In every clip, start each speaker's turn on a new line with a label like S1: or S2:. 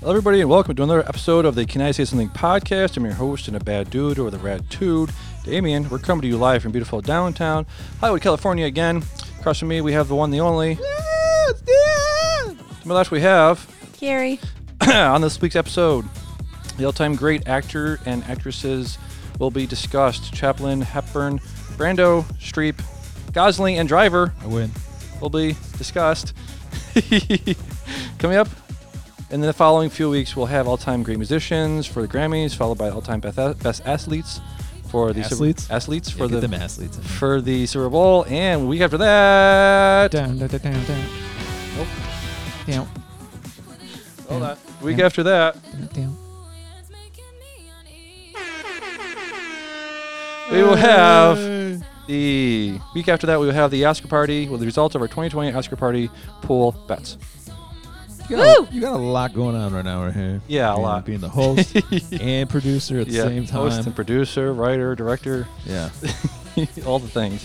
S1: Hello, everybody, and welcome to another episode of the Can I Say Something podcast. I'm your host and a bad dude or the rad dude, Damien. We're coming to you live from beautiful downtown Hollywood, California again. Across from me, we have the one, the only. To my left, we have
S2: Carrie.
S1: on this week's episode. The all-time great actor and actresses will be discussed. Chaplin, Hepburn, Brando, Streep, Gosling, and Driver
S3: I win.
S1: will be discussed. Coming up in the following few weeks, we'll have all-time great musicians for the Grammys, followed by all-time best, best athletes for the Super-
S3: Athletes?
S1: athletes for the
S3: yeah, get them athletes. in there.
S1: for the Super Bowl, and week after that,
S3: Down, down, down, down, down.
S1: Nope.
S3: Down,
S1: Hold on. week
S3: Yeah.
S1: after that,
S3: down, down.
S1: we will have. The week after that, we will have the Oscar party with the results of our 2020 Oscar party pool bets.
S3: You got,
S2: Woo!
S3: A, you got a lot going on right now, right here.
S1: Yeah, a
S3: And
S1: lot.
S3: Being the host and producer at the same time.
S1: host and producer, writer, director,
S3: yeah,
S1: all the things,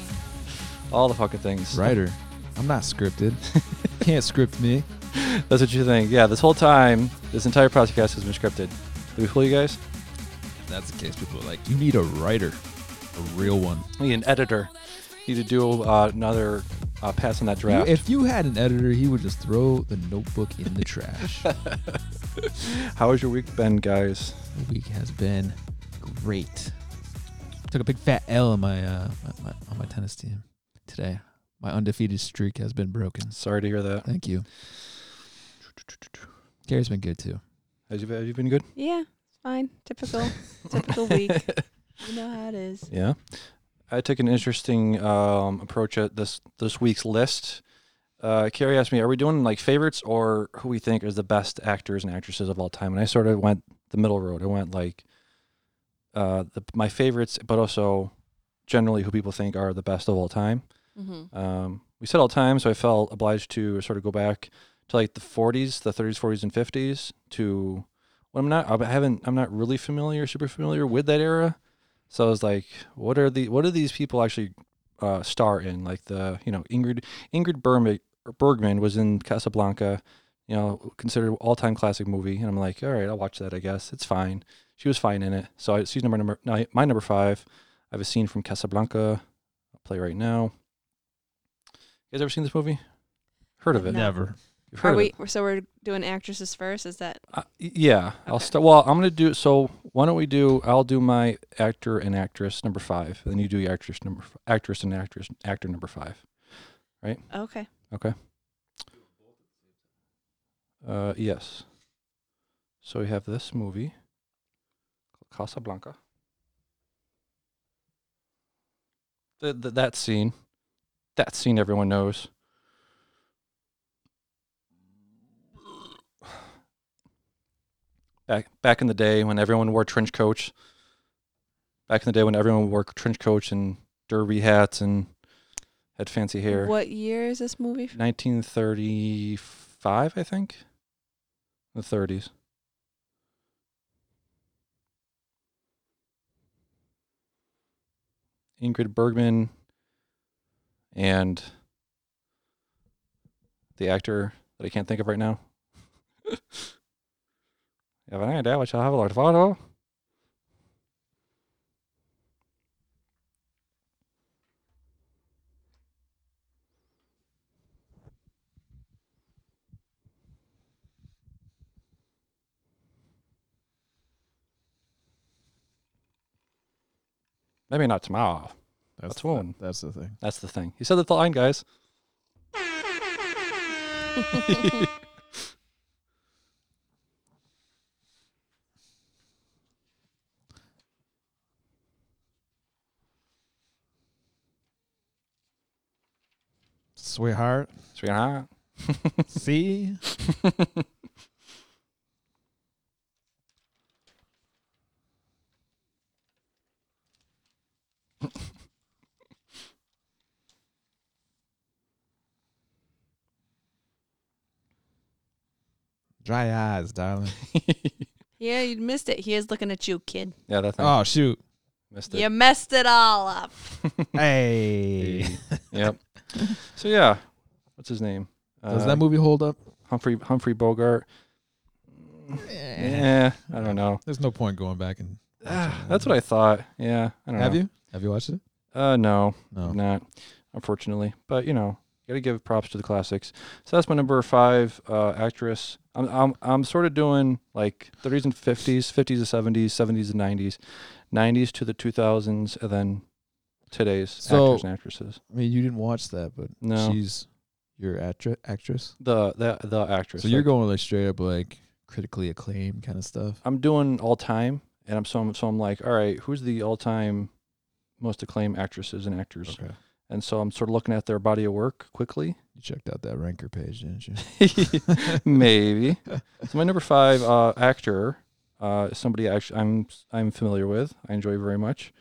S1: all the fucking things.
S3: writer. I'm not scripted. Can't script me.
S1: That's what you think. Yeah, this whole time, this entire podcast has been scripted. Did we fool you guys?
S3: If that's the case, people are like, you need a writer, a real one.
S1: We need an editor. Need to do uh, another uh, pass on that
S3: You,
S1: draft.
S3: if you had an editor, he would just throw the notebook in the trash. the
S1: How has your week been, guys?
S3: week has been great. Took a big fat L on my, uh, my, my on my tennis team today. My undefeated streak has been broken.
S1: Sorry to hear that.
S3: Thank you. Gary's been good too.
S1: Has you, have you been good?
S2: Yeah, it's fine. Typical, typical week. You know how it is.
S1: Yeah, I took an interesting um, approach at this this week's list. Uh, Carrie asked me, "Are we doing like favorites or who we think is the best actors and actresses of all time?" And I sort of went the middle road. I went like uh, the, my favorites, but also generally who people think are the best of all time.
S2: Mm-hmm.
S1: Um, we said all time, so I felt obliged to sort of go back to like the 40s, the 30s, 40s, and 50s. To well, I'm not, I haven't, I'm not really familiar, super familiar with that era. So I was like, what are the, what do these people actually uh, star in? Like the, you know, Ingrid Ingrid Bergman, Bergman was in Casablanca, you know, considered all time classic movie, and I'm like, all right, I'll watch that. I guess it's fine. She was fine in it. So I, she's number number ni- my number five. I have a scene from Casablanca. I'll play right now. You guys ever seen this movie? Heard of it?
S2: No.
S3: Never.
S1: You've heard
S2: Are
S1: of
S2: we?
S1: it?
S2: So we're doing actresses first. Is that
S1: Uh, y- yeah, I'll
S2: Okay.
S1: start. Well, I'm gonna do. So why don't we do? I'll do my actor and actress number five, and then you do your actress number f- actress and actress actor number five.
S2: okay?
S1: Uh, yes. So we have this movie called Casablanca. Th th that scene, that scene everyone knows. Back back in the day when everyone wore trench coats. Back in the day when everyone wore trench coats and derby hats and had fancy hair.
S2: What year is this movie? From?
S1: 1935, I think. The 30s. Ingrid Bergman and the actor that I can't think of right now. If I had that, I shall have a large photo. Maybe not tomorrow.
S3: That's,
S1: That's one.
S3: That's the thing.
S1: That's the thing. He said the line, guys.
S3: Sweetheart.
S1: Sweetheart.
S3: See? Dry eyes, darling.
S2: Yeah, you missed it. He is looking at you, kid.
S1: Yeah, that thing.
S3: Oh shoot.
S1: Missed it.
S2: You messed it all up.
S3: Hey.
S1: yep. So yeah, what's his name?
S3: Does
S1: Uh,
S3: that movie hold up?
S1: Humphrey Humphrey Bogart.
S3: Eh.
S1: Yeah, I don't know.
S3: There's no point going back and.
S1: Ah, That's what I thought. Yeah, I don't
S3: Have
S1: know.
S3: you? Have you watched it?
S1: Uh, no,
S3: No.
S1: I'm not unfortunately. But you know, got to give props to the classics. So that's my number five uh, actress. I'm I'm I'm sort of doing like 30s and 50s, 50s and 70s, 70s and 90s, 90s to the 2000s, and then today's
S3: So-
S1: actors and actresses.
S3: I mean, you didn't watch that, but
S1: No.
S3: she's your actri- actress.
S1: The the the actress.
S3: So you're
S1: like,
S3: going like straight up like critically acclaimed kind of stuff.
S1: I'm doing all time, and I'm so I'm, so I'm like, all right, who's the all time most acclaimed actresses and actors?
S3: Okay.
S1: And so I'm sort of looking at their body of work quickly.
S3: You checked out that ranker page, didn't you?
S1: Maybe. So my number five uh, actor, uh, is somebody actually I'm I'm familiar with. I enjoy very much.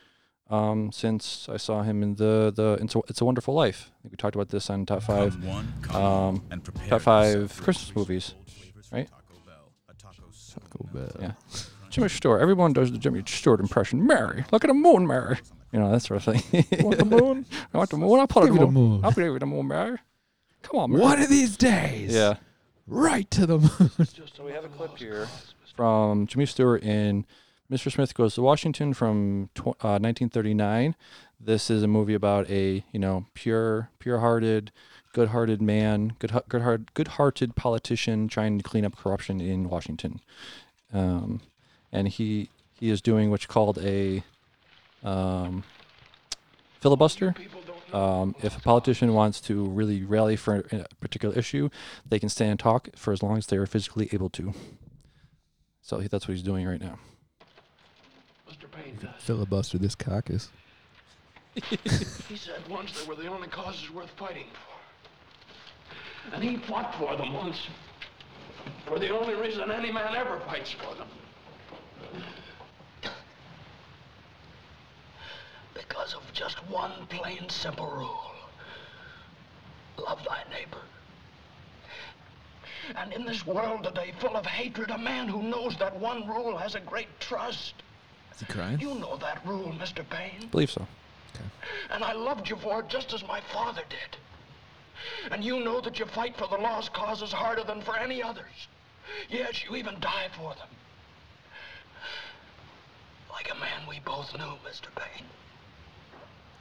S1: Um, since I saw him in the the It's a, it's a Wonderful Life. I think we talked about this on top five.
S4: Come one, come
S1: Um,
S4: and prepare
S1: top five
S4: yourself for
S1: Christmas
S4: increased
S1: movies,
S4: bold flavors from
S1: right?
S4: Taco Bell. A taco so
S3: Taco
S4: melted
S3: Bell.
S1: Yeah.
S4: crunch
S1: Jimmy Stewart. Everyone does the Jimmy Stewart impression. Mary, look at a moon, Mary. You know that sort of thing.
S3: Want the moon?
S1: I want the moon. I'll put it
S3: Give it a
S1: on.
S3: moon.
S1: I'll give it a moon, Mary. Come on, Mary.
S3: One of these days.
S1: Yeah.
S3: Right to the moon.
S1: So we have a clip here from Jimmy Stewart in Mr. Smith Goes to Washington from tw- uh, 1939. This is a movie about a you know pure, pure-hearted, good-hearted man, good, good heart, good-hearted politician trying to clean up corruption in Washington, um, and he he is doing what's called a um, filibuster. Um, if a politician wants to really rally for a particular issue, they can stand and talk for as long as they are physically able to. So he- that's what he's doing right now.
S5: Mr. Payne,
S3: Filibuster this caucus.
S5: he said once they were the only causes worth fighting for. And he fought for them once. For the only reason any man ever fights for them. Because of just one plain simple rule. Love thy neighbor. And in this world today full of hatred, a man who knows that one rule has a great trust.
S3: Is he crying?
S5: You know that rule, Mr. Payne.
S1: believe so.
S5: And I loved you for it just as my father did. And you know that you fight for the lost causes harder than for any others. Yes, you even die for them. Like a man we both knew, Mr. Payne.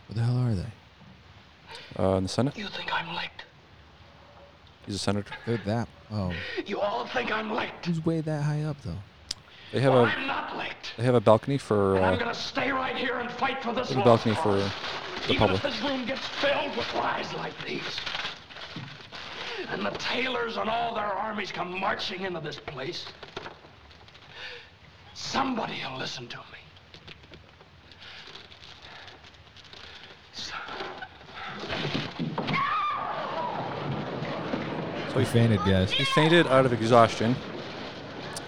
S3: What the hell are they?
S1: Uh, in the Senate,
S5: You think I'm licked.
S1: he's a senator.
S3: They're that. Oh,
S5: You all think I'm licked.
S3: who's way that high up though?
S1: They have a
S5: I'm not licked.
S1: they have a balcony for
S5: And I'm
S1: uh,
S5: gonna stay right here and fight for this
S1: a
S5: lost
S1: balcony for
S5: cause.
S1: the
S5: Even
S1: public.
S5: if this room gets filled with lies like these. And the tailors and all their armies come marching into this place. Somebody will listen to me.
S3: So he fainted, guys.
S1: he fainted out of exhaustion,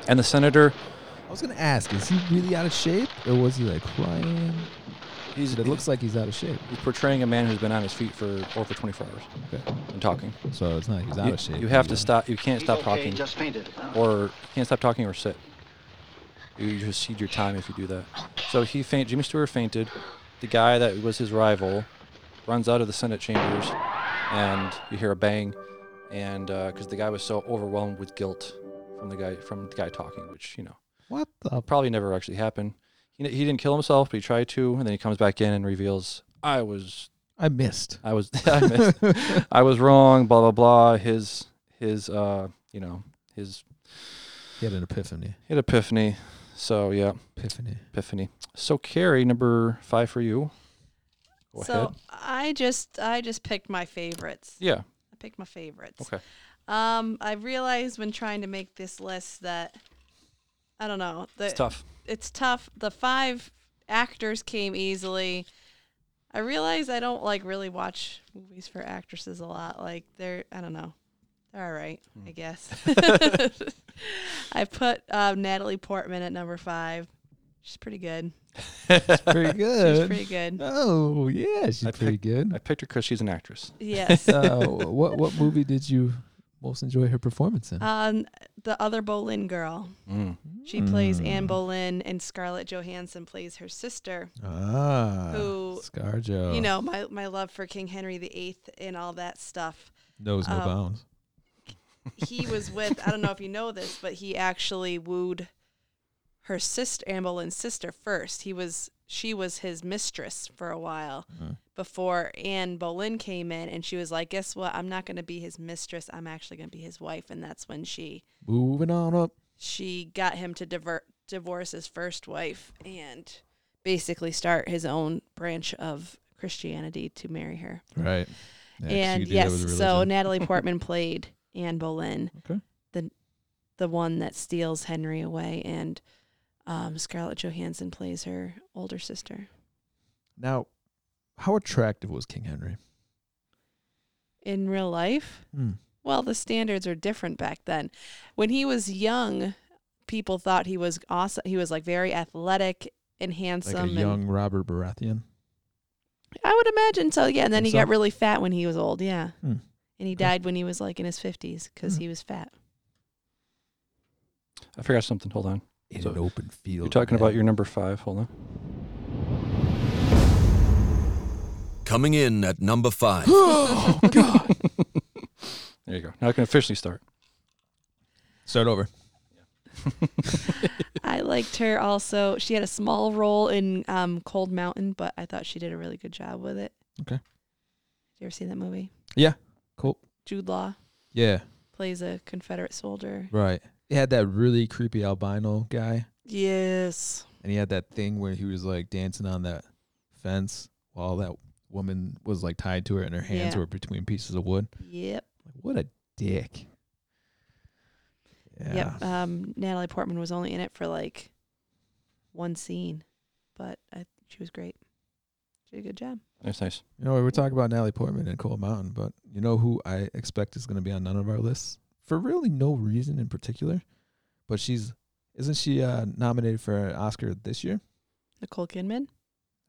S1: and the senator
S3: I was gonna ask, is he really out of shape, or was he like crying?
S1: he's
S3: But it looks like he's out of shape.
S1: he's portraying a man who's been on his feet for over 24 hours
S3: Okay.
S1: and talking.
S3: So it's not like he's out
S1: You,
S3: of shape.
S1: you have to
S3: He's
S1: stop. You can't stop talking,
S5: fainted.
S1: or you can't stop talking or sit. You just cede your time if you do that. So he faint. Jimmy Stewart fainted. The guy that was his rival runs out of the Senate chambers, and you hear a bang, and because the guy was so overwhelmed with guilt from the guy from the guy talking, which you know
S3: What the?
S1: probably never actually happened. He, he didn't kill himself, but he tried to, and then he comes back in and reveals, "I was,
S3: I missed.
S1: I was, I, missed, I was wrong." Blah blah blah. His his uh, you know, his
S3: He had an epiphany.
S1: he had epiphany. So yeah,
S3: Epiphany.
S1: epiphany. So Carrie, number five for you. Go
S2: So
S1: ahead.
S2: I just I just picked my favorites.
S1: Yeah.
S2: I picked my favorites.
S1: Okay.
S2: Um, I realized when trying to make this list that I don't know. The,
S1: It's tough.
S2: It's tough. The five actors came easily. I realize I don't like really watch movies for actresses a lot. Like they're I don't know. They're all right,
S1: Hmm.
S2: I guess. I put uh, Natalie Portman at number five. She's pretty good.
S3: Pretty good.
S2: She's pretty good.
S3: Oh yeah, she's
S1: I
S3: pretty
S1: picked- I
S3: good.
S1: picked her because she's an actress.
S2: Yes.
S3: Uh, what what movie did you most enjoy her performance in?
S2: Um, the other Boleyn girl.
S1: Mm.
S2: She plays Anne Boleyn, and Scarlett Johansson plays her sister.
S3: ah,
S2: who,
S3: ScarJo.
S2: You know my my love for King Henry VIII and all that stuff.
S3: knows no
S2: um,
S3: bounds.
S2: he was with I don't know if you know this, but he actually wooed her sister Anne Boleyn's sister first. He was she was his mistress for a while before Anne Boleyn came in and she was like, Guess what? I'm not gonna be his mistress, I'm actually gonna be his wife and that's when she
S3: Moving on up.
S2: she got him to divert, divorce his first wife and basically start his own branch of Christianity to marry her.
S3: Right. Yeah, 'cause you
S2: and
S3: could do that
S2: yes,
S3: with
S2: so
S3: religion.
S2: Natalie Portman played Anne Boleyn,
S3: Okay.
S2: the the one that steals Henry away, and um, Scarlett Johansson plays her older sister.
S3: Now, how attractive was King Henry?
S2: In real life,
S3: Hmm.
S2: well, the standards are different back then. When he was young, people thought he was awesome. He was like very athletic and
S3: Like
S2: handsome.
S3: a
S2: and-
S3: young Robert Baratheon.
S2: I would imagine so. Yeah, and then
S3: Think
S2: he got
S3: so?
S2: really fat when he was old. Yeah,
S3: Hmm.
S2: and he
S3: Okay.
S2: died when he was like in his fifties because
S3: Hmm.
S2: he was fat.
S1: I forgot something. Hold on.
S3: In
S1: So,
S3: an open field.
S1: You're talking
S3: man.
S1: about your number five. Hold on.
S4: Coming in at number five.
S3: oh God.
S1: There you go. Now I can officially start.
S3: Start over.
S2: I liked her also. She had a small role in um, Cold Mountain, but I thought she did a really good job with it.
S3: Okay.
S2: You ever seen that movie?
S3: Yeah. Cool.
S2: Jude Law
S3: Yeah.
S2: plays a Confederate soldier.
S3: Right. He had that really creepy albino guy,
S2: Yes.
S3: and he had that thing where he was like dancing on that fence while that woman was like tied to her, and her hands
S2: Yeah.
S3: were between pieces of wood.
S2: Yep.
S3: Like, what a dick. Yeah.
S2: Yep. Um, Natalie Portman was only in it for like one scene, but I, she was great. She did a good job.
S1: That's nice.
S3: You know, we were talking about Natalie Portman and Cold Mountain, but you know who I expect is going to be on none of our lists for really no reason in particular. But she's isn't she uh, nominated for an Oscar this year?
S2: Nicole Kidman.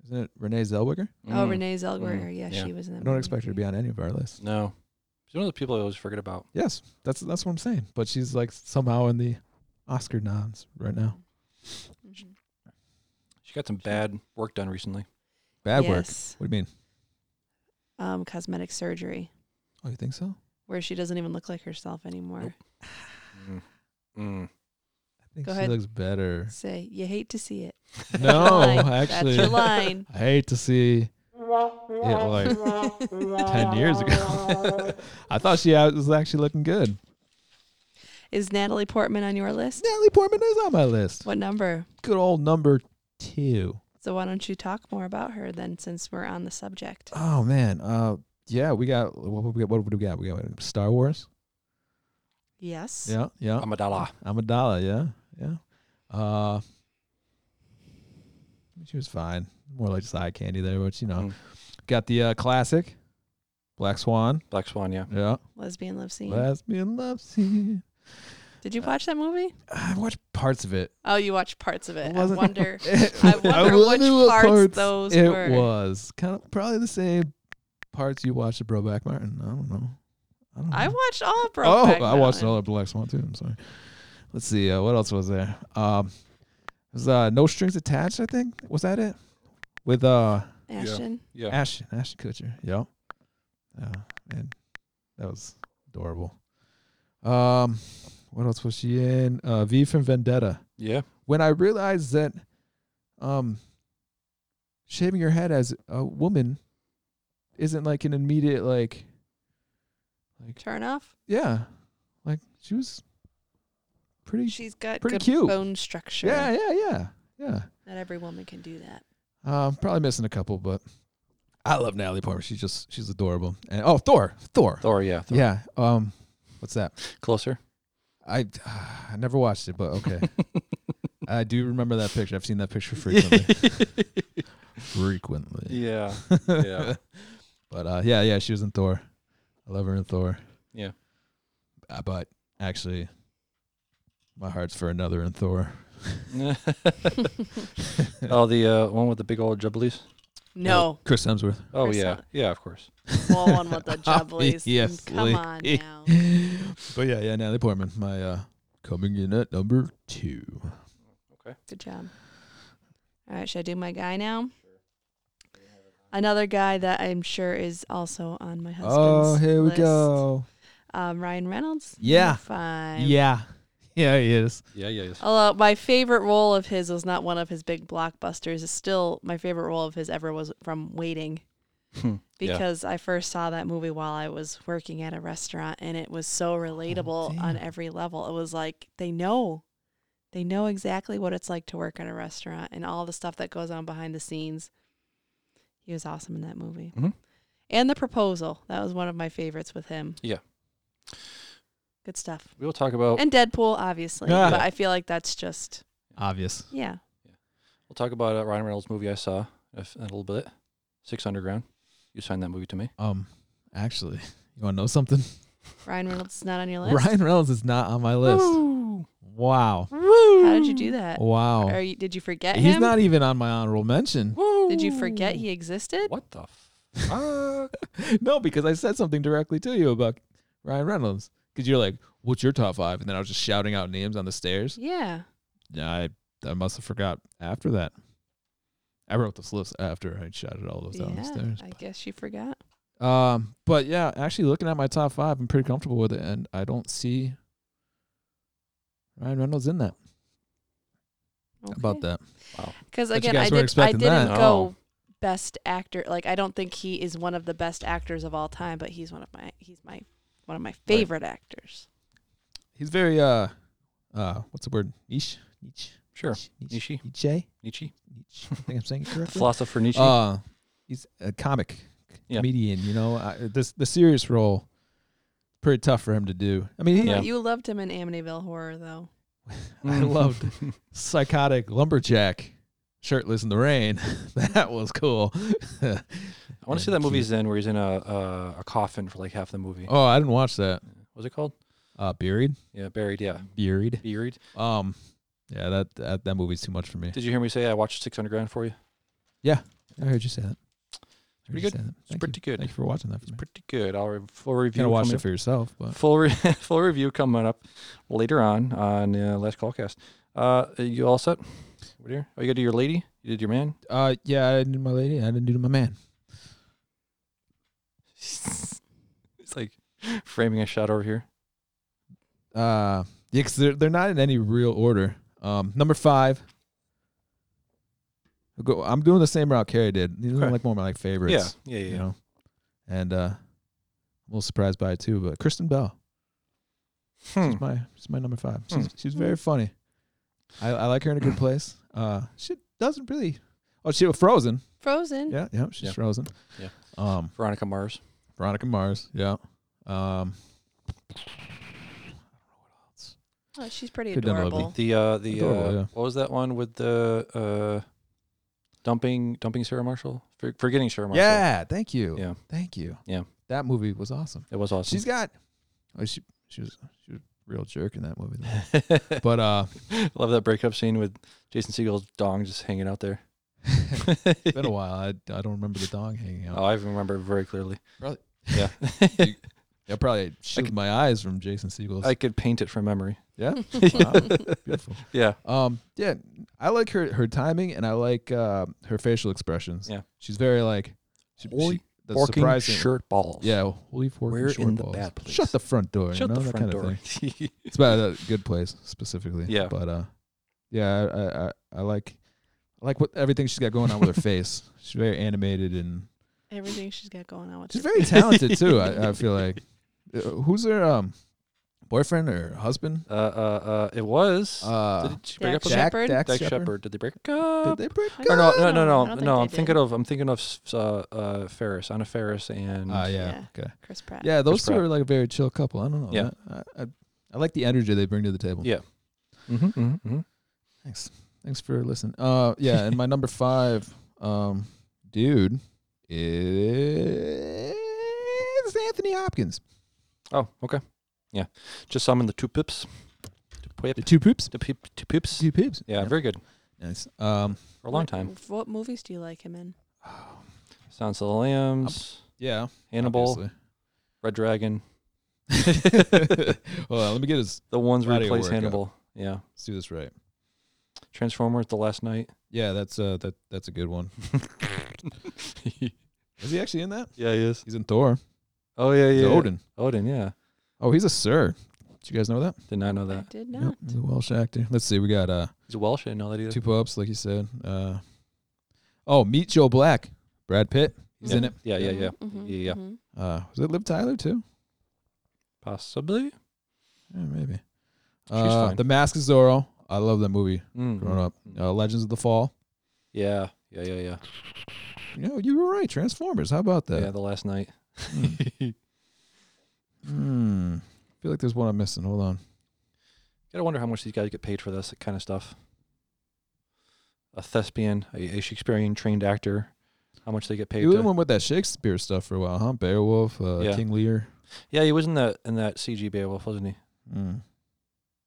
S3: Isn't it Renee Zellweger?
S2: Oh,
S1: Mm.
S2: Renee Zellweger.
S1: Mm.
S2: Yeah,
S1: Yeah.
S2: she was in that.
S3: Mm-hmm. I don't
S2: movie.
S3: expect her to be on any of our lists.
S1: No. She's one of the people I always forget about.
S3: Yes, that's that's what I'm saying. But she's like somehow in the Oscar nods right now.
S2: Mhm.
S1: She got some bad work done recently.
S3: Bad work.
S2: yes.
S3: What do you mean?
S2: Um, cosmetic surgery,
S3: Oh, you think so?
S2: where she doesn't even look like herself anymore.
S1: Mm. Mm.
S3: I think
S2: Go
S3: she
S2: ahead.
S3: looks better.
S2: Say you hate to see it.
S3: No,
S2: Line.
S3: Oh, actually,
S2: That's your line.
S3: I hate to see it like ten years ago. I thought she out- was actually looking good.
S2: Is Natalie Portman on your list?
S3: Natalie Portman is on my list.
S2: What number?
S3: Good old number two.
S2: So why don't you talk more about her then, since we're on the subject?
S3: Oh man, uh, yeah, we got what what we got. What do we got? We got Star Wars.
S2: Yes.
S3: Yeah, yeah.
S1: Amidala.
S3: Amidala, yeah, yeah. Uh, she was fine. More like just eye candy there, but you know,
S1: Mm.
S3: got the uh, classic Black Swan.
S1: Black Swan, yeah.
S3: Yeah,
S2: Lesbian love scene.
S3: lesbian love scene.
S2: Did you watch that movie?
S3: I watched parts of it.
S2: Oh, you watched parts of it. I
S3: wasn't-
S2: wonder. I wonder
S3: wonder
S2: which
S3: what
S2: parts those
S3: it
S2: were.
S3: was. Kind of probably the same parts you watched at Broback Martin. I don't know. I don't know.
S2: I watched all of
S3: oh,
S2: Brokeback
S3: I watched
S2: Mountain.
S3: all of Black Swan too. I'm sorry. Let's see. Uh, what else was there? Um, it was uh, No Strings Attached. I think was that it with uh
S2: Ashton.
S1: Yeah.
S3: Ashton Ashton Kutcher. Yep. Yeah, man, that was adorable. Um, what else was she in? Uh, V from Vendetta.
S1: Yeah.
S3: When I realized that, um, shaving your head as a woman isn't like an immediate like
S2: Turn off.
S3: yeah, like she was pretty.
S2: She's got
S3: pretty
S2: good
S3: cute.
S2: bone structure.
S3: Yeah, yeah, yeah, yeah.
S2: Not every woman can do that.
S3: Uh, I'm probably missing a couple, but I love Natalie Portman. She's just she's adorable. And oh, Thor, Thor,
S1: Thor, yeah. Thor.
S3: yeah. Um, what's that?
S1: Closer.
S3: I I never watched it, but okay. I do remember that picture. I've seen that picture frequently. frequently.
S1: yeah. Yeah.
S3: But uh, yeah, yeah, she was in Thor. I love her in Thor.
S1: Yeah.
S3: Uh, but actually, my heart's for another in Thor.
S1: oh, the uh, one with the big old jubblies.
S2: No.
S3: Chris uh, Hemsworth.
S1: Oh,
S2: Chris
S1: yeah.
S2: Hemsworth.
S1: Yeah, of course.
S2: Well, one with the jubblies.
S3: Yes,
S2: Mm, Come on
S3: please.
S2: now.
S3: But yeah, yeah, Natalie Portman, my uh, coming in at number two.
S2: Good job. All right, should I do my guy now? Another guy that I'm sure is also on my husband's
S3: oh, here we
S2: list.
S3: go.
S2: Um, Ryan Reynolds.
S3: Yeah.
S2: Fine.
S3: Yeah. Yeah, he is.
S1: Yeah, yeah,
S3: Oh,
S1: yes.
S2: Although my favorite role of his was not one of his big blockbusters, it's still my favorite role of his ever was from Waiting.
S1: Hmm, yeah.
S2: Because I first saw that movie while I was working at a restaurant and it was so relatable on
S3: Oh, damn.
S2: every level. It was like they know. They know exactly what it's like to work at a restaurant and all the stuff that goes on behind the scenes. He was awesome in that movie.
S1: Mhm.
S2: And The Proposal. That was one of my favorites with him.
S1: Yeah.
S2: Good stuff.
S1: We'll talk
S3: Oh.
S1: about
S2: And Deadpool, obviously.
S3: Yeah.
S2: But I feel like that's just
S3: Obvious.
S2: yeah.
S1: we'll talk about a Ryan Reynolds movie I saw if, in a little bit. Six Underground. You signed that movie to me.
S3: Um, actually, you want to know something?
S2: Ryan Reynolds is not on your list.
S3: Ryan Reynolds is not on my list.
S1: Woo!
S3: Wow.
S2: How did you do that? Or
S3: Wow.
S2: you, did you forget
S3: Oh. He's
S2: him?
S3: not even on my honorable mention.
S1: Woo!
S2: did you forget he existed?
S1: What the fuck?
S3: no, because I said something directly to you about Ryan Reynolds. Because you're like, "What's your top five? And then I was just shouting out names on the stairs.
S2: Yeah.
S3: Yeah, I I must have forgot after that. I wrote this list after I shouted all those out on the
S2: Yeah.
S3: stairs.
S2: I guess you forgot.
S3: Um, but yeah, actually looking at my top five, I'm pretty comfortable with it, and I don't see Ryan Reynolds in that. How About that,
S2: Because
S3: But you
S2: again,
S3: guys
S2: I,
S3: weren't
S2: did, I
S3: expecting
S2: didn't
S3: that. Oh.
S2: go best actor. Like I don't think he is one of the best actors of all time, but he's one of my he's my one of my favorite actors.
S3: he's very uh, uh, what's the word? Niche, niche,
S1: Sure.
S3: niche,
S1: Niche.
S3: niche,
S1: Nietzsche.
S3: niche. I think I'm saying it
S1: The
S3: correctly.
S1: philosopher Nietzsche.
S3: Uh, he's a comic
S1: Yeah.
S3: comedian. You know, I, this the serious role, pretty tough for him to do. I mean, he,
S1: Yeah.
S2: You loved him in Amityville Horror, though.
S3: I
S1: Mm-hmm.
S3: loved psychotic lumberjack, shirtless in the rain. that was cool.
S1: I want to see that movie he's in where he's in a, a a coffin for like half the movie.
S3: Oh, I didn't watch that.
S1: What's it called?
S3: Uh, buried,
S1: Yeah, buried. Yeah,
S3: buried.
S1: buried.
S3: Um, yeah, that that, that movie's too much for me.
S1: Did you hear me say I watched Six Underground for you?
S3: I heard you say that. I heard
S1: pretty
S3: you
S1: good.
S3: say that.
S1: It's
S3: Thank
S1: pretty
S3: you.
S1: good.
S3: Thank you for watching that. For
S1: It's
S3: me.
S1: pretty good. I'll re- full
S3: You Mm-hmm.
S1: review.
S3: gotta watch
S1: coming-
S3: it for yourself, but
S1: full re- full review coming up later on on uh, Last Callcast. Uh, you all set? What here? Oh, you got to do your lady. You did your man.
S3: uh, yeah, I didn't do my lady. I didn't do my man.
S1: It's like framing a shot over here.
S3: Uh, yeah, cause they're they're not in any real order. Um, number five. I'll Go, I'm doing the same route Carrie did. These are
S1: Okay.
S3: like more my like favorites.
S1: Yeah, yeah, yeah.
S3: you know. And uh, I'm a little surprised by it too. But Kristen Bell,
S1: Hmm.
S3: she's my she's my number five. She's she's very funny. I, I like her in a good place. Uh, she doesn't really. Oh, she was Frozen.
S2: Frozen.
S3: Yeah, yeah, she's
S1: Yeah.
S3: Frozen.
S1: Yeah.
S3: Um,
S1: Veronica Mars.
S3: Veronica Mars. Yeah. Um,
S2: Oh, she's pretty
S3: Could've done a little
S2: adorable.
S1: The uh, the uh,
S3: Adorable, yeah.
S1: what was that one with the uh, dumping dumping Sarah Marshall? For, forgetting Sarah Marshall.
S3: yeah. Thank you.
S1: Yeah.
S3: Thank you.
S1: Yeah.
S3: That movie was awesome.
S1: it was awesome.
S3: She's got. Oh, she she was she was a real jerk in that movie. though. but uh,
S1: Love that breakup scene with Jason Segel's dong just hanging out there.
S3: been a while. I I don't remember the dong hanging out.
S1: Oh, I remember it very clearly.
S3: Really?
S1: Yeah.
S3: I probably shielded my eyes from Jason Siegel's.
S1: I could paint it from memory.
S3: yeah. Wow. Beautiful.
S1: Yeah.
S3: Um, yeah, I like her her timing and I like uh, her facial expressions.
S1: Yeah.
S3: she's very like she,
S1: Holy
S3: she- the
S1: Forking
S3: surprising.
S1: shirt balls.
S3: Yeah, holy forking
S1: Where
S3: short
S1: in the
S3: balls.
S1: bad place?
S3: Shut the front door.
S1: Shut
S3: you know,
S1: the
S3: that
S1: front
S3: kind Of
S1: door.
S3: thing. It's about a good place specifically.
S1: Yeah.
S3: but uh, yeah, I, I- I I like I like what everything she's got going on with her face. She's very animated and
S2: Everything she's got going on with
S3: she's
S2: her.
S3: very talented too. I, I feel like Uh, who's her um boyfriend or husband?
S1: uh, uh, uh, it was.
S3: Uh,
S1: did she break up with
S2: Jack
S1: Shep-
S2: Shepherd?
S3: Dax,
S1: Dax
S3: Shepard.
S1: Shepard? Did they break up?
S3: Did they break
S2: I
S3: up?
S1: Or no, no, no,
S2: No, I don't
S1: no, no.
S2: think
S1: I'm
S2: they
S1: thinking
S2: did.
S1: of I'm thinking of uh, uh, Ferris, Anna Ferris, and
S3: Ah, yeah.
S2: Yeah.
S3: Okay.
S2: Chris Pratt.
S3: Yeah, those
S1: Chris
S3: two
S1: Pratt.
S3: are like a very chill couple. I don't know.
S1: Yeah.
S3: that- I, I, I like the energy they bring to the table.
S1: Yeah. Mm-hmm, mm-hmm.
S3: Thanks. Thanks for listening. Uh, yeah. and my number five, um, dude, is Anthony Hopkins.
S1: Oh, okay. Yeah. Just summon the two pips. Two pip-
S3: The two poops.
S1: The peep, two pips.
S3: Two poops.
S1: Yeah, very good.
S3: Nice. Um,
S1: For a long time.
S2: What, what movies do you like him in?
S1: Silence of the Lambs,
S3: yeah.
S1: Hannibal,
S3: obviously.
S1: Red Dragon,
S3: Hold on. Let me get his.
S1: the ones where
S3: Body
S1: he
S3: of
S1: plays
S3: work, yeah.
S1: Hannibal. Yeah.
S3: Let's do this right.
S1: Transformers, The Last Night.
S3: Yeah, that's uh, that that's a good one.
S1: yeah,
S3: Is he actually in that?
S1: he is.
S3: He's in Thor.
S1: Oh yeah,
S3: He's
S1: yeah.
S3: Odin.
S1: Odin, yeah.
S3: Oh, he's a sir. Did you guys know that?
S1: Did not know
S2: I
S1: that.
S2: did
S3: Yep,
S2: not.
S3: he's a Welsh actor. Let's see. We got uh
S1: He's Welsh. I didn't know that either.
S3: two pups, like you said. Uh, oh, meet Joe Black. Brad Pitt. He's
S1: yeah.
S3: in it.
S1: Yeah, yeah, yeah.
S2: Mhm,
S1: Yeah, yeah.
S2: mhm.
S3: Uh, was it Liv Tyler too?
S1: Possibly.
S3: Yeah, maybe. Uh,
S1: fine.
S3: The Mask of Zorro. I love that movie.
S1: Mm.
S3: Growing up, uh, Legends of the Fall.
S1: Yeah, yeah, yeah, yeah.
S3: You know, you were right. Transformers. How about that?
S1: yeah, the last night. Mm.
S3: Hmm. I feel like there's one I'm missing. Hold on.
S1: Gotta wonder how much these guys get paid for this kind of stuff. A thespian, a, a Shakespearean trained actor, how much they get paid?
S3: You
S1: to-
S3: went with that Shakespeare stuff for a while, huh? Beowulf, uh,
S1: Yeah.
S3: King Lear.
S1: yeah, he was in that in that CG Beowulf, wasn't he?
S3: Mm.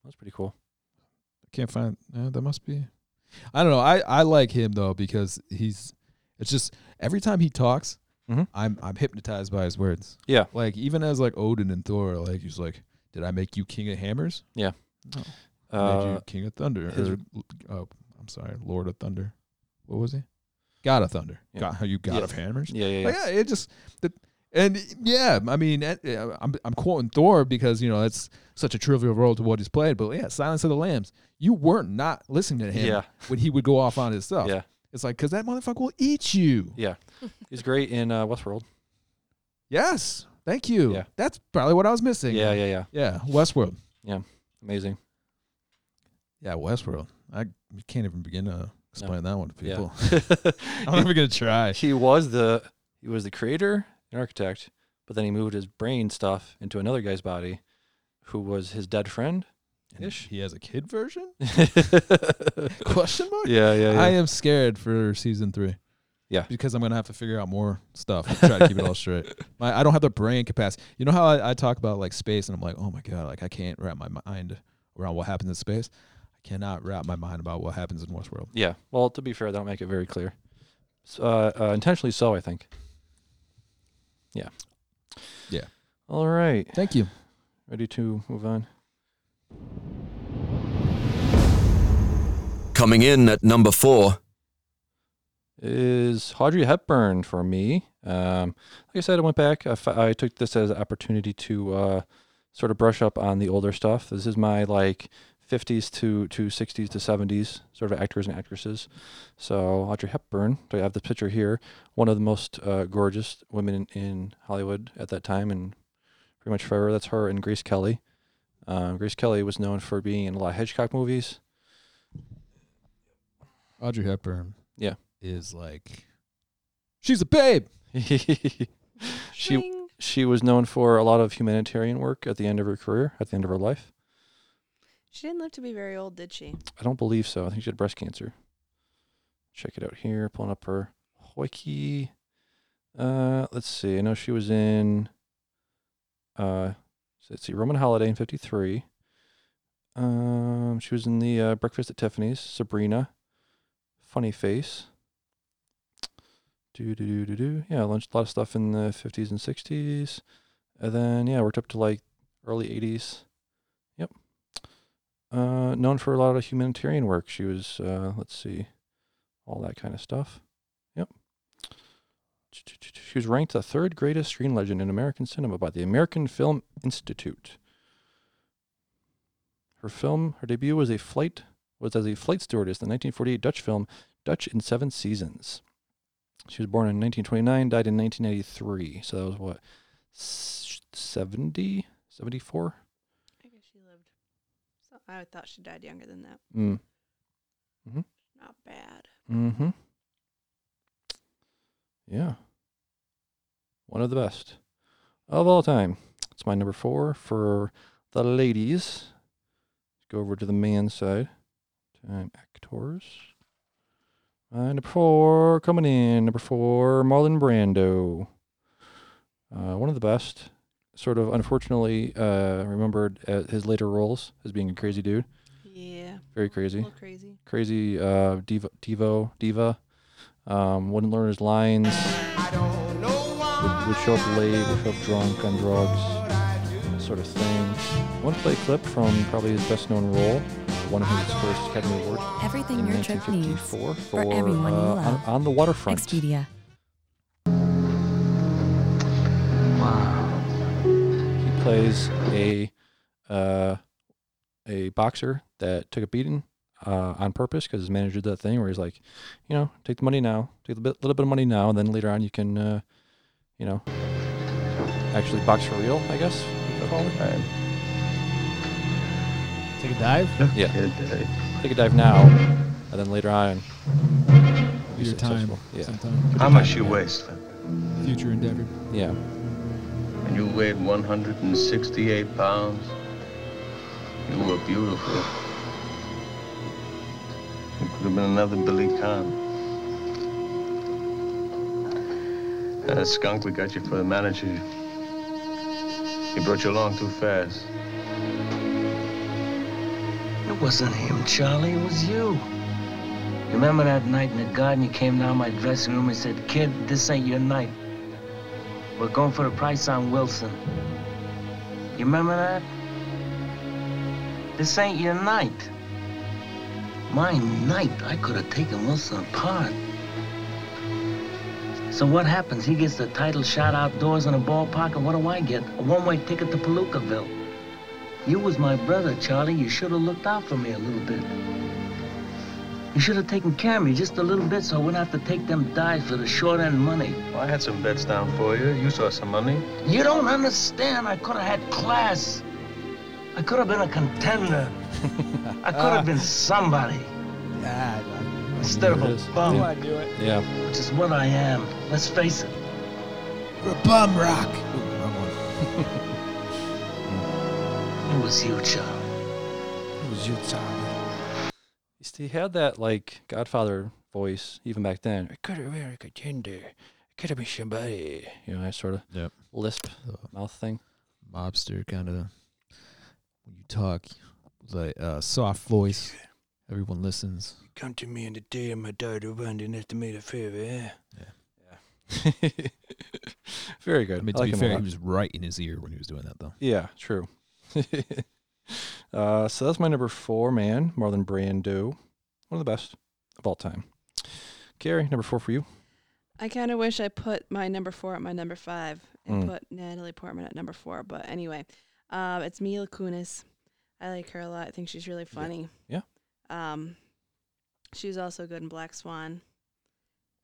S1: That's pretty cool.
S3: I can't find. Uh, that must be. I don't know. I, I like him though because he's. It's just every time he talks,
S1: Mhm.
S3: I'm I'm hypnotized by his words.
S1: Yeah.
S3: Like even as like Odin and Thor, like he's like, "Did I make you king of hammers? I made
S1: Uh,
S3: you king of thunder?
S1: his-
S3: Or, oh, I'm sorry, Lord of Thunder. What was he? God of Thunder.
S1: Yeah.
S3: God, are you God
S1: Yeah.
S3: of hammers?
S1: yeah, Oh, yeah, yeah.
S3: Like, yeah, it just the, and yeah, I mean, that- yeah, I'm I'm quoting Thor because you know that's such a trivial role to what he's played. But yeah, Silence of the Lambs, you were not listening to him
S1: Yeah.
S3: when he would go off on his stuff.
S1: Yeah.
S3: it's like because that motherfucker will eat you.
S1: Yeah. He's great in uh, Westworld.
S3: Yes, thank you.
S1: Yeah.
S3: that's probably what I was missing.
S1: Yeah, yeah, yeah.
S3: yeah, Westworld.
S1: Amazing.
S3: Yeah, Westworld. I can't even begin to explain that one to people. I'm
S1: Yeah.
S3: not even gonna try.
S1: he was the he was the creator and architect, but then he moved his brain stuff into another guy's body, who was his dead friend.
S3: And
S1: Ish.
S3: He has a kid version?
S1: yeah,
S3: Question mark.
S1: yeah, yeah.
S3: I am scared for season three.
S1: Yeah.
S3: Because I'm gonna have to figure out more stuff. To try to keep it all straight. My I don't have the brain capacity. You know how I, I talk about like space and I'm like, oh my god, like I can't wrap my mind around what happens in space. I cannot wrap my mind about what happens in Westworld.
S1: Yeah. Well, to be fair, that'll make it very clear. S- uh, uh, intentionally so, I think. Yeah.
S3: Yeah.
S1: All right.
S3: Thank you.
S1: Ready to move on.
S4: Coming in at number four,
S1: Is Audrey Hepburn for me? Um, like I said, I went back. I, f- I took this as an opportunity to uh, sort of brush up on the older stuff. This is my like 50s to, to 60s to 70s sort of actors and actresses. So Audrey Hepburn, so I have the picture here, one of the most uh, gorgeous women in, in Hollywood at that time and pretty much forever. That's her and Grace Kelly. Um, Grace Kelly was known for being in a lot of Hitchcock movies.
S3: Audrey Hepburn.
S1: Yeah.
S3: Is like she's a babe.
S1: she
S2: Swing.
S1: She was known for a lot of humanitarian work at the end of her career, at the end of her life.
S2: She didn't live to be very old, did she?
S1: I don't believe so. I think she had breast cancer. Check it out here. Pulling up her wiki. Uh, let's see. I know she was in. Uh, so let's see. Roman Holiday in '53. Um, she was in the uh, Breakfast at Tiffany's. Sabrina. Funny Face. Do do do do do. Yeah, launched a lot of stuff in the '50s and '60s, and then yeah, worked up to like early '80s uh, known for a lot of humanitarian work. She was, uh, let's see, all that kind of stuff. Yep. She was ranked the third greatest screen legend in American cinema by the American Film Institute. Her film, her debut was a flight was as a flight stewardess in the 1948 Dutch film Dutch in Seven Seasons. She was born in 1929, died in 1983. So that was what, s- 70, 74?
S2: I guess she lived. So I thought she died younger than that.
S1: Mm.
S2: Not bad.
S1: Mm-hmm. Yeah. One of the best of all time. It's my number four for the ladies. Go over to the man side. Time actors. My number four coming in. Number four, Marlon Brando. Uh, one of the best. Sort of unfortunately uh, remembered uh, his later roles as being a crazy dude.
S2: Yeah.
S1: Very
S2: A
S1: crazy
S2: little crazy.
S1: crazy uh, diva, Devo, diva. Um, wouldn't learn his lines. Would, would show up late, would show up drunk on drugs, that sort of thing. One play clip from probably his best known role, won his first Academy Award
S6: Everything
S1: in
S6: your trip needs.
S1: 1954 for
S6: for everyone you
S1: uh, on,
S6: love.
S1: on the waterfront.
S6: Expedia.
S1: He plays a uh, a boxer that took a beating uh, on purpose because his manager did that thing where he's like, you know, take the money now, take a bit, little bit of money now, and then later on you can, uh, you know, actually box for real, I guess. you could call it.
S6: Take a dive.
S1: Yeah.
S7: Okay.
S1: Take a dive now, and then later on. be
S6: Your time.
S1: successful. Yeah.
S6: Sometime.
S7: How much you weigh, Slim?
S6: Future endeavor.
S1: Yeah.
S7: When you weighed 168 pounds, you were beautiful. You could have been another Billy Kahn. That Uh, skunk we got you for the manager, he brought you along too fast.
S8: It wasn't him, Charlie. It was you. You remember that night in the garden? You came down my dressing room and said, "Kid, this ain't your night. We're going for the price on Wilson." You remember that? This ain't your night. My night. I could have taken Wilson apart. So what happens? He gets the title shot outdoors in a ballpark, and what do I get? A one-way ticket to Palookaville. You was my brother, Charlie. You should have looked out for me a little bit. You should have taken care of me just a little bit so I wouldn't have to take them dives for the short end money.
S7: Well, I had some bets down for you. You saw some money.
S8: You don't understand. I could have had class. I could have been a contender. I could have been somebody
S6: Yeah, I-
S8: instead of
S1: There it
S8: a
S1: is.
S8: bum,
S1: Yeah.
S6: do it.
S1: Yeah.
S8: which is what I am. Let's face it.
S6: We're a bum rock. Ooh, wrong one.
S8: It was you, Charlie.
S6: It was you, Tom.
S1: He's- He had that like Godfather voice even back then. It could have been a contender. It could have been somebody. You know, that sort of
S3: Yep.
S1: lisp
S3: So,
S1: mouth thing.
S3: mobster kind of when you talk like uh soft voice everyone listens
S1: Come to me in the day of my daughter one and have to make a favor, eh? Yeah. Very good.
S3: i mean to
S1: like
S3: be
S1: him a
S3: fair
S1: lot.
S3: he was right in his ear when he was doing that though
S1: Yeah, true. uh, so that's my number four man, Marlon Brando. One of the best of all time. Gary, number four for you.
S2: I kind of wish I put my number four at my number five and
S1: Mm.
S2: put Natalie Portman at number four. But anyway, um, it's Mila Kunis. I like her a lot. I think she's really funny.
S1: Yeah.
S2: Um, she was also good in Black Swan.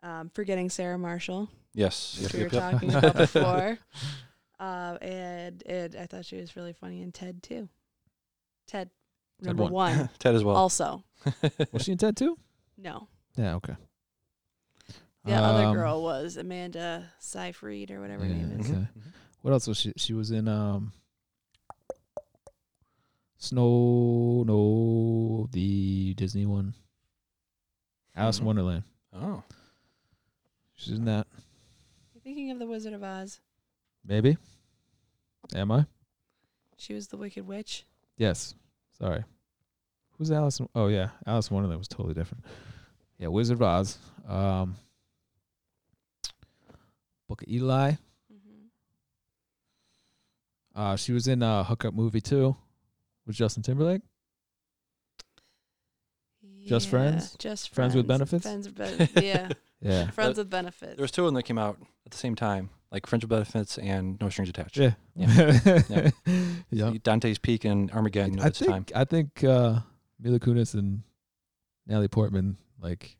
S2: Um, Forgetting Sarah Marshall,
S1: Yes.
S2: which
S1: Yep,
S2: we were
S1: yep, yep.
S2: talking about before. Uh, and, and I thought she was really funny in Ted too. Ted,
S3: Ted
S2: number
S3: one.
S2: one.
S1: Ted as well.
S2: also,
S3: was she in ted too
S2: no.
S3: yeah okay
S2: The other
S3: Um,
S2: girl was Amanda Seyfried or whatever her
S3: yeah,
S2: name is.
S3: okay. what else was she she was in um snow no the disney one alice in
S1: Mhm.
S3: wonderland
S1: Oh.
S3: she's in that
S2: You're thinking of The Wizard of Oz.
S3: maybe am i
S2: She was the Wicked Witch.
S3: Yes. Sorry. Who's Alice? in- Oh yeah, Alice in Wonderland was totally different. Yeah, Wizard of Oz. Um, Book of Eli.
S1: Mm-hmm.
S3: Uh, she was in a hookup movie too, with Justin Timberlake. Just friends?
S2: Just friends.
S3: Friends with benefits?
S2: Friends with benefits. Yeah.
S3: Yeah.
S2: friends
S1: That-
S2: with benefits.
S1: There was two of them that came out at the same time, like Friendship Benefits and No Strings Attached.
S3: Yeah.
S1: Yeah.
S3: Yeah.
S1: Dante's Peak and Armageddon at
S3: I
S1: its
S3: think
S1: time.
S3: I think uh, Mila Kunis and Natalie Portman like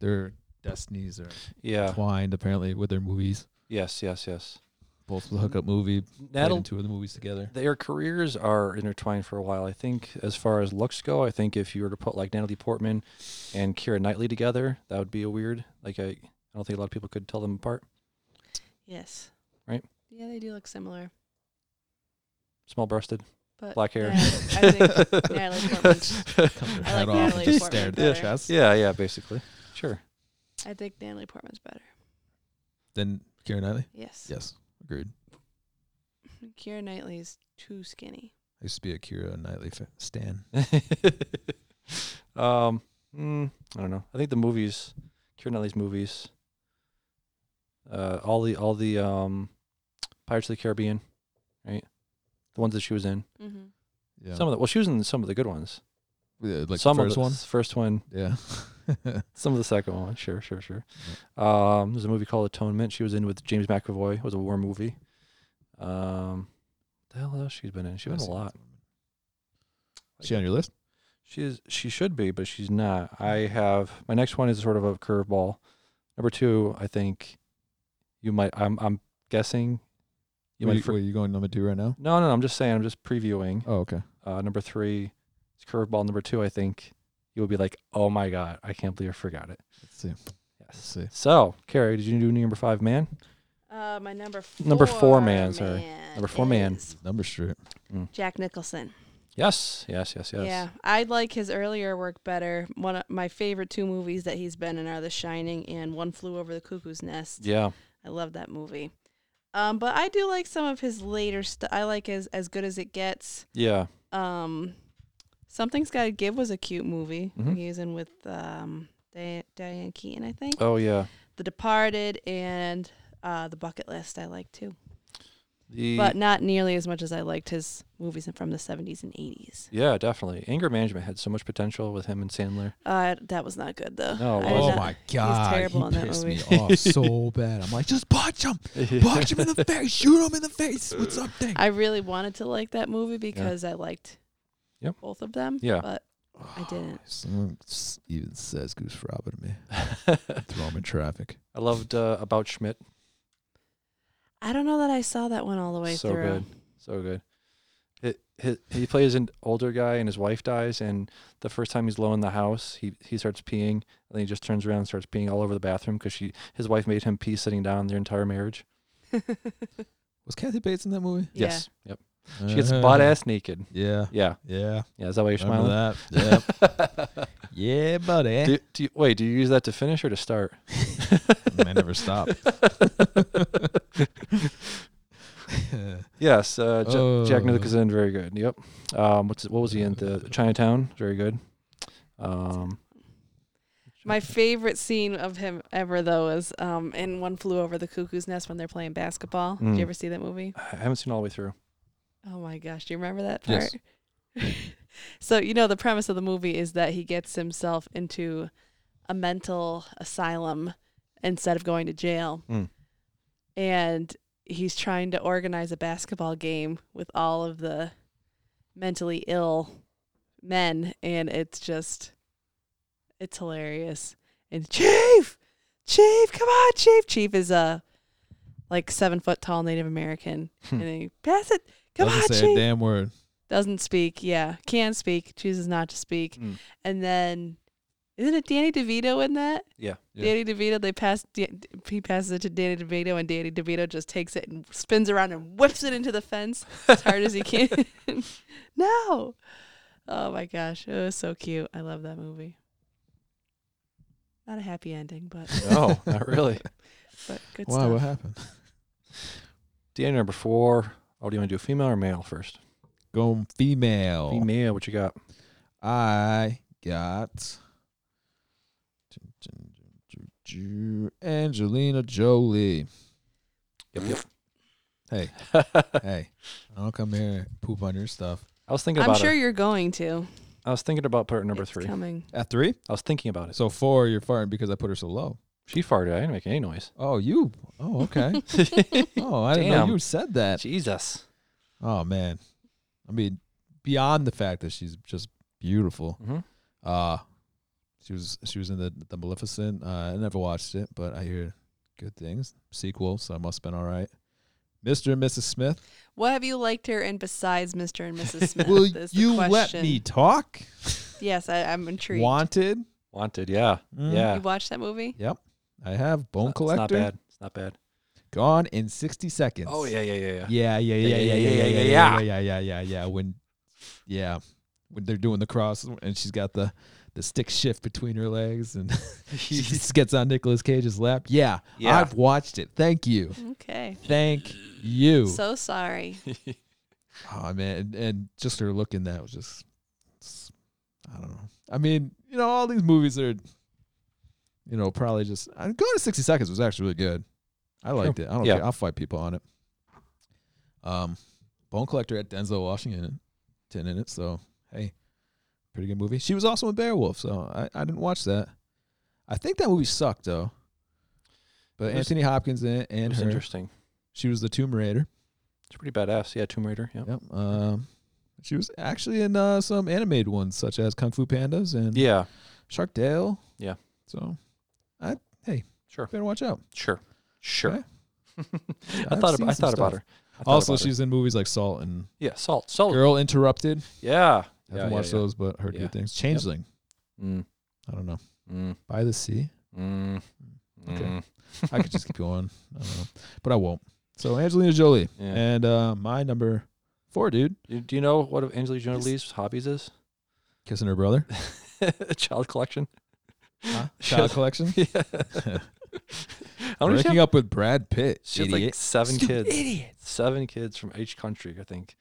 S3: their destinies are
S1: Yeah.
S3: twined apparently with their movies.
S1: Yes, yes, yes.
S3: Both the hookup movie, played
S1: Natalie
S3: in two of the movies together.
S1: their careers are intertwined for a while. I think, as far as looks go, I think if you were to put like Natalie Portman and Kira Knightley together, that would be a weird. Like, I, I don't think a lot of people could tell them apart.
S2: yes.
S1: Right?
S2: Yeah, they do look similar.
S1: Small breasted,
S2: But
S1: black hair.
S2: Uh, Yeah, I think Natalie Portman's-
S3: Cut their
S2: I like
S3: head off
S2: Natalie
S3: and just
S2: Portman
S3: stare at their
S2: better.
S3: chest.
S1: yeah, yeah, basically. Sure.
S2: I think Natalie Portman's better.
S3: Then Karen Knightley?
S2: Yes.
S3: Yes. Agreed.
S2: Keira Knightley's too skinny.
S3: I used to be a Kira Knightley fan. Stan.
S1: um, mm, I don't know. I think the movies, Kira Knightley's movies, uh, all the all the um, Pirates of the Caribbean, right? The ones that she was in.
S2: Mm-hmm.
S3: Yeah.
S1: Some of the well, she was in some of the good ones.
S3: yeah, like
S1: some
S3: the first
S1: of the
S3: one.
S1: First one.
S3: Yeah.
S1: Some of the second one, sure, sure, sure. Um, there's a movie called Atonement. She was in with James McAvoy. It was a war movie. Um, the hell else she's been in? She's been in a lot.
S3: Is she on your list?
S1: She is. She should be, but she's not. I have my next one is sort of a curveball. Number two, I think you might. I'm. I'm guessing you
S3: You were,
S1: might.
S3: you,
S1: for-
S3: were you going number two right now?
S1: no, no, no. I'm just saying. I'm just previewing.
S3: Oh, okay.
S1: Uh, number three is curveball. Number two, I think you'll be like, oh my god, I can't believe I forgot it.
S3: Let's see.
S1: Yes.
S3: Let's see.
S1: So, Carrie, did you do number five, man?
S2: Uh, my number four.
S1: Number four man, sorry. Number four man.
S2: is
S3: Number Street.
S2: Jack Nicholson.
S1: Yes, yes, yes, yes.
S2: Yeah, I like his earlier work better. One of my favorite two movies that he's been in are The Shining and One Flew Over the Cuckoo's Nest.
S1: Yeah.
S2: I love that movie. Um, but I do like some of his later stuff. I like as as good as it gets.
S1: Yeah.
S2: Um, Something's Got to Give was a cute movie.
S1: Mhm.
S2: He was in with um, Diane, Diane Keaton, I think.
S1: Oh yeah.
S2: The Departed and uh, The Bucket List. I like too,
S1: The
S2: but not nearly as much as I liked his movies from the seventies and eighties.
S1: yeah, definitely. Anger management had so much potential with him and Sandler.
S2: Uh, that was not good though.
S1: No, it
S2: I did
S1: wasn't.
S3: oh
S2: not-
S3: my god,
S2: terrible
S3: he
S2: in that
S3: pissed
S2: movie.
S3: me off so bad. I'm like, just punch him, punch him in the face, shoot him in the face. What's up, thing?
S2: I really wanted to like that movie because I liked
S1: Yep.
S2: both of them.
S1: Yeah.
S2: But I didn't.
S3: Someone s- even says Goose Robin to me. Throw him in traffic.
S1: I loved uh, about Schmidt.
S2: I don't know that I saw that one all the way
S1: So
S2: through.
S1: good, so good. It, he, he plays an older guy, and his wife dies. And the first time he's alone in the house, he he starts peeing, and then he just turns around and starts peeing all over the bathroom because she his wife made him pee sitting down their entire marriage.
S3: Was Kathy Bates in that movie?
S2: Yeah.
S1: Yes, yep. She gets butt ass naked.
S3: Uh, Yeah,
S1: Yeah,
S3: yeah.
S1: yeah. Is that why you're
S3: Uh-huh. Remember
S1: smiling?
S3: that? Yeah, yeah, buddy.
S1: do, do you, wait, do you use that to finish or to start?
S3: I never stop.
S1: Yes, uh, Ja- Jack
S3: Oh.
S1: Nicholson, very good. Yep. Um, what's what was he in? The
S3: Uh.
S1: Chinatown, very good. Um,
S2: My favorite scene of him ever though is um in One Flew Over the Cuckoo's Nest when they're playing basketball. Did
S1: Mm.
S2: you ever see that movie?
S1: I haven't seen all the way through.
S2: Oh my gosh, do you remember that part?
S1: Yes.
S2: so you know the premise of the movie is that he gets himself into a mental asylum instead of going to jail.
S1: Mm.
S2: And he's trying to organize a basketball game with all of the mentally ill men and it's just it's hilarious. And Chief Chief, come on, Chief. Chief is a like seven foot tall Native American. and
S1: Hmm.
S2: he pass it. Come
S3: Hmm. Doesn't
S2: on,
S3: say a
S2: Chief
S3: damn word.
S2: doesn't speak. Yeah, can speak, chooses not to speak.
S3: Hmm.
S1: Mm.
S2: And then, isn't it Danny DeVito in that?
S1: Yeah.
S2: Danny DeVito. They pass. Da- he passes it to Danny DeVito, and Danny DeVito just takes it and spins around and whips it into the fence as hard as he can. no. Oh my gosh, it was so cute. I love that movie. Not a happy ending, but
S1: No, not really.
S2: but good
S3: Why?
S2: stuff.
S3: What happened?
S1: DNA number four. Oh, do you want to do female or male first?
S3: Going female.
S1: Female. What you got?
S3: I got Angelina Jolie.
S1: Yep. Yep.
S3: Hey, hey, I don't come here and poop on your stuff.
S1: I was thinking
S2: I'm
S1: about.
S2: sure
S1: it.
S2: you're going to.
S1: I was thinking about putting number
S2: It's
S1: three.
S2: coming.
S3: At three?
S1: I was thinking about it.
S3: So four, you're farting because I put her so low.
S1: She farted. I didn't make any noise.
S3: Oh, you. Oh, okay. oh, I didn't
S1: Damn.
S3: know you said that.
S1: Jesus.
S3: Oh man, I mean, beyond the fact that she's just beautiful.
S1: Mhm.
S3: Uh she was she was in the the Maleficent. Uh, I never watched it, but I hear good things. Sequel, so I must have been all right. Mister and Mrs. Smith,
S2: What have you liked her in besides Mr. and Mrs. Smith?
S3: will
S2: is the
S3: you let
S2: question.
S3: me talk?
S2: Yes, I, I'm intrigued.
S3: Wanted.
S1: Wanted. Yeah.
S3: Mm.
S1: Yeah.
S2: You watched that movie?
S3: Yep. I have Bone
S1: It's not-
S3: Collector.
S1: It's not bad. It's not bad.
S3: Gone in sixty seconds.
S1: Oh yeah. Yeah. Yeah. Yeah.
S3: Yeah, yeah, yeah, yeah, yeah, yeah, yeah, yeah, yeah, yeah, yeah, yeah, yeah. When, yeah, when they're doing the cross and she's got the the stick shift between her legs and she just gets on Nicolas Cage's lap. Yeah,
S1: Yeah.
S3: I've watched it. Thank you,
S2: Okay.
S3: thank you.
S2: So sorry.
S3: oh man, and, and just her look in that was just, it's- I don't know. I mean, you know, all these movies are, you know, probably just I- going to sixty seconds was actually really good. I liked it. I don't
S1: Yeah.
S3: care. I'll fight people on it. Um, Bone Collector had Denzel Washington in it- ten in it, so hey, pretty good movie. She was also in Beowulf, so I, I didn't watch that. I think that movie sucked though. But
S1: It was-
S3: Anthony Hopkins in it
S1: It
S3: and
S1: was
S3: her.
S1: interesting.
S3: She was the Tomb Raider.
S1: It's pretty badass. Yeah, Tomb Raider. Yeah.
S3: Yep. Um, she was actually in uh, some animated ones, such as Kung Fu Pandas and
S1: Yeah.
S3: Shark Dale.
S1: Yeah.
S3: So, I hey,
S1: Sure.
S3: better watch out.
S1: Sure. Sure.
S3: Okay.
S1: I
S3: I've
S1: thought.
S3: seen
S1: Ab- I
S3: some
S1: thought about
S3: stuff.
S1: her. I thought
S3: Also,
S1: about her.
S3: she's in movies like Salt and
S1: yeah. Salt. Salt.
S3: Girl Interrupted.
S1: Yeah.
S3: I
S1: yeah, yeah,
S3: haven't watched
S1: yeah.
S3: those, but heard
S1: Yeah.
S3: good things. Changeling.
S1: Mm,
S3: I don't know.
S1: mm,
S3: By the Sea.
S1: mm,
S3: Okay.
S1: mm.
S3: I could just keep going. I don't know, but I won't. So Angelina Jolie
S1: Yeah.
S3: and uh, my number four, dude,
S1: Do, do you know what Angelina Jolie's hobbies is?
S3: kissing her brother.
S1: Child collection.
S3: Huh?
S1: She
S3: Child
S1: has-
S3: collection.
S1: yeah. How many does she
S3: Breaking
S1: have?
S3: up with Brad Pitt.
S1: She has
S3: idiot.
S1: like seven
S3: Stupid
S1: kids.
S3: Idiot.
S1: Seven kids from each country, I think.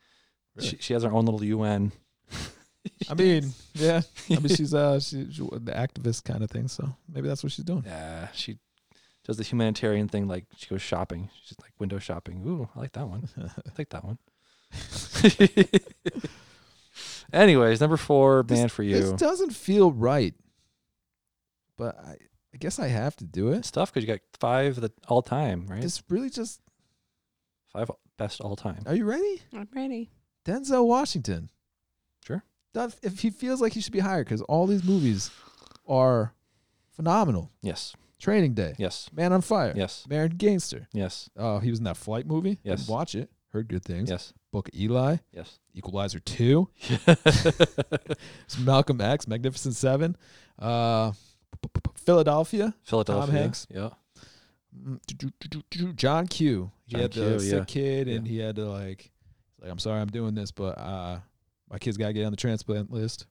S3: Really?
S1: She, she has her own little UN.
S3: I mean, yeah. I mean, she's uh, she, she- the activist kind of thing. So maybe that's what she's doing.
S1: Yeah, she does the humanitarian thing. Like she goes shopping. She's like window shopping. Ooh, I like that one. I like that one. Anyways, number four,
S3: This-
S1: man for
S3: This
S1: you.
S3: doesn't feel right, but I, I guess I have to do it.
S1: It's tough because you got five of the all time, right?
S3: This really just.
S1: five best all time.
S3: Are you ready?
S2: I'm ready.
S3: Denzel Washington.
S1: Sure.
S3: That- if he feels like he should be higher, because all these movies are phenomenal.
S1: Yes,
S3: Training Day,
S1: yes,
S3: Man on Fire,
S1: yes,
S3: Married Gangster.
S1: yes,
S3: Uh, he was in that flight movie. Didn't
S1: Yes.
S3: watch it. Heard good things.
S1: yes,
S3: Book of Eli,
S1: yes.
S3: Equalizer Two, it's Malcolm X, Magnificent Seven, uh, p- p- p- Philadelphia,
S1: Philadelphia.
S3: Hanks.
S1: Yeah.
S3: mm, do- do- do- do- do- John Q. He
S1: John
S3: had
S1: Q,
S3: the sick
S1: yeah.
S3: kid, and he had to like, he's like I'm sorry, I'm doing this, but uh, my kid's gotta get on the transplant list.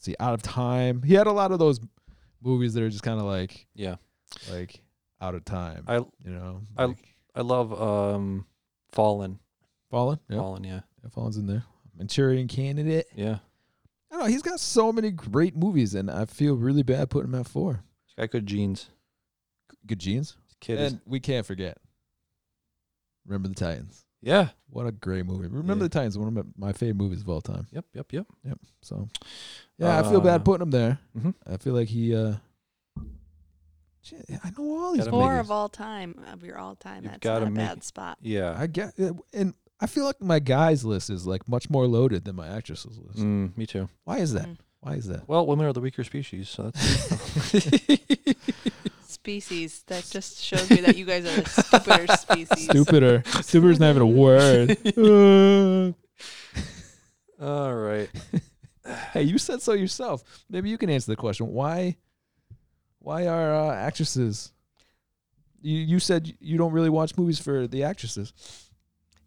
S3: See, out of time. He had a lot of those movies that are just kind of like,
S1: Yeah.
S3: like out of time.
S1: I
S3: you know,
S1: I-
S3: like
S1: I love um Fallen.
S3: Fallen. Yeah,
S1: Fallen, yeah.
S3: yeah, Fallen's in there. Manchurian Candidate.
S1: Yeah.
S3: I don't know. He's got so many great movies, and I feel really bad putting him at four.
S1: He's got good genes.
S3: Good genes.
S1: His kid is
S3: and we can't forget. Remember the Titans.
S1: Yeah.
S3: What a great movie. Remember
S1: Yeah.
S3: the Titans, one of my my favorite movies of all time.
S1: Yep, yep, yep.
S3: So Yeah, I feel
S1: Uh,
S3: bad putting him there.
S1: mhm.
S3: I feel like he uh shit, I know all these
S1: Gotta make
S2: Four
S1: it-
S2: of all time of your all time.
S1: You've
S2: That's
S1: gotta
S2: not a
S1: make
S2: bad
S1: it-
S2: spot.
S1: Yeah.
S3: I get and I feel like my guys list is like much more loaded than my actresses list.
S1: Mm, me too.
S3: Why is that?
S2: Mm.
S3: Why is that?
S1: Well, women are the weaker species, so that's
S2: Species. That just shows me that you guys are the stupider species.
S3: Stupider. Stupider's not even a word. Uh.
S1: all right.
S3: hey, you said so yourself. Maybe you can answer the question. Why? Why are uh, actresses? You you said you don't really watch movies for the actresses,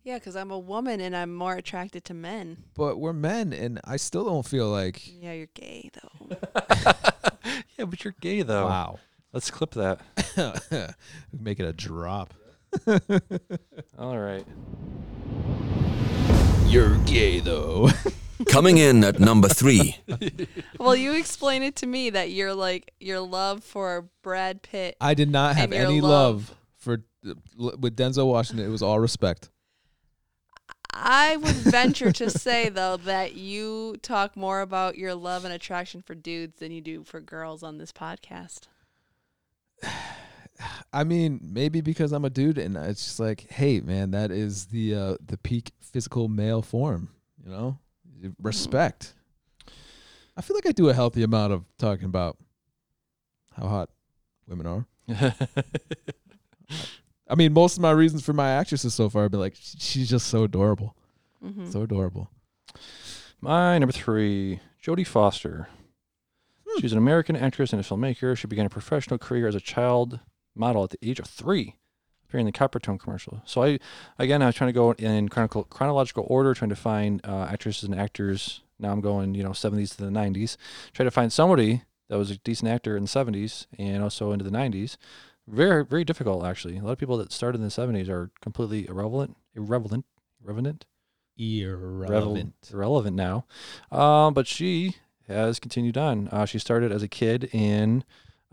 S2: Yeah, because I'm a woman and I'm more attracted to men.
S3: but we're men, and I still don't feel like
S2: Yeah, you're gay though.
S1: yeah, but you're gay though.
S3: wow.
S1: Let's clip that.
S3: Make it a drop.
S1: All right.
S3: You're gay though.
S4: Coming in at number three.
S2: well, you explain it to me that you're like your love for Brad Pitt.
S3: I did not have
S2: And your
S3: any love,
S2: love.
S3: for uh, with Denzel Washington. It was all respect.
S2: I would venture to say though that you talk more about your love and attraction for dudes than you do for girls on this podcast.
S3: I mean, maybe because I'm a dude, and it's just like, hey, man, that is the uh, the peak physical male form. You know, respect. I feel like I do a healthy amount of talking about how hot women are. I mean, most of my reasons for my actresses so far have been like, "Sh- she's just so adorable,
S2: Mm-hmm.
S3: so adorable.
S1: My number three, Jodie Foster. She's an American actress and a filmmaker. She began a professional career as a child model at the age of three, appearing in the Coppertone commercial. So I, again, I was trying to go in chronicle, chronological order, trying to find uh, actresses and actors. Now I'm going, you know, 70s to the 90s. Try to find somebody that was a decent actor in the 70s and also into the 90s. Very, very difficult, actually. A lot of people that started in the 70s are completely irrelevant, irrelevant, irrelevant revel- irrelevant now. Um, but she has continued on. Uh, she started as a kid in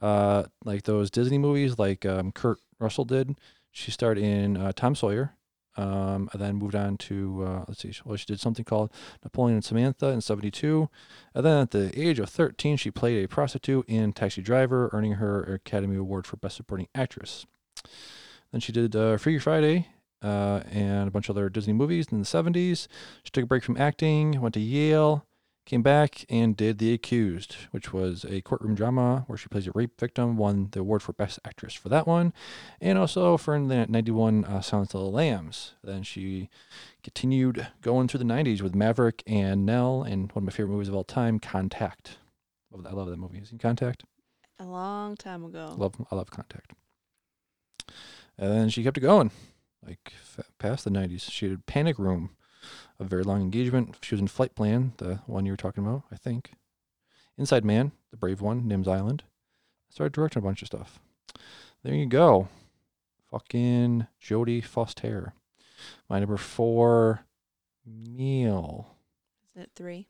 S1: uh, like those Disney movies, like um, Kurt Russell did. She starred in uh, Tom Sawyer. Um, and then moved on to uh, let's see, she- well, she did something called Napoleon and Samantha in '72, and then at the age of 13, she played a prostitute in Taxi Driver, earning her Academy Award for Best Supporting Actress. Then she did uh, Freaky Friday uh, and a bunch of other Disney movies in the 70s. She took a break from acting, went to Yale, came back, and did The Accused, which was a courtroom drama where she plays a rape victim, won the award for Best Actress for that one, and also for the 91 uh, Silence of the Lambs. Then she continued going through the 90s with Maverick and Nell, and one of my favorite movies of all time, Contact. Love that- I love that movie. Have you seen Contact?
S2: A long time ago.
S1: love I love Contact. And then she kept it going, like fa- past the '90s. She did Panic Room, a very long engagement. She was in Flight Plan, the one you were talking about, I think. Inside Man, the brave one, Nims Island. Started directing a bunch of stuff. There you go, fucking Jodie Foster. My number four, meal.
S2: Is it three?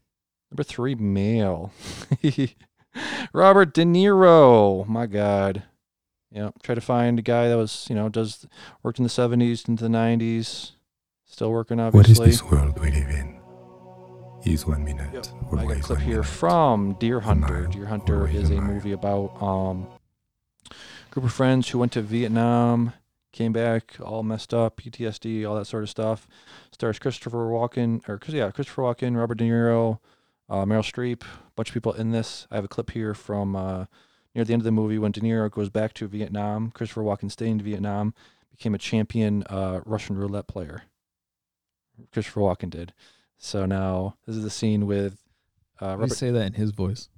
S1: Number three, male. Robert De Niro. My God. Yeah. Try to find a guy that was, you know, does worked in the seventies into the nineties. Still working
S9: What
S1: obviously.
S9: is this world we live in? Is one minute
S1: Yep. I got a
S9: always
S1: clip
S9: one
S1: here
S9: minute?
S1: from Deer Hunter.
S9: mile,
S1: Deer Hunter
S9: always
S1: is
S9: a
S1: a
S9: mile.
S1: movie about um group of friends who went to Vietnam, came back all messed up, PTSD, all that sort of stuff. Stars Christopher Walken or Chris- yeah, Christopher Walken, Robert De Niro, uh, Meryl Streep, bunch of people in this. I have a clip here from uh, near the end of the movie when De Niro goes back to Vietnam. Christopher Walken stayed in Vietnam, became a champion uh, Russian roulette player. Christopher Walken did. So now this is the scene with uh,
S3: You
S1: Robert.
S3: say that in his voice.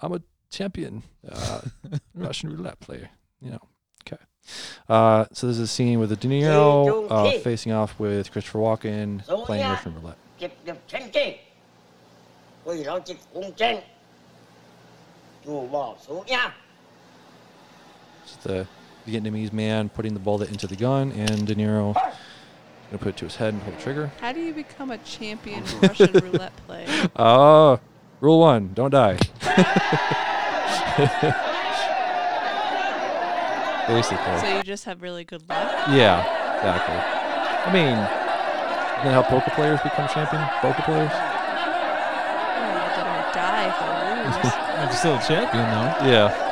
S1: I'm a champion uh, Russian roulette player. You know. Okay. Uh, so this is a scene with a De Niro uh, facing off with Christopher Walken playing Russian roulette. It's the uh, Vietnamese man putting the bullet into the gun, and De Niro gonna put it to his head and pull the trigger.
S2: How do you become a champion Russian roulette player?
S1: Uh, rule one: don't die. Basically,
S2: So you just have really good luck.
S1: yeah, exactly. I mean, isn't that how poker players become champion? Poker players?
S2: Oh, I'm gonna die if I lose.
S3: I'm still a champion though.
S1: Yeah.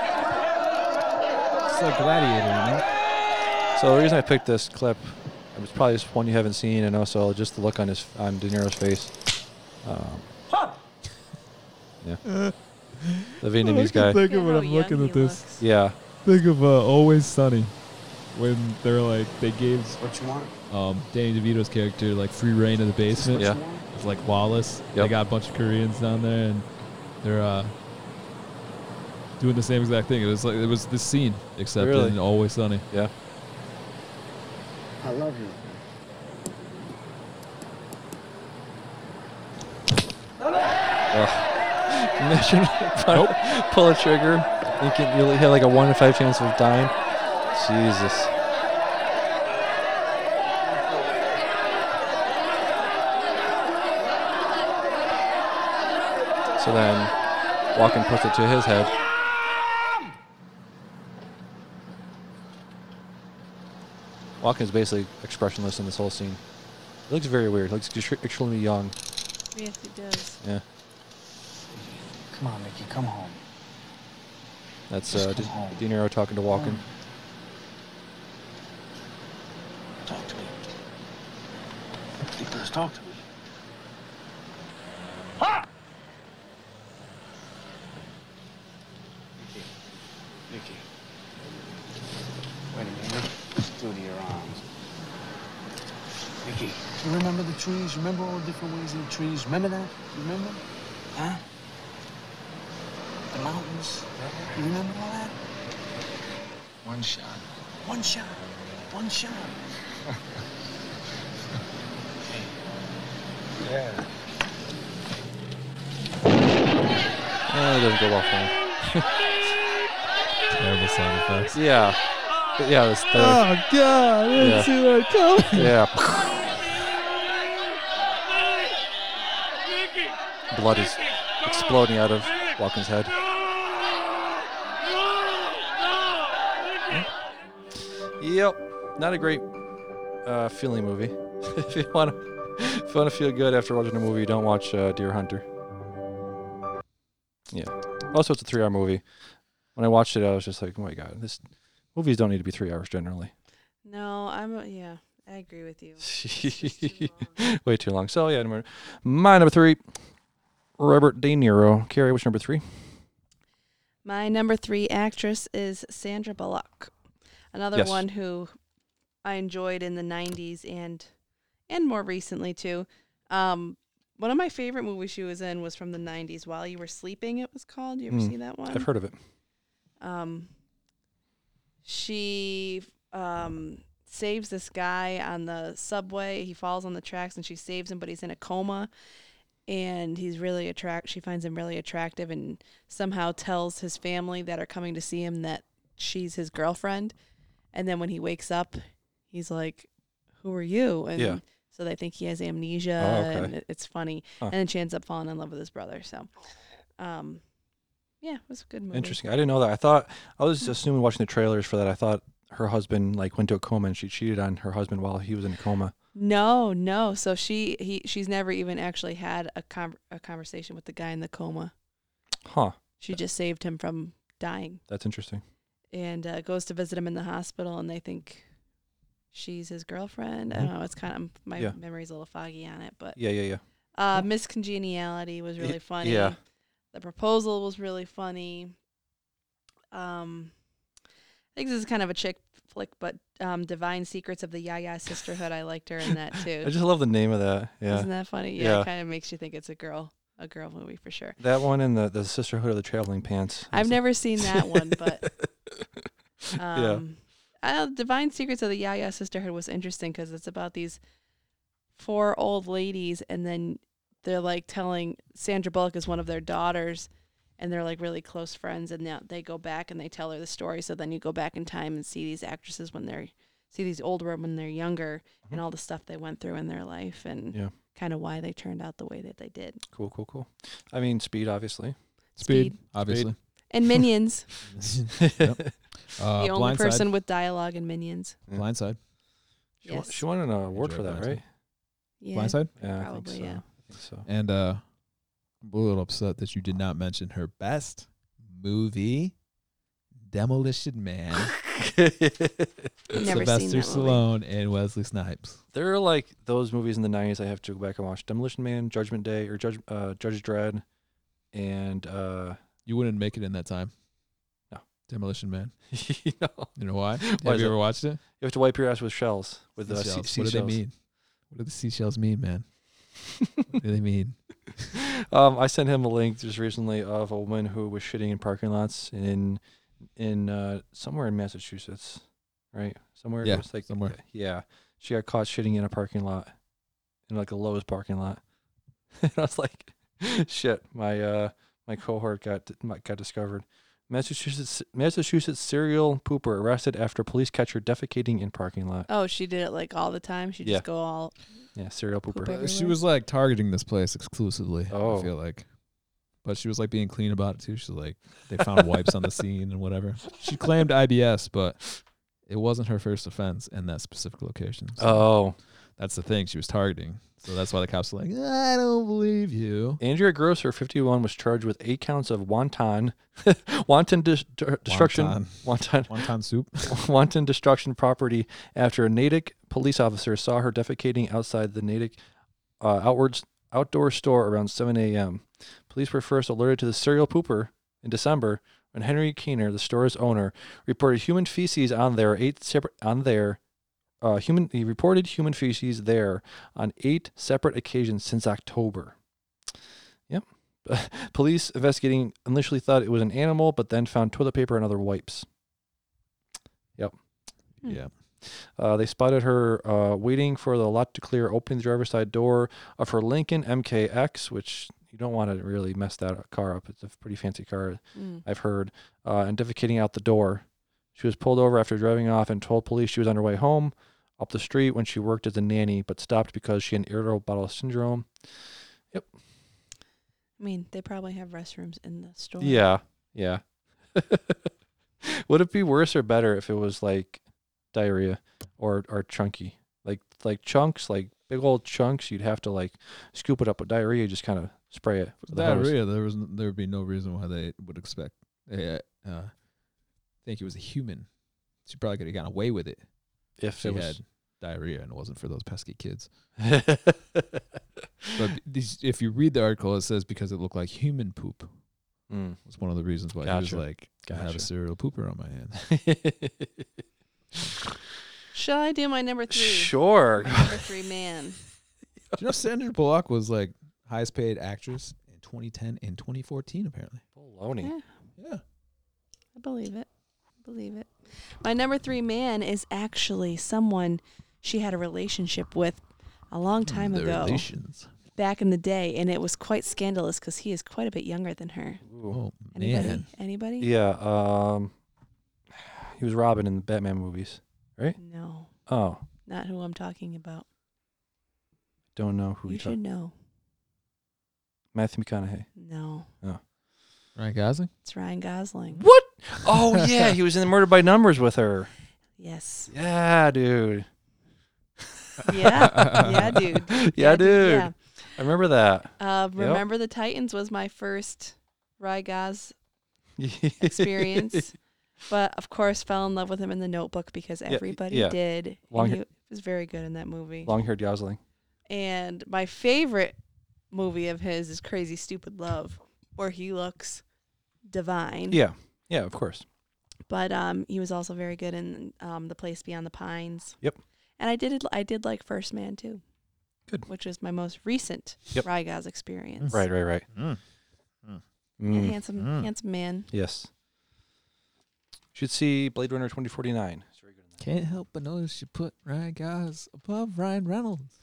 S6: It's like Gladiator, man.
S1: So the reason I picked this clip, it was probably just one you haven't seen, and also just the look on his on De Niro's face. Um, yeah. The Vietnamese guy.
S3: Think of
S2: Look
S3: when
S2: how
S3: I'm looking
S2: young
S3: at
S2: he
S3: this.
S2: looks.
S1: Yeah.
S3: Think of uh, Always Sunny when they're like they gave
S6: What you want?
S3: um, Danny DeVito's character like free reign of the basement.
S1: Yeah.
S3: It's like Wallace. They
S1: Yep.
S3: got a bunch of Koreans down there, and they're uh, doing the same exact thing. It was like it was this scene, except
S1: Really?
S3: in Always Sunny.
S1: Yeah.
S8: I love you.
S1: Mission. nope. Pull a trigger. You can you had like a one in five chance of dying. Jesus. So then, Walken puts it to his head. Walken's basically expressionless in this whole scene. He looks very weird. He looks extre- extremely young.
S2: Yes, he does.
S1: Yeah,
S6: Come on, Mickey, come home.
S1: that's uh, De, De Niro talking to Walken.
S6: Talk to me. Please talk to me. Nikki. Nikki. Wait a minute. Just do to your arms. Nikki. You remember the trees? Remember all the different ways of the trees? Remember that? You remember? Huh? The mountains? You remember all that? One shot. One shot. One shot.
S1: Eh, it doesn't go well for him.
S3: Terrible sound effects.
S1: Yeah. But yeah, that's the,
S3: Oh God! I didn't
S1: Yeah.
S3: see that coming.
S1: yeah. Blood is exploding out of Walken's head. Yep. Not a great uh, feeling movie. if you want to if you want to feel good after watching a movie, don't watch uh, Deer Hunter. Yeah. Also, it's a three-hour movie. When I watched it, I was just like, "Oh my god, this movies don't need to be three hours generally."
S2: No, I'm. A, yeah, I agree with you.
S1: Way too long. So yeah, number, my number three, Robert De Niro. Carrie, what's your number three?
S2: My number three actress is Sandra Bullock, another
S1: Yes.
S2: one who I enjoyed in the '90s and and more recently too. Um, one of my favorite movies she was in was from the '90s. While You Were Sleeping, it was called. You ever
S1: Mm,
S2: see that one?
S1: I've heard of it.
S2: um, she um, saves this guy on the subway. He falls on the tracks and she saves him, but he's in a coma. And he's really attract. She finds him really attractive, and somehow tells his family that are coming to see him that she's his girlfriend. And then when he wakes up, he's like, "Who are you?" And
S1: Yeah.
S2: so they think he has amnesia,
S1: Oh, okay.
S2: and it- it's funny.
S1: Huh.
S2: And then she ends up falling in love with his brother. So, um, yeah, it was a good movie.
S1: Interesting. I didn't know that. I thought I was assuming watching the trailers for that. I thought her husband like went to a coma and she cheated on her husband while he was in a coma.
S2: No, no. So she he she's never even actually had a con- a conversation with the guy in the coma.
S1: Huh.
S2: She just saved him from dying
S1: That's interesting.
S2: and uh, goes to visit him in the hospital, and they think she's his girlfriend. I
S1: Mhm.
S2: don't know. It's kind of my
S1: Yeah.
S2: memory's a little foggy on it, but
S1: Yeah, yeah, yeah.
S2: uh, Miss Congeniality was
S1: Y-
S2: really funny.
S1: yeah.
S2: The proposal was really funny. Um, I think this is kind of a chick flick, but um, Divine Secrets of the Yaya Sisterhood. I liked her in that too.
S1: I just love the name of that. Yeah.
S2: Isn't that funny? Yeah,
S1: Yeah.
S2: it kind of makes you think it's a girl, a girl movie for sure.
S1: That one and the, the Sisterhood of the Traveling Pants.
S2: I've
S1: That's-
S2: never seen that one, but um, uh, Divine Secrets of the Yaya Sisterhood was interesting because it's about these four old ladies, and then they're like telling Sandra Bullock is one of their daughters, and they're like really close friends, and now they go back and they tell her the story. So then you go back in time and see these actresses when they're see these older women when they're younger and all the stuff they went through in their life and
S1: Yeah.
S2: kind of why they turned out the way that they did.
S1: Cool, cool, cool. I mean, Speed, obviously.
S2: Speed.
S3: obviously.
S2: And Minions.
S3: Yep. Uh,
S2: the only
S3: Blindside.
S2: person with dialogue and minions.
S1: Yeah.
S3: Blindside.
S1: She, won, she won an award for
S3: Enjoyed
S1: that,
S3: Blindside.
S1: right?
S2: yeah.
S3: Blindside.
S1: Yeah, I
S2: Probably,
S1: think so.
S2: yeah.
S1: I think so.
S3: And uh, I'm a little upset that you did not mention her best movie, Demolition Man.
S2: I've never seen that
S3: Sylvester
S2: movie.
S3: Stallone and Wesley Snipes.
S1: There are like those movies in the '90s I have to go back and watch: Demolition Man, Judgment Day, or Judge uh, Judge Dredd, and uh,
S3: You wouldn't make it in that time.
S1: No.
S3: Demolition Man.
S1: you know,
S3: You know why? Have
S1: is
S3: you
S1: it?
S3: ever watched it?
S1: you have to wipe your ass with shells with uh, sea-
S3: Seashells.
S1: seashells.
S3: What do they mean? What do the seashells mean, man? What do they mean?
S1: um, I sent him a link just recently of a woman who was shitting in parking lots in in uh, somewhere in Massachusetts, right? Somewhere. it
S3: Yeah,
S1: was like,
S3: somewhere.
S1: Yeah, she got caught shitting in a parking lot, in like the lowest parking lot. and I was like, shit, my uh my cohort got my- got discovered. Massachusetts Massachusetts serial pooper arrested after police catch her defecating in parking lot.
S2: Oh, she did it like all the time. She
S1: Yeah.
S2: just go all.
S1: Yeah, serial
S2: Poop
S1: pooper.
S2: everywhere.
S3: Uh, She was like targeting this place exclusively.
S1: Oh.
S3: I feel like, but she was like being clean about it too. She's like, they found wipes on the scene and whatever. She claimed IBS, but it wasn't her first offense in that specific location. So
S1: Oh,
S3: that's the thing she was targeting. So that's why the cops were like, I don't believe you.
S1: Andrea Grosser, 51, was charged with eight counts of wanton, wanton dis- der- destruction, wanton,
S3: One time soup.
S1: wanton destruction property after a Natick police officer saw her defecating outside the Natick uh, outwards outdoor store around 7 a.m. Police were first alerted to the serial pooper in December when Henry Keener, the store's owner, reported human feces on their eight separate on their uh, human. He reported human feces there on eight separate occasions since October. Yep. Police investigating initially thought it was an animal, but then found toilet paper and other wipes.
S2: Hmm.
S3: Yeah.
S1: Uh, they spotted her uh, waiting for the lot to clear, opening the driver's side door of her Lincoln MKX, which you don't want to really mess that car up. It's a pretty fancy car,
S2: Mm.
S1: I've heard, uh, and defecating out the door. She was pulled over after driving off and told police she was on her way home up the street when she worked as a nanny, but stopped because she had irritable bowel syndrome.
S2: I mean, they probably have restrooms in the store.
S1: Yeah, yeah. Would it be worse or better if it was like diarrhea or or chunky, like like chunks, like big old chunks? You'd have to like scoop it up. But diarrhea, you just kind of spray it. with the hose.
S3: Diarrhea. There was n- there would be no reason why they would expect. They, uh, think it was a human. She probably could have gotten away with it.
S1: If
S3: She
S1: it
S3: had
S1: was
S3: diarrhea and it wasn't for those pesky kids. But these, if you read the article, it says because it looked like human poop
S1: Mm.
S3: was one of the reasons why he was
S1: Gotcha.
S3: like, I have a
S1: Gotcha.
S3: serial pooper on my hands.
S2: Shall I do my number three?
S1: Sure.
S2: My number three man.
S3: Do you know Sandra Bullock was like highest paid actress in 2010 and 2014 apparently.
S1: Baloney.
S2: Yeah,
S3: Yeah.
S2: I believe it. I believe it. My number three man is actually someone she had a relationship with a long time
S3: the
S2: ago,
S3: relations.
S2: back in the day, and it was quite scandalous because he is quite a bit younger than her.
S1: Ooh.
S3: Oh
S2: Anybody?
S3: man.
S2: Anybody?
S1: Yeah. Um, he was Robin in the Batman movies.
S2: No,
S1: Oh,
S2: not who I'm talking about.
S1: don't know who
S2: you
S1: he
S2: should
S1: talked.
S2: know.
S1: Matthew McConaughey.
S2: No,
S3: Ryan Gosling?
S2: it's Ryan Gosling.
S1: What? Oh yeah, he was in Murder by Numbers with her.
S2: Yes.
S1: Yeah, dude.
S2: Yeah. yeah, dude.
S1: Yeah, dude.
S2: Yeah.
S1: I remember that.
S2: Uh, Remember the Titans was my first Ryan Gos experience. but of course, fell in love with him in the notebook because
S1: Yeah, y-
S2: everybody
S1: yeah.
S2: did. and
S1: Long-
S2: he was very good in that movie.
S1: Long-haired Gosling.
S2: And my favorite movie of his is Crazy Stupid Love, where he looks divine.
S1: Yeah. Yeah, of course.
S2: But um, he was also very good in um, The Place Beyond the Pines.
S1: Yep.
S2: And I did I did like First Man too.
S1: Good.
S2: Which was my most recent
S1: Yep.
S2: Ryan Gos experience.
S1: Right, right, right.
S3: Mm.
S2: Yeah,
S1: Mm,
S2: handsome,
S3: Mm.
S2: handsome man.
S1: Yes. Should see Blade Runner 2049. It's very good in that.
S3: Can't help but notice you put Ryan Gosling above Ryan Reynolds.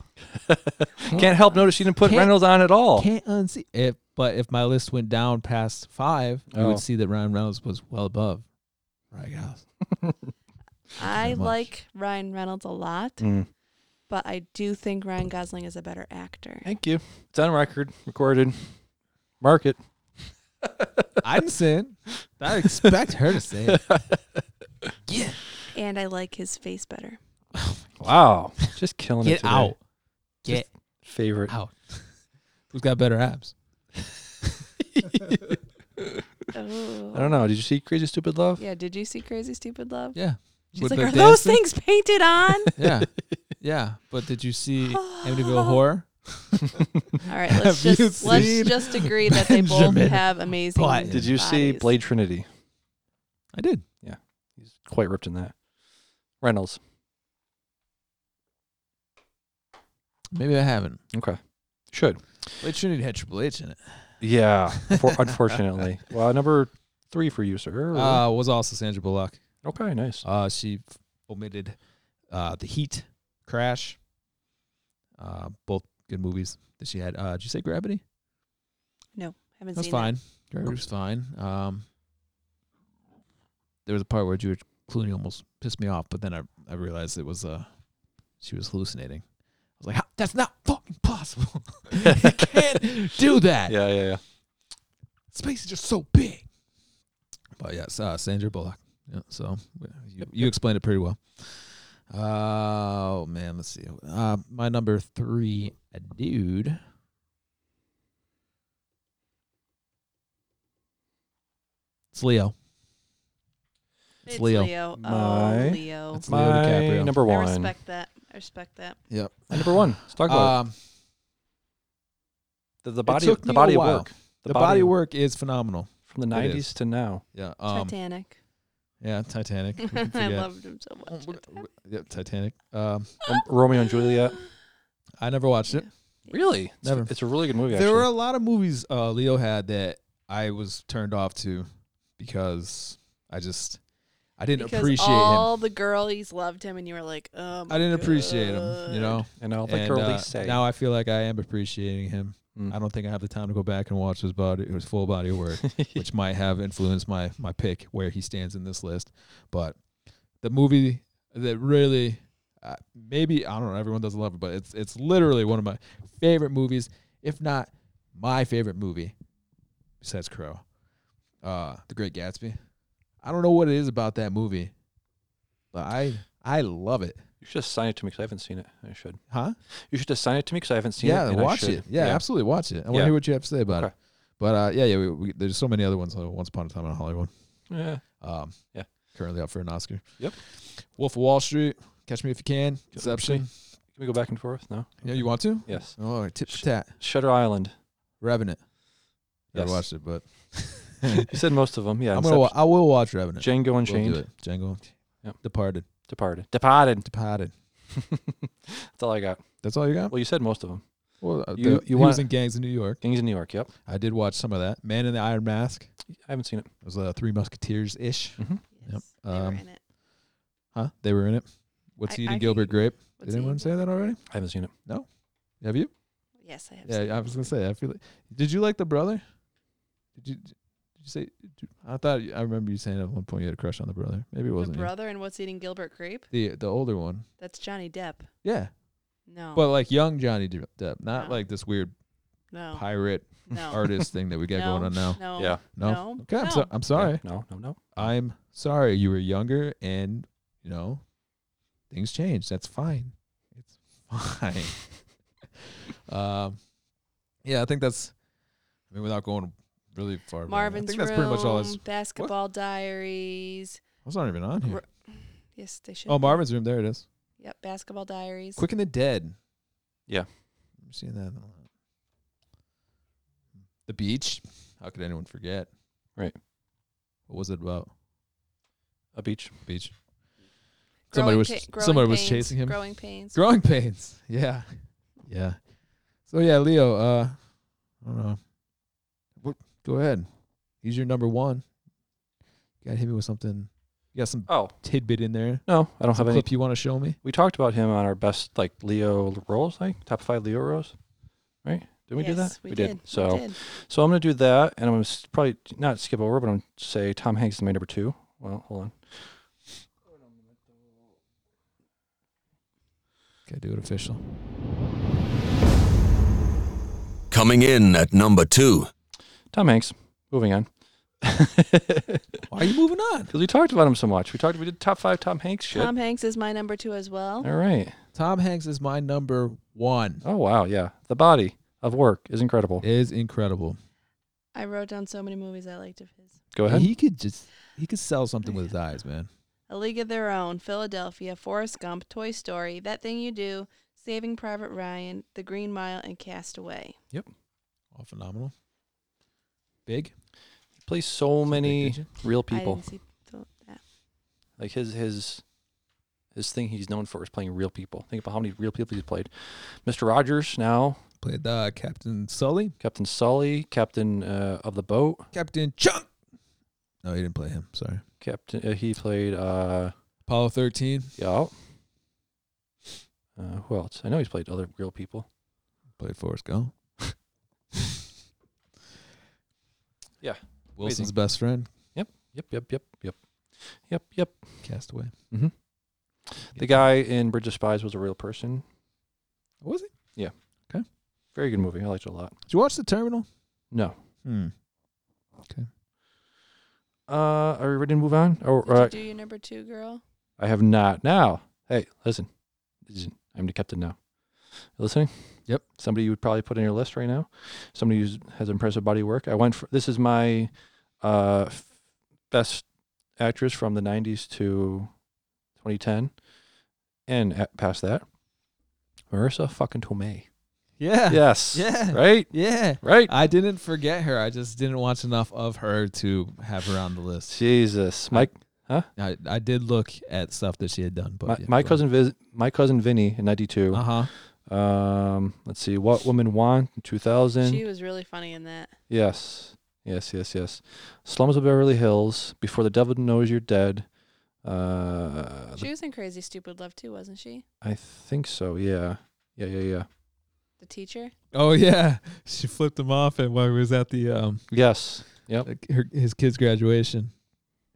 S1: Can't help notice you didn't put
S3: Can't-
S1: Reynolds on at all.
S3: Can't unsee it. But if my list went down past five, I
S1: Oh.
S3: would see that Ryan Reynolds was well above Ryan Gosling.
S2: I
S3: much.
S2: like Ryan Reynolds a lot,
S1: Mm.
S2: but I do think Ryan Gosling is a better actor.
S1: Thank you. It's on record, recorded. Mark it.
S3: I didn't say it. I expect her to say it.
S2: And I like his face better.
S1: Wow. Just killing it
S3: Get
S1: today.
S3: out. Get
S1: Favorite.
S3: out. Who's got better abs?
S2: Oh.
S1: I don't know. Did you see Crazy Stupid Love?
S2: Yeah, did you see Crazy Stupid Love?
S3: Yeah.
S2: She's
S3: With
S2: like,
S3: the
S2: are those
S3: dancing?
S2: things painted on?
S3: Yeah. Yeah. But did you see Amityville Horror?
S2: All right, let's
S3: Have you
S2: just let's
S3: seen
S2: just agree that they both
S3: Benjamin
S2: have amazing.
S3: Button?
S1: Did you see
S2: bodies.
S1: Blade Trinity?
S3: I did.
S1: He's quite ripped in that. Reynolds.
S3: Maybe I haven't.
S1: Okay. Should.
S3: Blade Trinity had Triple H in it.
S1: Yeah. For, unfortunately. Well, number three for you, sir.
S3: Uh, was also Sandra Bullock.
S1: okay, nice.
S3: Uh, she f- omitted uh, The Heat, Crash, uh, both good movies that she had. Uh, did you say Gravity?
S2: Haven't
S3: That's
S2: seen
S3: fine. Gravity was fine. Um, there was a part where George Clooney almost pissed me off, but then I, I realized it was uh, she was hallucinating. I was like, "How- that's not fucking possible. you can't do that.
S1: Yeah, yeah, yeah.
S3: Space is just so big. But yes, uh, Sandra Bullock. Yeah, so uh, you, you explained it pretty well. Uh, oh man, let's see. Uh, my number three, a dude. It's Leo.
S2: It.
S3: It's Leo.
S2: Leo.
S1: My-
S2: Oh, Leo.
S3: It's Leo DiCaprio.
S1: number
S2: I
S1: one.
S2: respect that. I respect that.
S3: Yep.
S1: My number one. Let's talk about
S3: Um,
S1: it. The, the body,
S3: took
S1: the
S3: me a
S1: body of
S3: while.
S1: work.
S3: the body of work is phenomenal.
S1: From the
S3: It
S1: 90s
S3: is.
S1: to now.
S3: Yeah. Um,
S2: Titanic.
S3: yeah. Titanic. We can
S2: I
S3: forget.
S2: loved him so
S3: Oh,
S2: much.
S3: look- look- Yep. Titanic. Um,
S1: Um, Romeo and Juliet.
S3: I never watched it.
S1: Really? It's,
S3: Never.
S1: It's a really good movie,
S3: There were
S1: actually.
S3: a lot of movies uh, Leo had that I was turned off to because I just I didn't
S2: because
S3: appreciate him.
S2: all the girlies loved him, and you were like, um,
S3: I didn't appreciate him, you know.
S1: and all the
S3: And,
S1: girlies
S3: uh,
S1: say.
S3: now I feel like I am appreciating him.
S1: Mm.
S3: I don't think I have the time to go back and watch his body, his full body of work, which might have influenced my my pick where he stands in this list. But the movie that really, uh, maybe I don't know, everyone doesn't love it, but it's it's literally one of my favorite movies, if not my favorite movie, besides Crow, uh, The Great Gatsby. I don't know what it is about that movie, but I I love it.
S1: you should assign it to me because I haven't seen it. I should.
S3: Huh?
S1: You should assign it to me because I haven't seen it.
S3: yeah,
S1: and I
S3: watch
S1: should.
S3: it. Yeah, absolutely watch it. I want
S1: Yeah.
S3: to hear what you have to say about
S1: Okay.
S3: it. But uh, yeah, yeah, we, we, there's so many other ones. Uh, Once upon a time in Hollywood,
S1: Yeah.
S3: um,
S1: Yeah.
S3: currently up for an Oscar.
S1: Yep.
S3: Wolf of Wall Street, Catch me if you can. Inception.
S1: Can we go back and forth? No.
S3: Yeah, you want to?
S1: Yes.
S3: Oh, tip for tat.
S1: Shutter Island.
S3: Revenant. Never
S1: Yes.
S3: watched it, but
S1: You said most of them. Yeah.
S3: I'm gonna. Wa-
S1: Inception,
S3: I will watch Revenant.
S1: Django
S3: We'll do
S1: Unchained.
S3: it. Django.
S1: Yep.
S3: Departed.
S1: Departed. Departed.
S3: Departed.
S1: That's all I got.
S3: That's all you got.
S1: Well, you said most of them.
S3: Well, uh,
S1: You-
S3: the-
S1: you
S3: he was
S1: wanna-
S3: in Gangs of New York.
S1: Gangs in New York. Yep.
S3: I did watch some of that. Man in the Iron Mask.
S1: I haven't seen it. Mm-hmm.
S3: It was uh, Three Musketeers ish. Yep.
S2: Yes, they were
S3: Um,
S2: in it.
S3: Huh? They were in it. What's
S2: I-
S3: eating
S2: I can-
S3: Gilbert Grape?
S2: What's
S3: Did anyone
S2: he-
S3: say that already?
S1: I haven't seen it.
S3: Have you?
S2: Yes, I have. seen
S3: Yeah, I was gonna say. I feel. Like, did you like the brother? Did you? Did you say? did- I thought I remember you saying at one point you had a crush on the brother. Maybe it
S2: the
S3: wasn't you.
S2: brother and What's Eating Gilbert Grape.
S3: the the older one.
S2: That's Johnny Depp.
S3: Yeah,
S2: No,
S3: but like young Johnny De- Depp, not
S2: Oh. No.
S3: like this weird
S2: no,
S3: pirate
S2: no,
S3: artist thing that we got
S2: no,
S3: going on now.
S2: No,
S1: Yeah.
S3: No.
S2: no,
S3: Okay, I'm,
S2: no.
S3: so, I'm sorry.
S1: Yeah. No. No. No.
S3: I'm sorry. You were younger, and you know, things change. That's fine. It's fine. um, yeah, I think that's. I mean, without going really far, back, I
S2: Marvin's
S3: think
S2: Room,
S3: that's pretty much all. I was, I
S2: Basketball Diaries.
S3: was not even on here.
S2: Ro- Yes, they should.
S3: Oh,
S2: be.
S3: Marvin's Room. There it is.
S2: Yep, Basketball Diaries.
S3: Quick and the Dead.
S1: Yeah.
S3: I'm seeing that. a lot. The beach. How could anyone forget?
S1: Right.
S3: What was it about?
S1: A beach.
S3: Beach.
S2: Growing
S3: somebody was
S2: Pa- Growing
S3: somebody was
S2: Pains,
S3: chasing him.
S2: Growing Pains.
S3: Growing pains. Yeah. Yeah. So yeah, Leo, uh I don't know. What go ahead. He's your number one. You gotta hit me with something. You got some
S1: Oh
S3: tidbit in there.
S1: no, I don't
S3: Some
S1: have any.
S3: clip you want to show me?
S1: We talked about him on our best like Leo roles, like top five Leo roles, right? Did we do that?
S2: Yes, We, did. We
S1: So
S2: did.
S1: so I'm gonna do that, and I'm gonna s- probably not skip over, but I'm gonna say Tom Hanks is my number two. Well, hold on.
S3: Okay, do it official.
S4: Coming in at number two.
S1: Tom Hanks. Moving on.
S3: Why are you moving on?
S1: Because we talked about him so much. We talked. We did top five Tom Hanks shit.
S2: Tom Hanks is my number two as well.
S1: All right.
S3: Tom Hanks is my number one.
S1: Oh wow. Yeah. The body of work is incredible.
S3: Is incredible.
S2: I wrote down so many movies I liked of his.
S1: Go ahead.
S3: He could just he could sell something with his eyes, man.
S2: A League of Their Own, Philadelphia, Forrest Gump, Toy Story, That Thing You Do, Saving Private Ryan, The Green Mile, and Castaway.
S3: All phenomenal. Big.
S1: He plays so many
S3: Did
S1: real
S2: I
S1: people.
S2: didn't see th- that.
S1: Like his his his thing he's known for is playing real people. Think about how many real people he's played. Mr. Rogers now,
S3: Played uh, Captain Sully.
S1: Captain Sully, Captain uh, of the boat.
S3: Captain Chunk. No, he didn't play him. Sorry.
S1: Captain uh, he played uh
S3: Apollo 13
S1: yeah. Uh, who else? I know he's played other real people.
S3: played Forrest Gump.
S1: Yeah.
S3: Wilson's
S1: Amazing.
S3: best friend,
S1: Yep, yep, yep, yep. Yep, yep.
S3: Castaway.
S1: The guy in Bridge of Spies was a real person.
S3: Was he?
S1: Very good movie. I liked it a lot.
S3: Did you watch The Terminal?
S1: No.
S3: Hmm.
S1: Uh, are we ready to move on? Oh,
S2: Did
S1: uh,
S2: you do your number two, girl?
S1: I have not. Now, hey, listen, listen. I'm the captain now. You listening?
S3: Yep.
S1: Somebody you would probably put on your list right now. Somebody who has impressive body of work. I went. For, this is my uh, f- best actress from the '90s to 2010, and a- past that, Marissa fucking Tomei.
S3: Yeah.
S1: yes.
S3: Yeah.
S1: Right.
S3: Yeah.
S1: Right.
S3: I didn't forget her. I just didn't watch enough of her to have her on the list.
S1: Jesus. My
S3: I, I did look at stuff that she had done, but
S1: my, my cousin Viz, my cousin Vinny in '92.
S3: Uh huh.
S1: Um, let's see. What women want in 2000.
S2: She was really funny in that.
S1: Yes. Yes, yes, yes. Slums of Beverly Hills, Before the Devil Knows You're Dead. Uh, the-
S2: She was in Crazy Stupid Love too, wasn't she?
S1: I think so, yeah. Yeah, yeah, yeah.
S2: The teacher.
S3: Oh yeah, she flipped him off, and while he was at the um
S1: Yes. Yep.
S3: like her, his kid's graduation,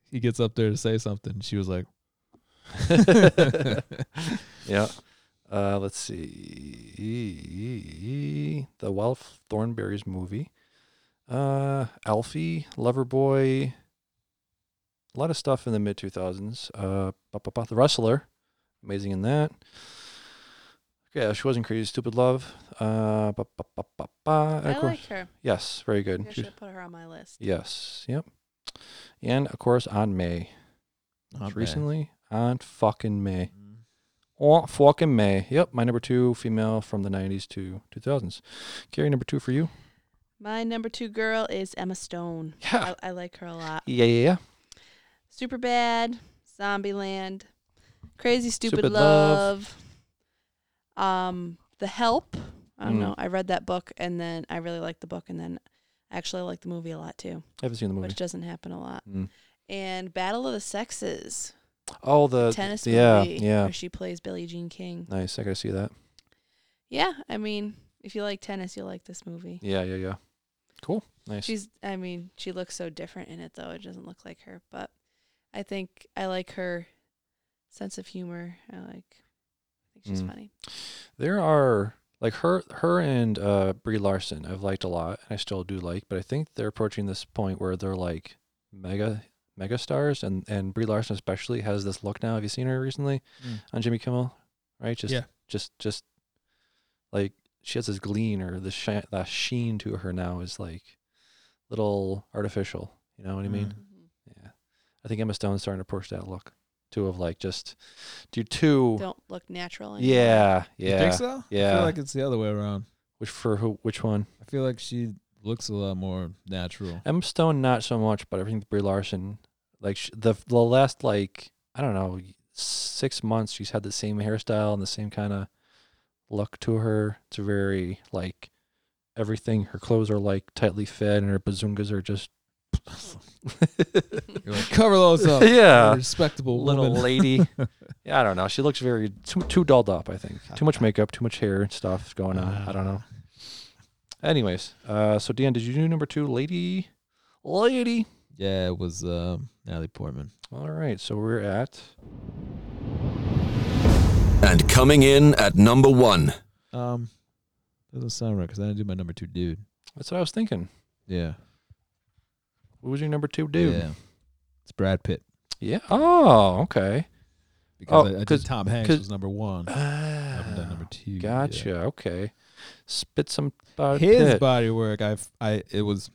S3: he gets up there to say something. She was like,
S1: yeah. Uh, let's see. The Wild Thornberries movie. Uh, Alfie, Loverboy. A lot of stuff in the mid 2000s. Uh, ba- ba- ba- The Wrestler. Amazing in that. Yeah, she wasn't crazy. Stupid Love. Uh, ba- ba- ba- ba- ba. And
S2: I
S1: of course,
S2: like her.
S1: yes, very good.
S2: I
S1: She-
S2: should have put her on my list.
S1: yes, yep. And of course, on May.
S3: "Not bad." Mm.
S1: recently, on fucking May. Oh, fucking May. Yep, my number two female from the 90s to 2000s. Carrie, number two for you.
S2: My number two girl is Emma Stone.
S1: Yeah.
S2: I, I like her a lot.
S1: Yeah, yeah, yeah.
S2: Super Bad, Zombieland, Crazy Stupid,
S1: Stupid Love.
S2: Love. um, The Help. I don't
S1: Mm.
S2: know. I read that book and then I really liked the book and then actually I like the movie a lot too,
S1: I haven't seen the movie.
S2: which doesn't happen a lot.
S1: Mm.
S2: And Battle of the Sexes,
S1: Oh, the
S2: tennis
S1: the- yeah,
S2: movie
S1: yeah.
S2: where she plays Billie Jean King.
S1: Nice. I gotta see that.
S2: Yeah, I mean, if you like tennis, you'll like this movie.
S1: Yeah, yeah, yeah. Cool. Nice.
S2: She's, I mean, she looks so different in it though. It doesn't look like her, but I think I like her sense of humor. I like, I think she's
S1: Mm.
S2: funny.
S1: there are like her, her and uh, Brie Larson. I've liked a lot, and I still do like. But I think they're approaching this point where they're like mega, mega stars, and and Brie Larson especially has this look now. Have you seen her recently
S3: Mm.
S1: on Jimmy Kimmel? Right. Just,
S3: Yeah.
S1: just, just like she has this gleam or this shi- that sheen to her now is like little artificial. You know what I mean?
S3: Mm.
S1: Yeah. I think Emma Stone's starting to push that look too of like just do two.
S2: Don't look natural. Anymore.
S1: Yeah.
S3: You
S1: Yeah.
S3: think so? I
S1: yeah.
S3: feel like it's the other way around.
S1: Which for who which one?
S3: I feel like she looks a lot more natural.
S1: Emma Stone not so much, but I think Brie Larson like sh- the the last like I don't know 6 months she's had the same hairstyle and the same kind of look to her. It's very like everything her clothes are like tightly fit and her bazungas are just
S3: You're like, cover those up.
S1: yeah.
S3: You're a respectable
S1: little
S3: woman."
S1: lady. yeah, I don't know. She looks very too, too dolled up. I think too much makeup, too much hair and stuff going on. I don't know. Anyways, uh, so Dan, did you do number two, lady? Lady.
S3: Yeah, it was um, Natalie Portman.
S1: All right, so we're at
S4: And coming in at number one,
S3: Um, doesn't sound right because I didn't do my number two dude.
S1: that's what I was thinking.
S3: Yeah,
S1: Who was your number two, dude?
S3: yeah, it's Brad Pitt
S1: Yeah. Oh, okay. Oh,
S3: because I, I did
S1: 'cause-
S3: Tom Hanks
S1: 'cause-
S3: was number one. I haven't done number
S1: Ah,
S3: two. yet.
S1: gotcha. Okay. Spit some. Uh,
S3: His
S1: pit.
S3: body work, I've I it was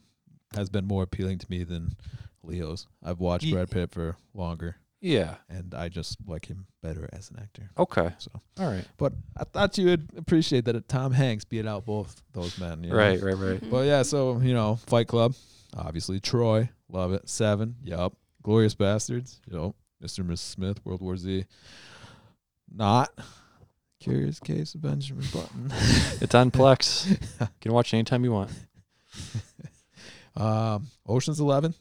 S3: has been more appealing to me than Leo's. I've watched
S1: Ye-
S3: Brad Pitt for longer,
S1: Yeah.
S3: and I just like him better as an actor.
S1: Okay.
S3: So,
S1: All right.
S3: but I thought you would appreciate that Tom Hanks beat out both those men. you know?
S1: Right. Right. Right.
S2: Mhm.
S3: But yeah, so you know, Fight Club, obviously Troy, love it. Seven, yup. Glorious Bastards, yup. Mr. and Mrs. Smith, World War Z. Not Curious Case of Benjamin Button.
S1: It's on Plex. you can watch it anytime you want.
S3: um, Ocean's Eleven.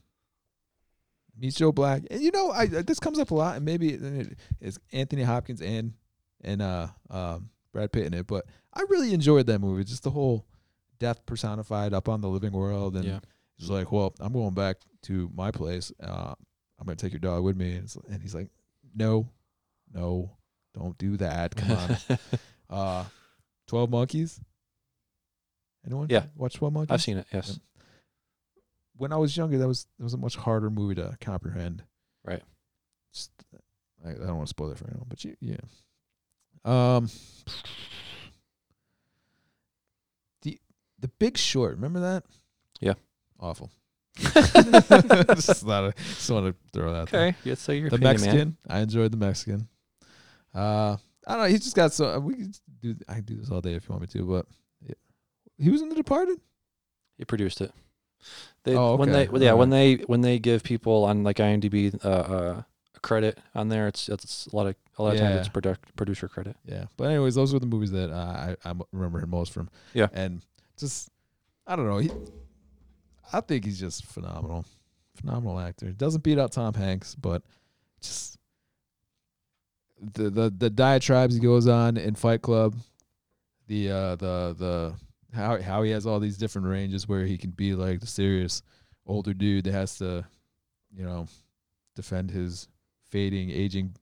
S3: Meet Joe Black, and you know, I I- this comes up a lot, and maybe it- it's Anthony Hopkins and and uh um Brad Pitt in it, but I really enjoyed that movie. Just the whole death personified up on the living world, and
S1: Yeah.
S3: He's like, "Well, I'm going back to my place. Uh, I'm gonna take your dog with me." And, it's, and he's like, "No, no, don't do that. Come on." uh, Twelve Monkeys. Anyone?
S1: Yeah.
S3: Watch Twelve Monkeys.
S1: I've seen it. Yes.
S3: When I was younger, that was that was a much harder movie to comprehend.
S1: Right.
S3: Just, I, I don't want to spoil it for anyone, but you, yeah. Um. The The Big Short. Remember that?
S1: Yeah.
S3: Awful. just, thought I- just want to throw that. out there.
S1: Okay. Yeah, so you're
S3: The Mexican. I enjoyed the Mexican. Uh, I don't know. He's just got so we could do. I can do this all day if you want me to, but yeah. he was in The Departed.
S1: He produced it. They,
S3: Oh,
S1: When they,
S3: okay.
S1: yeah, when they when they give people on like IMDb uh, uh, a credit on there, it's it's a lot of a lot of times it's
S3: Yeah.
S1: product producer credit.
S3: Yeah. But anyways, those were the movies that uh, I I m- remember him most from.
S1: Yeah.
S3: And just I don't know. He, I think he's just phenomenal, phenomenal actor. Doesn't beat out Tom Hanks, but just the the the diatribes he goes on in Fight Club, the uh the the how how he has all these different ranges where he can be like the serious older dude that has to, you know, defend his fading, aging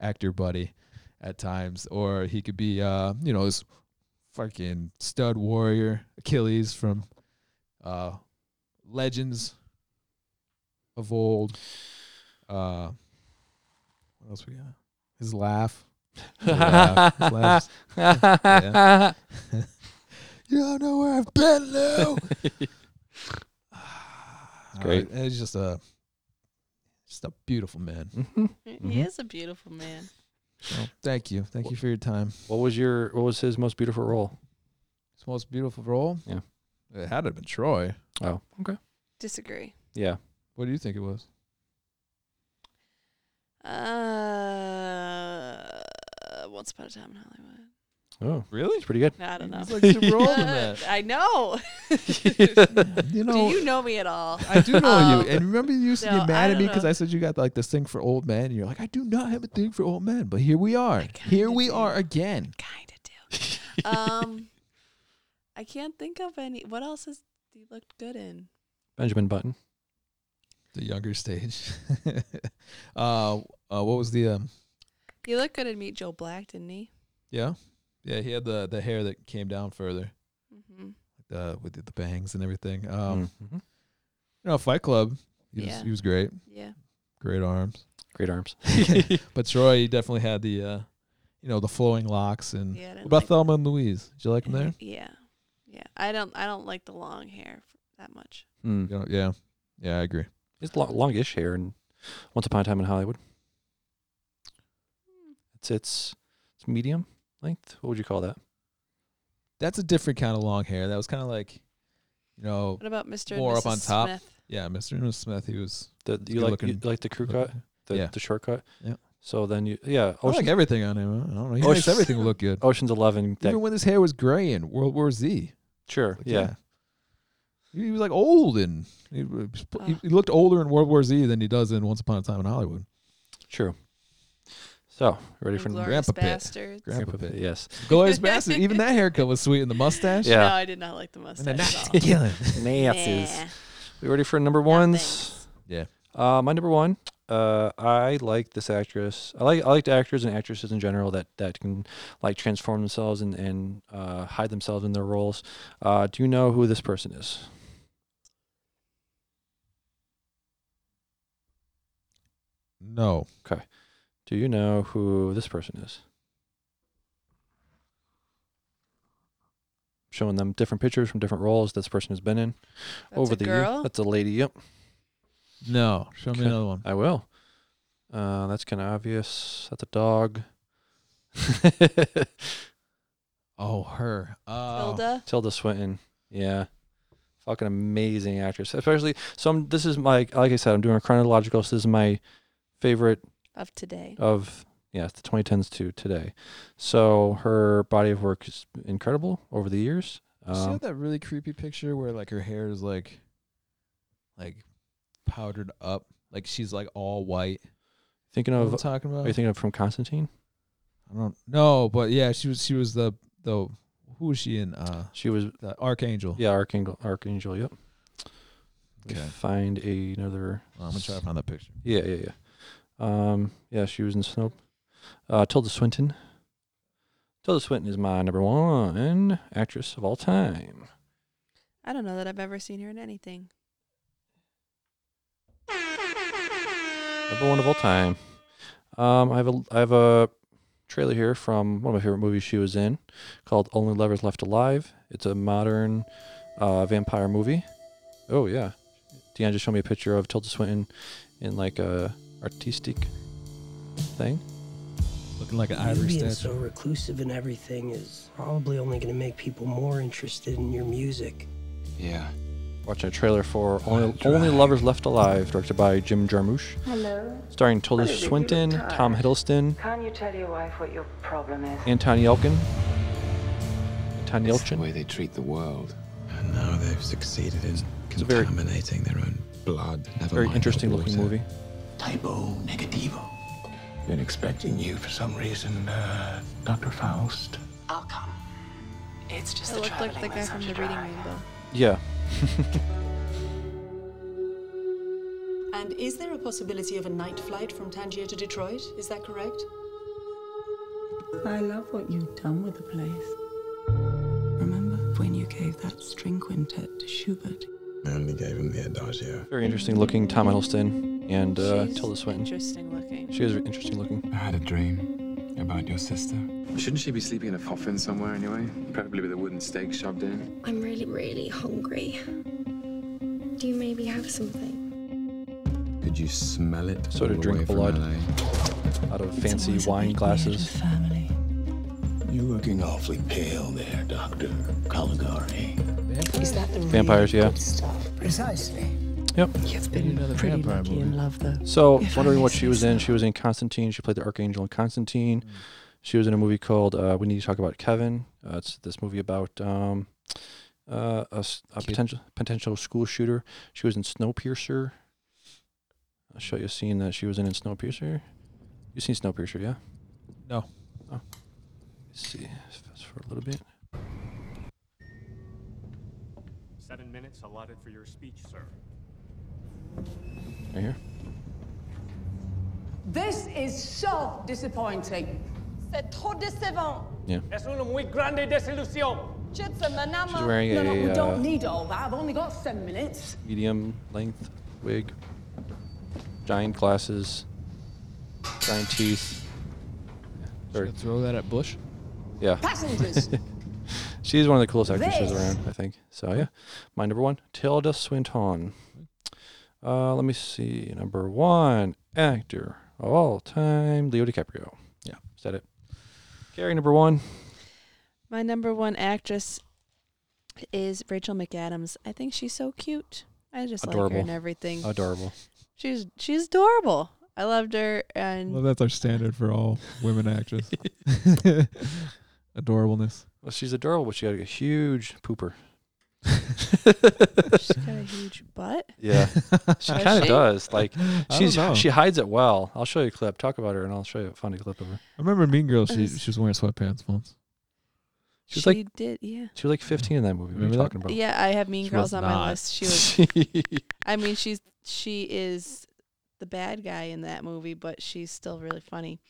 S3: actor buddy at times, or he could be, uh, you know, this fucking stud warrior Achilles from uh, Legends of old. Uh, what else we got? His laugh. His laugh. His laughs. Yeah. you don't know where I've been, Lou. it's
S1: great.
S3: He's just a just a beautiful man.
S1: Mhm.
S2: He
S1: Mhm.
S3: mm-hmm.
S2: is a beautiful man.
S3: So thank you. Thank you for your time.
S1: What was your what was his most beautiful role?
S3: His most beautiful role?
S1: Yeah.
S3: It had to have been Troy.
S1: Oh, okay.
S2: Disagree.
S1: Yeah.
S3: What do you think it was?
S2: Uh, Once Upon a Time in Hollywood.
S1: Oh,
S3: Really?
S1: it's pretty good.
S2: No, I don't know.
S3: He's like super old in
S2: Uh,
S3: that.
S2: I know.
S3: You
S2: Do
S3: know,
S2: you know me at all?
S3: I do know
S2: Um,
S3: you. And remember you used to
S2: no,
S3: get mad
S2: I
S3: at me
S2: don't
S3: because
S2: know.
S3: I said you got like this thing for old men. And you're like, I do not have a thing for old men. But here we are.
S2: kinda
S3: Here we
S2: do.
S3: are again.
S2: kind of do. um, I can't think of any. What else has he looked good in?
S1: Benjamin Button.
S3: The younger stage. uh, uh, what was the um
S2: He looked good in Meet Joe Black, didn't he?
S3: yeah? Yeah, he had the the hair that came down further.
S2: Mm-hmm.
S3: Uh, with the, the bangs and everything.
S2: Hmm.
S3: Um
S1: Mhm.
S3: you know, Fight Club. He was
S2: Yeah.
S3: he was great.
S2: Yeah.
S3: Great arms.
S1: Great arms.
S3: But Troy definitely had the uh you know, the flowing locks and
S2: Yeah. I didn't
S3: Mm. What about
S2: like-
S3: Thelma and Louise? Did you like them there?
S2: Yeah. Yeah. I don't. I don't like the long hair f- that much.
S1: Hmm.
S3: You know, yeah. Yeah, I agree.
S1: It's lo- longish hair and Once Upon a Time in Hollywood. It's it's it's medium length. What would you call that?
S3: That's a different kind of long hair. That was kind of like, you know,
S2: What about Mr. and
S3: More up
S2: Mrs.
S3: on top.
S2: Smith?
S3: yeah, Mr. and Mrs. Smith. He was.
S1: The
S3: It's
S1: you
S3: good
S1: like
S3: looking.
S1: you like the crew cut, the,
S3: Yeah.
S1: the shortcut.
S3: Yeah.
S1: So then you yeah
S3: I like
S1: Ocean,
S3: everything on him. I don't know. He
S1: Ocean-
S3: makes everything look good.
S1: Ocean's Eleven. That
S3: Even when his hair was gray in World War Z.
S1: sure
S3: Like,
S1: yeah.
S3: He he was like old and he, was- he-
S2: Ah.
S3: he looked older in World War Z than he does in Once Upon a Time in Hollywood.
S1: true. So ready for
S2: Inglourious
S3: Grandpa Pitt.
S2: Bastards.
S3: Grandpa
S1: Grandpa Pitt,
S3: Pitt.
S1: Yes.
S3: Glorious Bastard. Even that haircut was sweet and the mustache.
S1: Yeah.
S2: No, I did not like the
S3: And the
S2: mustache at
S3: Nazi
S2: all.
S3: killing.
S1: Nazis.
S2: Nah,
S1: We ready for number
S2: no
S1: ones?
S2: thanks.
S1: Uh, my number one. Uh, I like this actress. I like I like actors and actresses in general that that can like transform themselves and and uh, hide themselves in their roles. Uh, do you know who this person is?
S3: No.
S1: Do you know who this person is? Showing them different pictures from different roles this person has been in
S2: That's
S1: over
S2: a
S1: the years.
S2: girl.
S1: That's a lady. Yep,
S3: No. Show me
S1: Okay.
S3: another one.
S1: I will. Uh, that's kind of obvious. That's a dog.
S3: Oh, her. Oh.
S2: Hilda.
S1: Tilda Swinton. Yeah. Fucking amazing actress. Especially so I'm, this is my like I said, I'm doing a chronological, so this is my favorite
S2: of today.
S1: of yeah, it's the twenty tens to today. So her body of work is incredible over the years.
S3: she
S1: Um,
S3: had that really creepy picture where like her hair is like, like, powdered up. Like she's like all white.
S1: thinking
S3: You know uh, what
S1: of
S3: I'm talking about?
S1: are you thinking of from Constantine?
S3: I don't know, but yeah, she was she was the the who was she in? Uh,
S1: She was
S3: the Archangel.
S1: yeah, Archangel Archangel, yep. Let me
S3: Okay.
S1: Find another
S3: Well, I'm gonna try to find that picture.
S1: Yeah, yeah, yeah. Um, yeah, she was in Snow. Uh, Tilda Swinton. Tilda Swinton is my number one actress of all time.
S2: I don't know that I've ever seen her in anything.
S1: Number one of all time. Um, I have a I have a trailer here from one of my favorite movies she was in, called Only Lovers Left Alive. It's a modern uh, vampire movie. Oh yeah, Deanne just showed me a picture of Tilda Swinton in like a artistic thing.
S3: Looking like an ivory
S10: being
S3: statue.
S10: so reclusive and everything is probably only going to make people more interested in your music.
S6: Yeah.
S1: Watching a trailer for Only, Only Lovers Left Alive, directed by Jim Jarmusch.
S11: Hello.
S1: starring Tilda
S11: Honey, you look
S1: Swinton,
S11: tired.
S1: Tom Hiddleston,
S11: Can't you tell your wife what your problem is?
S1: Anton Yelkin. Anton
S6: The
S1: Yelchin.
S6: way they treat the world. And now they've succeeded in
S1: a very-
S6: contaminating their own blood. Never
S1: Very
S6: mind the
S1: interesting looking
S6: water.
S1: movie.
S6: Typo negativo. Been expecting you for some reason, uh, Dr. Faust.
S11: I'll come. It's just
S2: It
S11: the
S2: looked like the
S11: traveling
S2: guy
S11: that's
S2: from
S11: such
S2: the
S11: a
S2: Reading
S11: drag.
S2: Rainbow.
S1: Yeah.
S11: And is there a possibility of a night flight from Tangier to Detroit? Is that correct? I love what you've done with the place. Remember when you gave that string quintet to Schubert?
S6: I only gave him the adagio.
S1: Very interesting looking Tom Hiddleston and uh,
S2: She's
S1: Tilda Swinton.
S2: Interesting looking.
S1: She is interesting looking.
S9: I had a dream about your sister.
S6: Shouldn't she be sleeping in a coffin somewhere anyway? Preferably with a wooden stake shoved in.
S11: I'm really, really hungry. Do you maybe have something?
S6: Could you smell it?
S1: So did
S6: all the
S1: drink
S6: way from
S1: blood.
S6: LA?
S1: out of fancy wine glasses.
S12: You're looking awfully pale there, Doctor Caligari.
S11: Is that the real
S1: Vampires, yeah.
S11: good stuff? Precisely.
S1: Yep.
S11: You've been pretty lucky in love, though.
S1: So,
S11: If I
S1: wondering
S11: may
S1: what she
S11: say
S1: was in.
S11: so.
S1: She was in Constantine. She played the Archangel in Constantine. She was in a movie called uh, We Need to Talk About Kevin. Uh, it's this movie about um, uh, a, s- a potential potential school shooter. She was in Snowpiercer. I'll show you a scene that she was in in Snowpiercer. You've seen Snowpiercer, yeah?
S3: No.
S1: Oh. Let's see. Fast for a little bit.
S13: Seven minutes allotted for your speech, sir.
S1: Right here.
S14: This is so disappointing.
S15: C'est trop décevant.
S1: Yeah.
S15: Es una muy grande desilusión.
S1: She's wearing
S14: no, no, we
S1: a uh,
S14: don't need all that. I've only got seven minutes.
S1: medium length wig, giant glasses, giant teeth. Sorry.
S3: Throw that at Bush.
S1: Yeah.
S3: Passengers.
S1: She's one of the coolest actresses
S3: This.
S1: around, I think. So yeah, my number one, Tilda Swinton. Uh, let me see, number one actor of all time, Leo DiCaprio. Yeah, said it. Carrie, number one.
S2: My number one actress is Rachel McAdams. I think she's so cute. I just like her
S1: Adorable.
S2: and everything.
S1: Adorable.
S2: She's she's adorable. I loved her and
S3: Well, that's our standard for all women actors. Adorableness.
S1: Well, she's adorable, but she got a huge pooper.
S2: she's got a huge butt.
S1: Yeah, she
S2: Does
S1: kind of
S2: she?
S1: does. Like
S3: I don't
S1: she's
S3: know.
S1: she hides it well. I'll show you a clip. Talk about her, and I'll show you a funny clip of her.
S3: I remember Mean Girls. She
S2: Is-
S3: she was wearing sweatpants once.
S1: She was
S2: she
S1: like
S2: did, yeah.
S1: she was like 15 in that movie. What are you
S3: Remember that?
S1: talking about?
S2: Yeah, I have Mean
S3: Oh. She
S2: Girls
S3: was
S2: on
S3: not.
S2: my list. She was. I mean, she's she is the bad guy in that movie, but she's still really funny.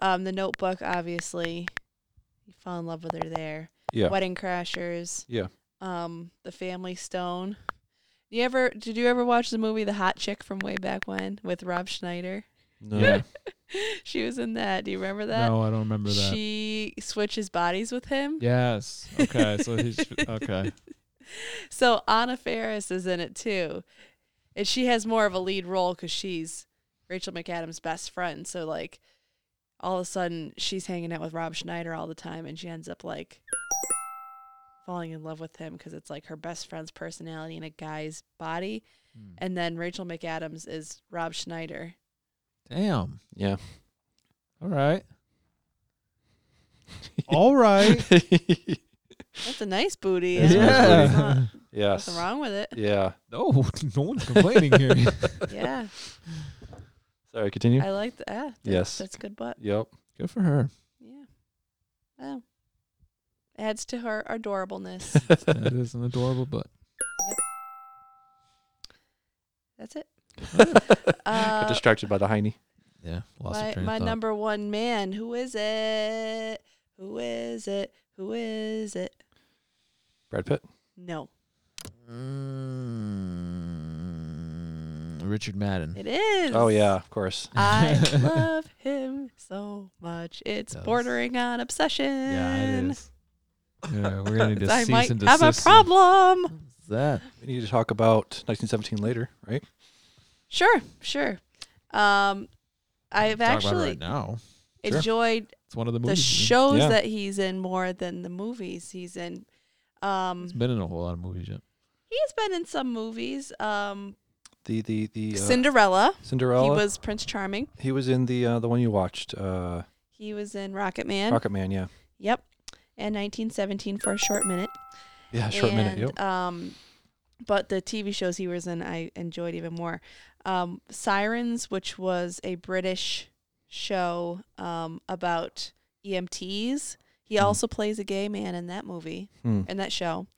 S2: Um, The Notebook, obviously, you fall in love with her there.
S1: Yeah.
S2: Wedding Crashers.
S1: Yeah.
S2: Um, The Family Stone. You ever did you ever watch the movie The Hot Chick from way back when with Rob Schneider?
S1: No.
S3: Yeah.
S2: she was in that. Do you remember that?
S3: No, I don't remember that.
S2: She switches bodies with him.
S3: Yes. Okay. So he's okay.
S2: So Anna Faris is in it too, and she has more of a lead role because she's Rachel McAdams' best friend. So like, all of a sudden she's hanging out with Rob Schneider all the time, and she ends up like falling in love with him because it's like her best friend's personality in a guy's body,
S3: Hmm.
S2: and then Rachel McAdams is Rob Schneider.
S3: Damn.
S1: Yeah.
S3: All right. All right.
S2: That's a nice booty.
S3: That's a nice
S2: There's
S3: booty.
S2: not-
S1: Yes.
S2: Nothing wrong with it.
S1: Yeah.
S3: no, no one's complaining here.
S2: Yeah.
S1: Sorry, continue.
S2: I like that. Ah,
S1: Yes.
S2: That's good butt.
S1: Yep.
S3: Good for her.
S2: Yeah. Oh. Adds to her adorableness.
S3: That is an adorable butt.
S2: That's it.
S1: Got
S2: Uh,
S1: distracted by the hiney.
S3: Yeah.
S2: my my number one man. Who is it? Who is it? Who is it?
S1: Brad Pitt.
S2: No.
S3: Mm. Richard Madden.
S2: It is.
S1: Oh yeah, of course.
S2: I love him so much. It's
S3: Yes.
S2: bordering on obsession.
S3: Yeah, it is. Yeah, we're gonna need to
S2: I
S3: cease
S2: might
S3: and
S2: have a
S3: desist.
S2: problem.
S3: That
S1: we need to talk about 1917 later, right?
S2: Sure, sure. Um, I've
S3: Talk about it
S2: actually
S3: right now. Sure.
S2: enjoyed
S3: It's one of the
S2: the
S3: movies, yeah.
S2: shows
S3: Yeah.
S2: that he's in more than the movies he's in. Um,
S3: It's been in a whole lot of movies yet.
S2: he's been in some movies. Um,
S1: The the the uh,
S2: Cinderella.
S1: Cinderella.
S2: He was Prince Charming.
S1: He was in the uh, the one you watched, uh,
S2: He was in Rocket Man.
S1: Rocket Man. Yeah.
S2: Yep. And 1917 for a short minute.
S1: Yeah, a short minute, yep.
S2: Um, but the TV shows he was in, I enjoyed even more. Um, Sirens, which was a British show um, about EMTs. He also plays a gay man in that movie,
S1: Hmm.
S2: in that show.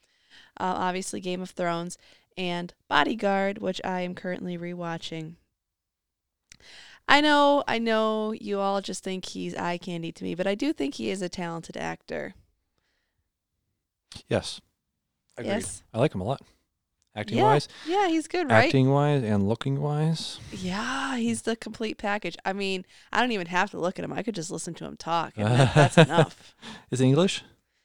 S2: Uh, obviously, Game of Thrones and Bodyguard, which I am currently rewatching. I know, I know you all just think he's eye candy to me, but I do think he is a talented actor.
S1: Yes. Agreed.
S2: Yes.
S1: I like him a lot. Acting
S2: yeah.
S1: wise.
S2: Yeah, he's good, right?
S1: Acting wise and looking wise.
S2: Yeah, he's the complete package. I mean, I don't even have to look at him. I could just listen to him talk, and that- that's enough.
S1: Is it English?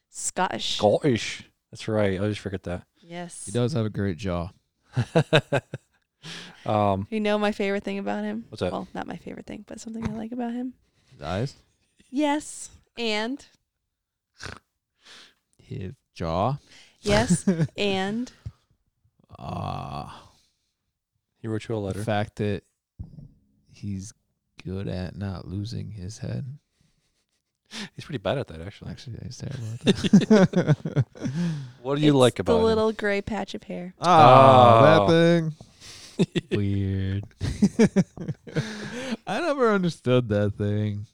S2: Scottish.
S1: Scottish. That's right. I always forget that.
S2: Yes.
S3: He does have a great jaw.
S1: Um,
S2: You know my favorite thing about him?
S1: What's that?
S2: Well, not my favorite thing, but something I like about him.
S3: His eyes,
S2: Yes. And
S3: his jaw.
S2: yes. and
S3: Ah,
S1: he wrote you a letter.
S3: the fact that he's good at not losing his head.
S1: He's pretty bad at that, actually.
S3: Actually, he's terrible at that.
S1: What do you like
S2: the
S1: about him?
S2: little gray patch of hair.
S3: Ah,
S1: Oh.
S3: that thing. Weird. I never understood that thing.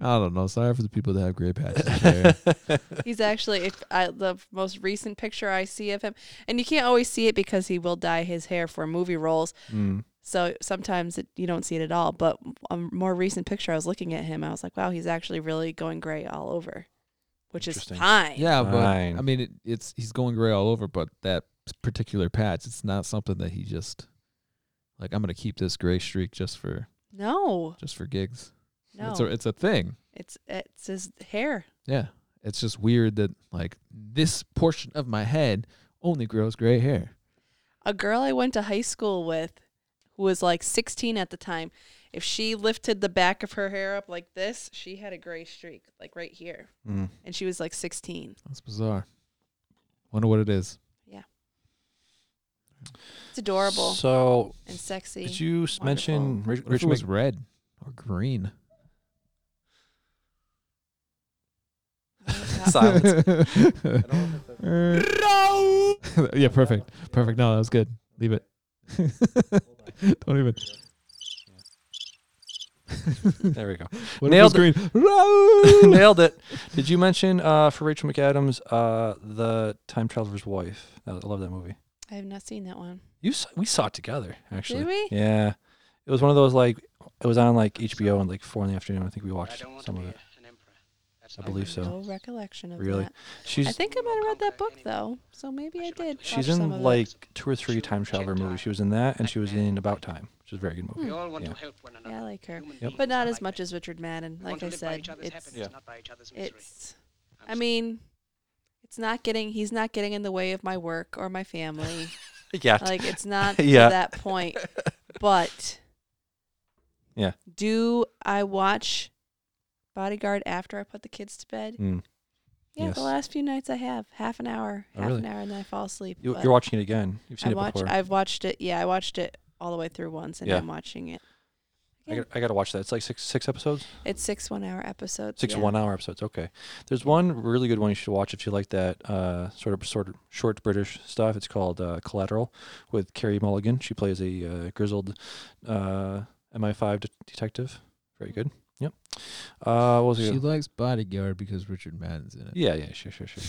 S3: I don't know. Sorry for the people that have gray patches there.
S2: He's actually if I, the most recent picture I see of him, and you can't always see it because he will dye his hair for movie roles.
S1: Mm.
S2: So sometimes it, you don't see it at all. But a more recent picture I was looking at him, I was like, wow, he's actually really going gray all over, which is
S1: Interesting.
S2: fine.
S3: yeah, but I
S1: Fine.
S3: mean, it, it's he's going gray all over, but that particular patch, it's not something that he just like. I'm gonna keep this gray streak just for
S2: No,
S3: just for gigs.
S2: no,
S3: It's a it's a thing.
S2: it's it's his hair.
S3: Yeah, it's just weird that like this portion of my head only grows gray hair.
S2: a girl I went to high school with who was like 16 at the time, if she lifted the back of her hair up like this, she had a gray streak like right here.
S1: Mm.
S2: And she was like 16.
S3: That's bizarre. Wonder what it is.
S2: It's adorable
S1: So,
S2: and sexy.
S1: did you s- mention Rich,
S3: What if
S1: Rich
S3: it was
S1: Mc-
S3: red or green?
S2: Oh
S1: Silence.
S3: yeah, perfect. Perfect. No, that was good. Leave it. Don't even.
S1: There we go.
S3: What
S1: Nailed
S3: if it was green?
S1: Nailed it. Did you mention uh, for Rachel McAdams, uh, the time traveler's wife? I I love that movie.
S2: I have not seen that one.
S1: You saw, we saw it together actually.
S2: we?
S1: Yeah, it was one of those like it was on like HBO and like four in the afternoon. I think we watched some of it. I believe so.
S2: No recollection of
S1: Really,
S2: that.
S1: she's
S2: I think I might have read that book though. So maybe I did.
S1: she's
S2: watch some of
S1: in
S2: it.
S1: like two or three time traveler movies. She was in that, and she was in About Time, which is a very good movie.
S2: all
S1: Yeah.
S2: Yeah, I like her.
S1: Yep.
S2: But not as much as Richard Madden. Like I said, it's
S1: Yeah.
S2: it's I mean, it's not getting he's not getting in the way of my work or my family.
S1: Yeah.
S2: Like it's not
S1: Yeah.
S2: to that point. But
S1: Yeah.
S2: do I watch Bodyguard after I put the kids to bed?
S3: Hmm.
S1: Mm.
S2: Yeah,
S1: Yes.
S2: the last few nights I have half an hour,
S1: Oh,
S2: half
S1: really?
S2: an hour, and then I fall asleep.
S1: You,
S2: but
S1: you're watching it again. You've seen
S2: I
S1: it
S2: watch.
S1: before.
S2: I've watched it. Yeah, I watched it all the way through once, and
S1: Yeah.
S2: I'm watching it.
S1: I got, I got to watch that. It's like six six episodes,
S2: It's six one-hour episodes.
S1: six
S2: yeah.
S1: one hour episodes. Okay, there's one really good one you should watch if you like that uh, sort of sort of short British stuff. It's called uh, Collateral with Carrie Mulligan. She plays a uh, grizzled uh, MI5 de- detective. Very good. Yep. Uh, what was
S3: She
S1: it?
S3: likes Bodyguard because Richard Madden's in it.
S1: Yeah, yeah, sure, sure, sure.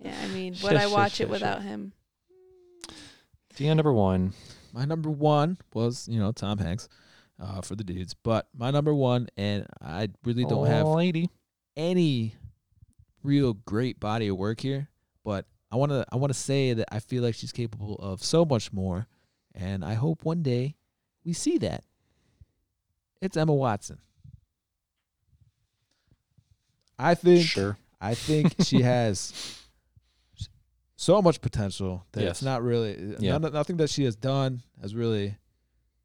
S2: Yeah, I mean,
S1: Sure,
S2: would I
S1: sure,
S2: watch
S1: sure,
S2: it
S1: sure.
S2: without him?
S1: Deanna number one.
S3: My number one was, you know, Tom Hanks uh, for the dudes. But my number one, and I really don't have
S1: lady.
S3: any real great body of work here, but I want to I want to say that I feel like she's capable of so much more, and I hope one day we see that. It's Emma Watson. I think
S1: Sure.
S3: I think she has s- so much potential that
S1: Yes.
S3: it's not really
S1: Yeah.
S3: none, nothing that she has done has really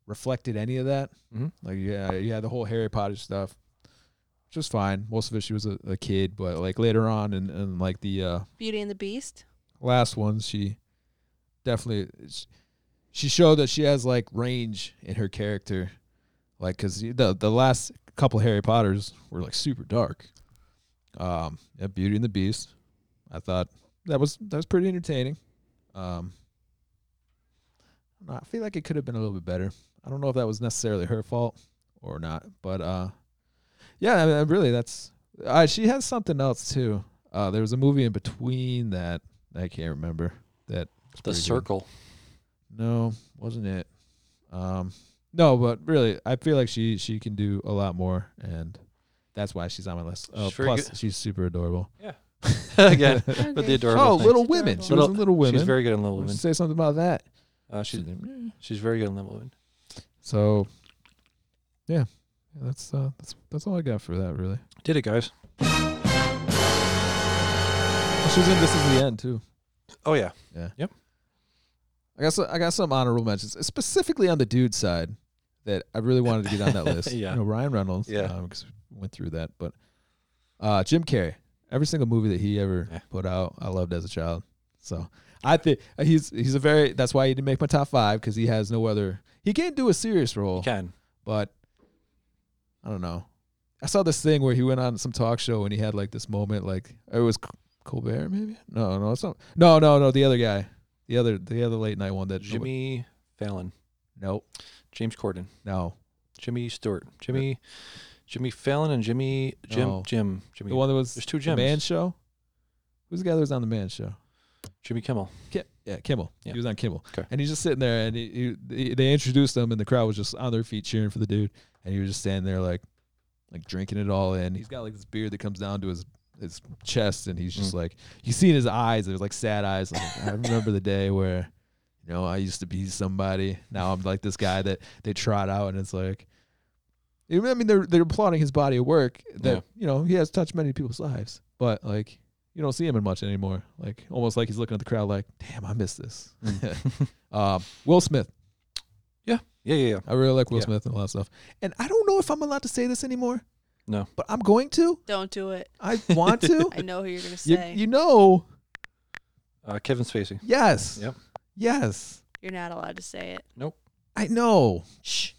S3: reflected any of that.
S1: Mhm.
S3: Like yeah, yeah, the whole Harry Potter stuff, which was fine. Most of it she was a, a kid, but like later on and and like the uh,
S2: Beauty and the Beast.
S3: last one, she definitely sh- she showed that she has like range in her character, like because the the last couple Harry Potters were like super dark. Um, yeah, Beauty and the Beast, I thought that was that was pretty entertaining. Um, I don't know, I feel like it could have been a little bit better. I don't know if that was necessarily her fault or not, but uh, yeah, I mean, really, that's uh, she has something else too. Uh, there was a movie in between that I can't remember that was
S1: The
S3: pretty good.
S1: Circle.
S3: No, wasn't it? Um, no, but really, I feel like she she can do a lot more, and that's why she's on my list. Uh,
S1: She's very
S3: plus,
S1: good.
S3: she's super adorable.
S1: Yeah. Again, with
S2: Okay.
S1: the adorable.
S3: Oh,
S1: thing.
S3: Little Women. She was in Little Women.
S1: She's very good in Little
S3: Let's
S1: Women.
S3: Say something about that.
S1: Uh, she's she's very good in Little Women.
S3: So, yeah, Yeah, that's uh, that's that's all I got for that. Really,
S1: Did it, guys?
S3: she was in This Is the End too.
S1: Oh yeah.
S3: Yeah.
S1: Yep.
S3: I I got some, I got some honorable mentions, specifically on the dude side, that I really wanted to get on that list.
S1: Yeah.
S3: you know, Ryan Reynolds.
S1: Yeah.
S3: because we went through that, but uh, Jim Carrey. Every single movie that he ever put out, I loved as a child. So I think he's he's a very. That's why he didn't make my top five because he has no other. He can't do a serious role.
S1: can.
S3: but I don't know. I saw this thing where he went on some talk show and he had like this moment, like it was C- Colbert, maybe. No, no, it's not. No, no, no. The other guy, the other, the other late night one that
S1: Jimmy Fallon.
S3: Nope.
S1: James Corden.
S3: No.
S1: Jimmy Stewart. Jimmy Jimmy Fallon and Jimmy Jim
S3: No.
S1: Jim Jimmy.
S3: The one that was
S1: There's two
S3: the
S1: Jims.
S3: Man Show. Who's the guy that was on the Man Show?
S1: Jimmy Kimmel.
S3: Ki- yeah, Kimmel.
S1: Yeah.
S3: He was on Kimmel,
S1: Okay.
S3: and he's just sitting there, and he, he, they introduced him, and the crowd was just on their feet cheering for the dude, and he was just standing there like, like drinking it all in. He's got like this beard that comes down to his his chest, and he's just
S1: Mm.
S3: like, you see in his eyes, there's like sad eyes. Like, I remember the day where, you know, I used to be somebody. Now I'm like this guy that they trot out, and it's like. I mean, they're they're applauding his body of work that
S1: Yeah.
S3: you know he has touched many people's lives, but like you don't see him in much anymore. Like almost like he's looking at the crowd, like, "Damn, I miss this." um, Will Smith,
S1: Yeah. Yeah. Yeah. yeah.
S3: I really like Will
S1: Yeah.
S3: Smith and a lot of stuff, and I don't know if I'm allowed to say this anymore,
S1: No.
S3: but I'm going to.
S2: Don't do it.
S3: I want to.
S2: I know who you're gonna
S3: you,
S2: say.
S3: you know,
S1: Uh, Kevin Spacey.
S3: yes,
S1: Yep.
S3: yes,
S2: You're not allowed to say it.
S1: Nope.
S3: I know.
S2: Shh.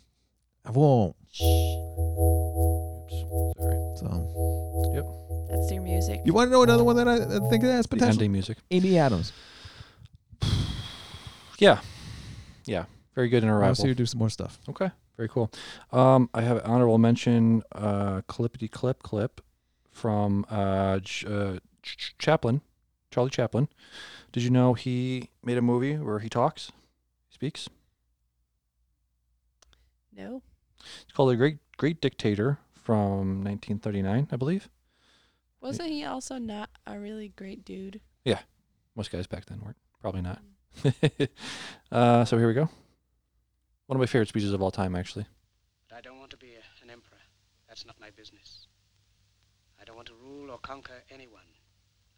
S3: I won't.
S1: Oops. Sorry.
S3: So
S1: Yep.
S2: That's your music.
S3: you want to know another one that I, I think that has
S1: The
S3: potential?
S1: ending music.
S3: Amy Adams.
S1: Yeah. Yeah. Very good in
S3: I'll see
S1: Arrival.
S3: her do some more stuff.
S1: Okay. Very cool. Um, I have honorable mention uh, Clippity Clip Clip from uh, J- uh, Ch- Ch- Chaplin, Charlie Chaplin. Did you know he made a movie where he talks, speaks?
S2: No.
S1: It's called The Great Great Dictator from 1939, I believe.
S2: Wasn't he also not a really great dude?
S1: Yeah. Most guys back then weren't. Probably not. uh, so here we go. One of my favorite speeches of all time, actually.
S5: But I don't want to be a, an emperor. That's not my business. I don't want to rule or conquer anyone.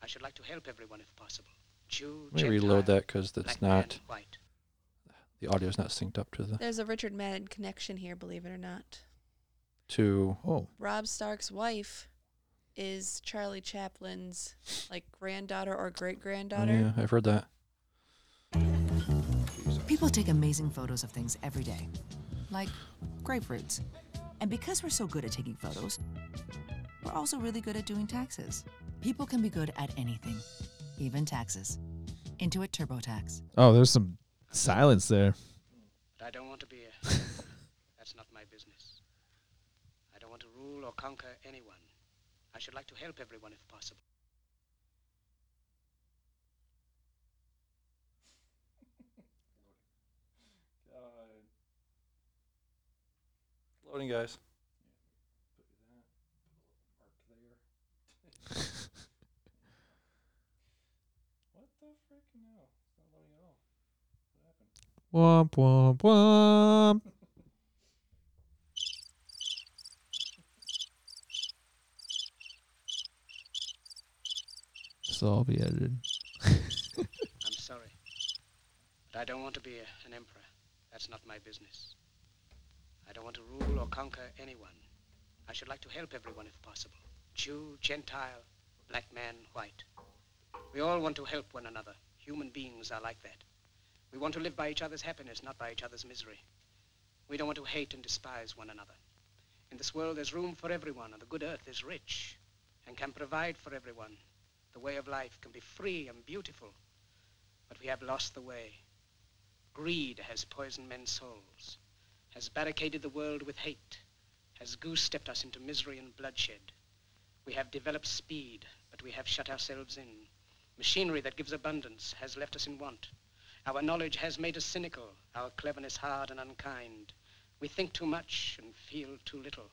S5: I should like to help everyone if possible. Jew,
S1: Let me
S5: Gentile,
S1: reload that because that's
S5: black man,
S1: not
S5: white.
S1: the audio's not synced up to the
S2: There's a Richard Madden connection here, believe it or not.
S1: to
S3: Oh,
S2: Rob Stark's wife is Charlie Chaplin's like granddaughter or great
S1: Oh,
S2: granddaughter.
S1: yeah, I've heard that.
S16: People take amazing photos of things every day, like grapefruits. And because we're so good at taking photos, we're also really good at doing taxes. People can be good at anything, even taxes. Intuit TurboTax.
S3: oh, there's some silence there.
S5: But I don't want to be a. an emperor. That's not my business. I don't want to rule or conquer anyone. I should like to help everyone if possible.
S1: Loading, guys.
S3: Womp womp womp. So I'll be edited.
S5: I'm sorry. But I don't want to be a, an emperor. That's not my business. I don't want to rule or conquer anyone. I should like to help everyone if possible. Jew, Gentile, black man, white. We all want to help one another. Human beings are like that. We want to live by each other's happiness, not by each other's misery. We don't want to hate and despise one another. In this world, there's room for everyone, and the good earth is rich and can provide for everyone. The way of life can be free and beautiful. But we have lost the way. Greed has poisoned men's souls, has barricaded the world with hate, has goose-stepped us into misery and bloodshed. We have developed speed, but we have shut ourselves in. Machinery that gives abundance has left us in want. Our knowledge has made us cynical, our cleverness hard and unkind. We think too much and feel too little.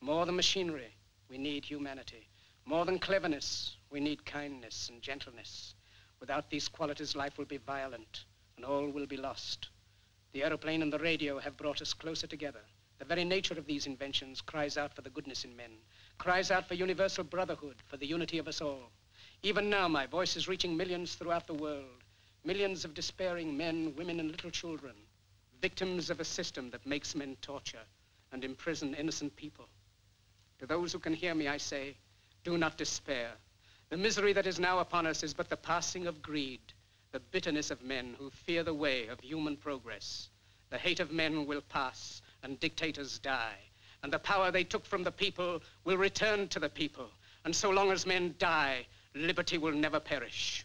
S5: More than machinery, we need humanity. More than cleverness, we need kindness and gentleness. Without these qualities, life will be violent, and all will be lost. The aeroplane and the radio have brought us closer together. The very nature of these inventions cries out for the goodness in men, cries out for universal brotherhood, for the unity of us all. Even now, my voice is reaching millions throughout the world. Millions of despairing men, women, and little children, victims of a system that makes men torture and imprison innocent people. To those who can hear me, I say, do not despair. The misery that is now upon us is but the passing of greed, the bitterness of men who fear the way of human progress. The hate of men will pass, and dictators die, and the power they took from the people will return to the people. And so long as men die, liberty will never perish.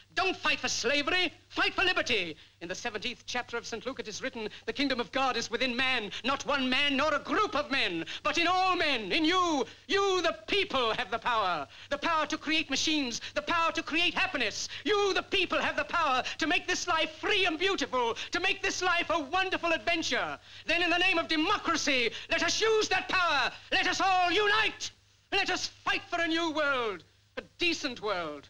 S5: don't fight for slavery. Fight for liberty. In the 17th chapter of St. Luke it is written, the kingdom of God is within man, not one man nor a group of men, but in all men, in you. You, the people, have the power. The power to create machines, the power to create happiness. You, the people, have the power to make this life free and beautiful, to make this life a wonderful adventure. Then in the name of democracy, let us use that power. Let us all unite. Let us fight for a new world, a decent world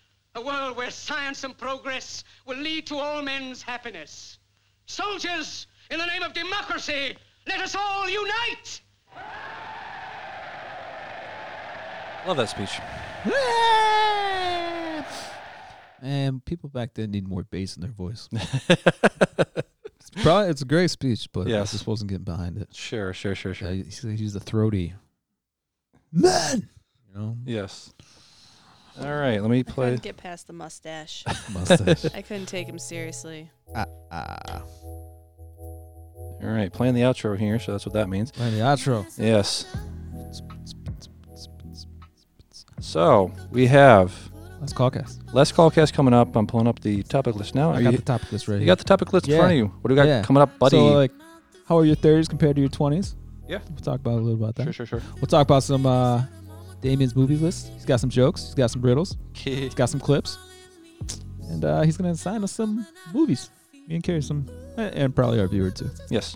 S5: a world where science and progress will lead to all men's happiness. Soldiers, in the name of democracy, let us all unite!
S1: Love that speech.
S3: And people back then need more bass in their voice. it's, probably, it's a great speech, but
S1: Yes.
S3: I just wasn't getting behind it.
S1: Sure, sure, sure, sure.
S3: Uh, he's, he's the throaty man. You know,
S1: Yes. All right, let me
S2: I
S1: play.
S2: couldn't get past the mustache.
S3: Mustache.
S2: I couldn't take him seriously.
S3: ah, ah.
S1: All right, playing the outro here, so that's what that means.
S3: Playing the outro.
S1: Yes. So we have
S3: Let's caucus.
S1: Les Callcast coming up. I'm pulling up the topic list now.
S3: I
S1: Are
S3: got
S1: you-
S3: the topic list right
S1: You
S3: here.
S1: got the topic list in front of you. What do we got
S3: Yeah.
S1: coming up, buddy?
S3: So, like, how are your 30s compared to your 20s?
S1: Yeah.
S3: We'll talk about a little about that.
S1: Sure, sure, sure.
S3: We'll talk about some uh, Damien's movie list. He's got some jokes. He's got some riddles. he's got some clips. And uh, he's going to assign us some movies. Me and Carrie some, eh, and probably our viewer too.
S1: yes.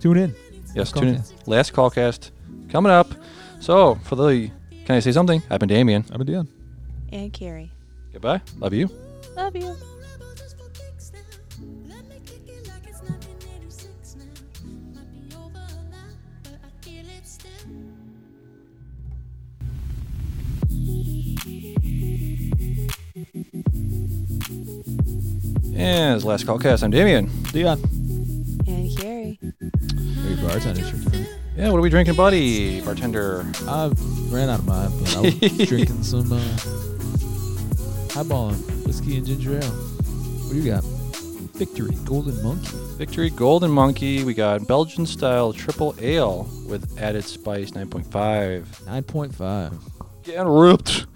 S3: Tune in.
S1: Yes,
S3: Call
S1: tune in. Last Callcast coming up. So for the, can I say something? I've been Damien.
S3: I've been Dion.
S2: And Carrie.
S1: Goodbye. Love you.
S2: Love you.
S1: And it's Last Callcast. I'm Damien.
S3: Dion.
S2: And Carrie.
S3: Hey, bartender's your friend.
S1: Yeah, what are we drinking, buddy? Bartender.
S3: I ran out of mine, but I was drinking some uh, highball and whiskey and ginger ale. What do you got? Victory Golden Monkey.
S1: Victory Golden Monkey. We got Belgian style triple ale with added spice 9.5.
S3: 9.5.
S1: Get ripped.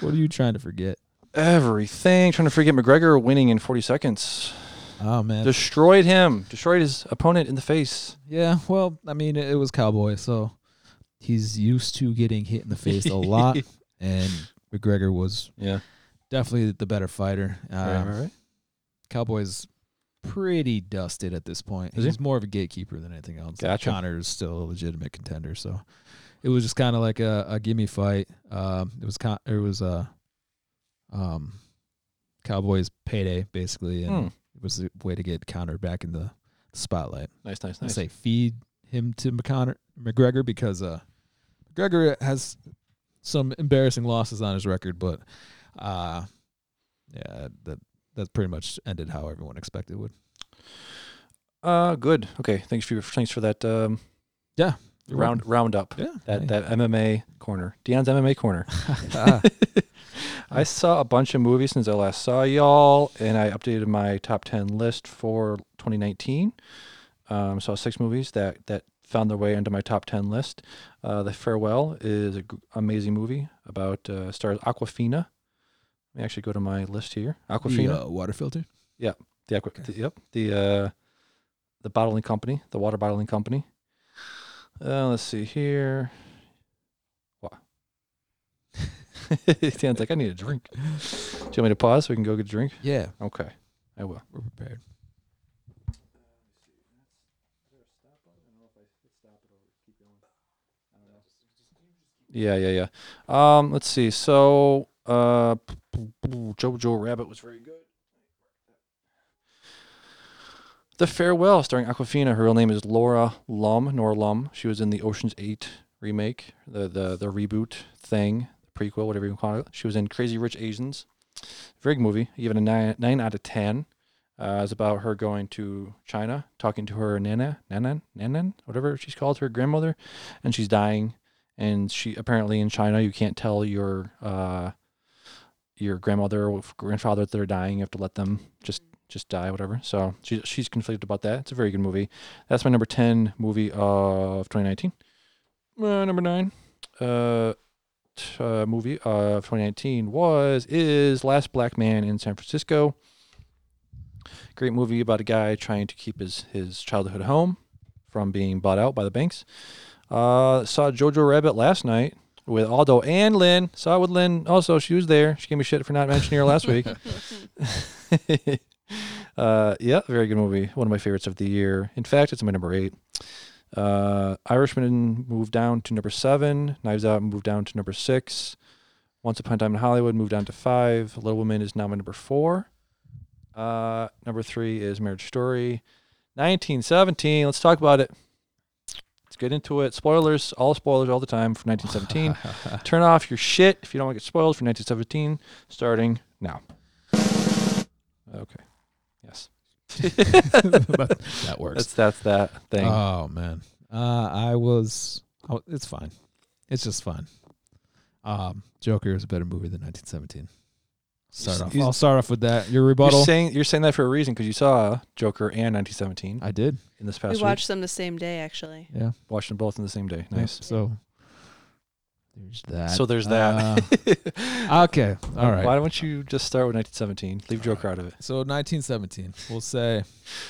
S3: What are you trying to forget?
S1: Everything. Trying to forget McGregor winning in 40 seconds.
S3: Oh, man.
S1: Destroyed him. Destroyed his opponent in the face.
S3: Yeah, well, I mean, it, it was Cowboy, so he's used to getting hit in the face a lot, and McGregor was
S1: Yeah.
S3: definitely the better fighter. Um,
S1: right, right.
S3: Cowboy's pretty dusted at this point.
S1: Is he?
S3: he's more of a gatekeeper than anything else.
S1: Gotcha.
S3: Connor is still a legitimate contender, so it was just kind of like a, a gimme fight. Um, it was con- it was uh, um, Cowboy's payday basically, and
S1: Hmm.
S3: it was a way to get Connor back in the spotlight.
S1: Nice, nice,
S3: I
S1: nice.
S3: say feed him to McConnor, McGregor because uh, McGregor has some embarrassing losses on his record, but uh, yeah, that that pretty much ended how everyone expected it would.
S1: Uh, good. Okay. Thanks for your, thanks for that. Um,
S3: Yeah, you're
S1: round roundup.
S3: Yeah,
S1: That
S3: hey.
S1: that MMA corner. Dion's MMA corner. I saw a bunch of movies since I last saw y'all, and I updated my top ten list for 2019. Um, saw six movies that that found their way into my top ten list. Uh, the Farewell is an amazing movie about uh, stars Aquafina. Let me actually go to my list here. Aquafina
S3: The, uh, water filter.
S1: yeah, the aqua. The, yep, the uh, the bottling company, the water bottling company. Uh, let's see here. Wow. Dan's like, I need a drink. Do you want me to pause so we can go get a drink?
S3: Yeah.
S1: Okay, I will.
S3: We're prepared.
S1: Yeah, yeah, yeah. Um, let's see. So, uh, Jojo Rabbit was very good. The Farewell, starring Aquafina. Her real name is Laura Lum, Nora Lum. She was in the Ocean's Eight remake, the the the reboot thing, prequel, whatever you call it. She was in Crazy Rich Asians. Very good movie. Even a nine nine out of ten. Uh, it's about her going to China, talking to her nana, nanan, nanan, whatever she's called, her grandmother, and she's dying. And she apparently in China, you can't tell your uh, your grandmother or grandfather that they're dying. You have to let them just just die, whatever. So she, she's conflicted about that. It's a very good movie. That's my number ten movie of 2019. My number nine uh, t- uh, movie of 2019 was is Last Black Man in San Francisco. Great movie about a guy trying to keep his his childhood home from being bought out by the banks. Uh, saw Jojo Rabbit last night with Aldo and Lynn. Saw it with Lynn also. She was there. She gave me shit for not mentioning her last week. uh, yeah, very good movie. One of my favorites of the year. In fact, it's my number eight. Uh, Irishman moved down to number seven. Knives Out moved down to number six. Once Upon a Time in Hollywood moved down to five. Little Women is now my number four. Uh, number three is Marriage Story. 1917. Let's talk about it. Let's get into it. Spoilers, all spoilers, all the time for 1917. Turn off your shit if you don't want to get spoiled for 1917, starting now. Okay. Yes.
S3: That works.
S1: That's that's that thing.
S3: Oh man, uh, I was. I wa- it's fine. It's just fine. Um, Joker is a better movie than 1917. Start
S1: s-
S3: off.
S1: you s-
S3: I'll start off with that. Your
S1: you're
S3: rebuttal.
S1: saying you're saying that for a reason because you saw Joker and 1917
S3: I did.
S1: in this
S2: We
S1: past
S2: watched them the same day, actually.
S3: Yeah.
S1: week. Watched them both in the same day.
S3: yeah,
S1: Nice.
S3: So there's that.
S1: So there's that.
S3: Uh, okay. All right.
S1: Why don't you just start with 1917? Leave Joker out of it.
S3: So 1917. We'll say.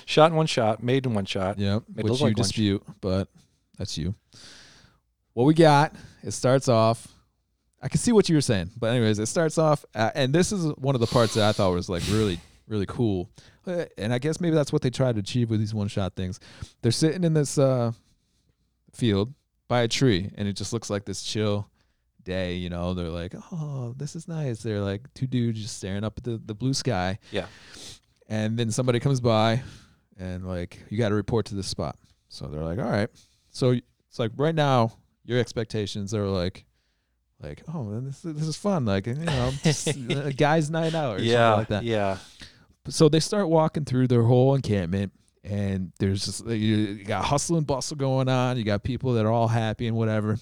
S1: Shot in one shot, made in one shot.
S3: Yeah,
S1: Made
S3: which
S1: those
S3: you
S1: like one shot.
S3: dispute, but that's you. What we got, it starts off. I can see what you were saying, but anyways, it starts off, uh, and this is one of the parts that I thought was like really, really cool. Uh, And I guess maybe that's what they try to achieve with these one-shot things. They're sitting in this uh, field by a tree, and it just looks like this chill day. You know, they're like, "Oh, this is nice." They're like two dudes just staring up at the, the blue sky,
S1: Yeah.
S3: and then somebody comes by and like you got to report to this spot so they're like all right so y- it's like right now your expectations are like like oh man, this, this is fun like you know just a guy's night out or
S1: Yeah.
S3: something like that
S1: Yeah.
S3: so they start walking through their whole encampment and there's just you, you got hustle and bustle going on you got people that are all happy and whatever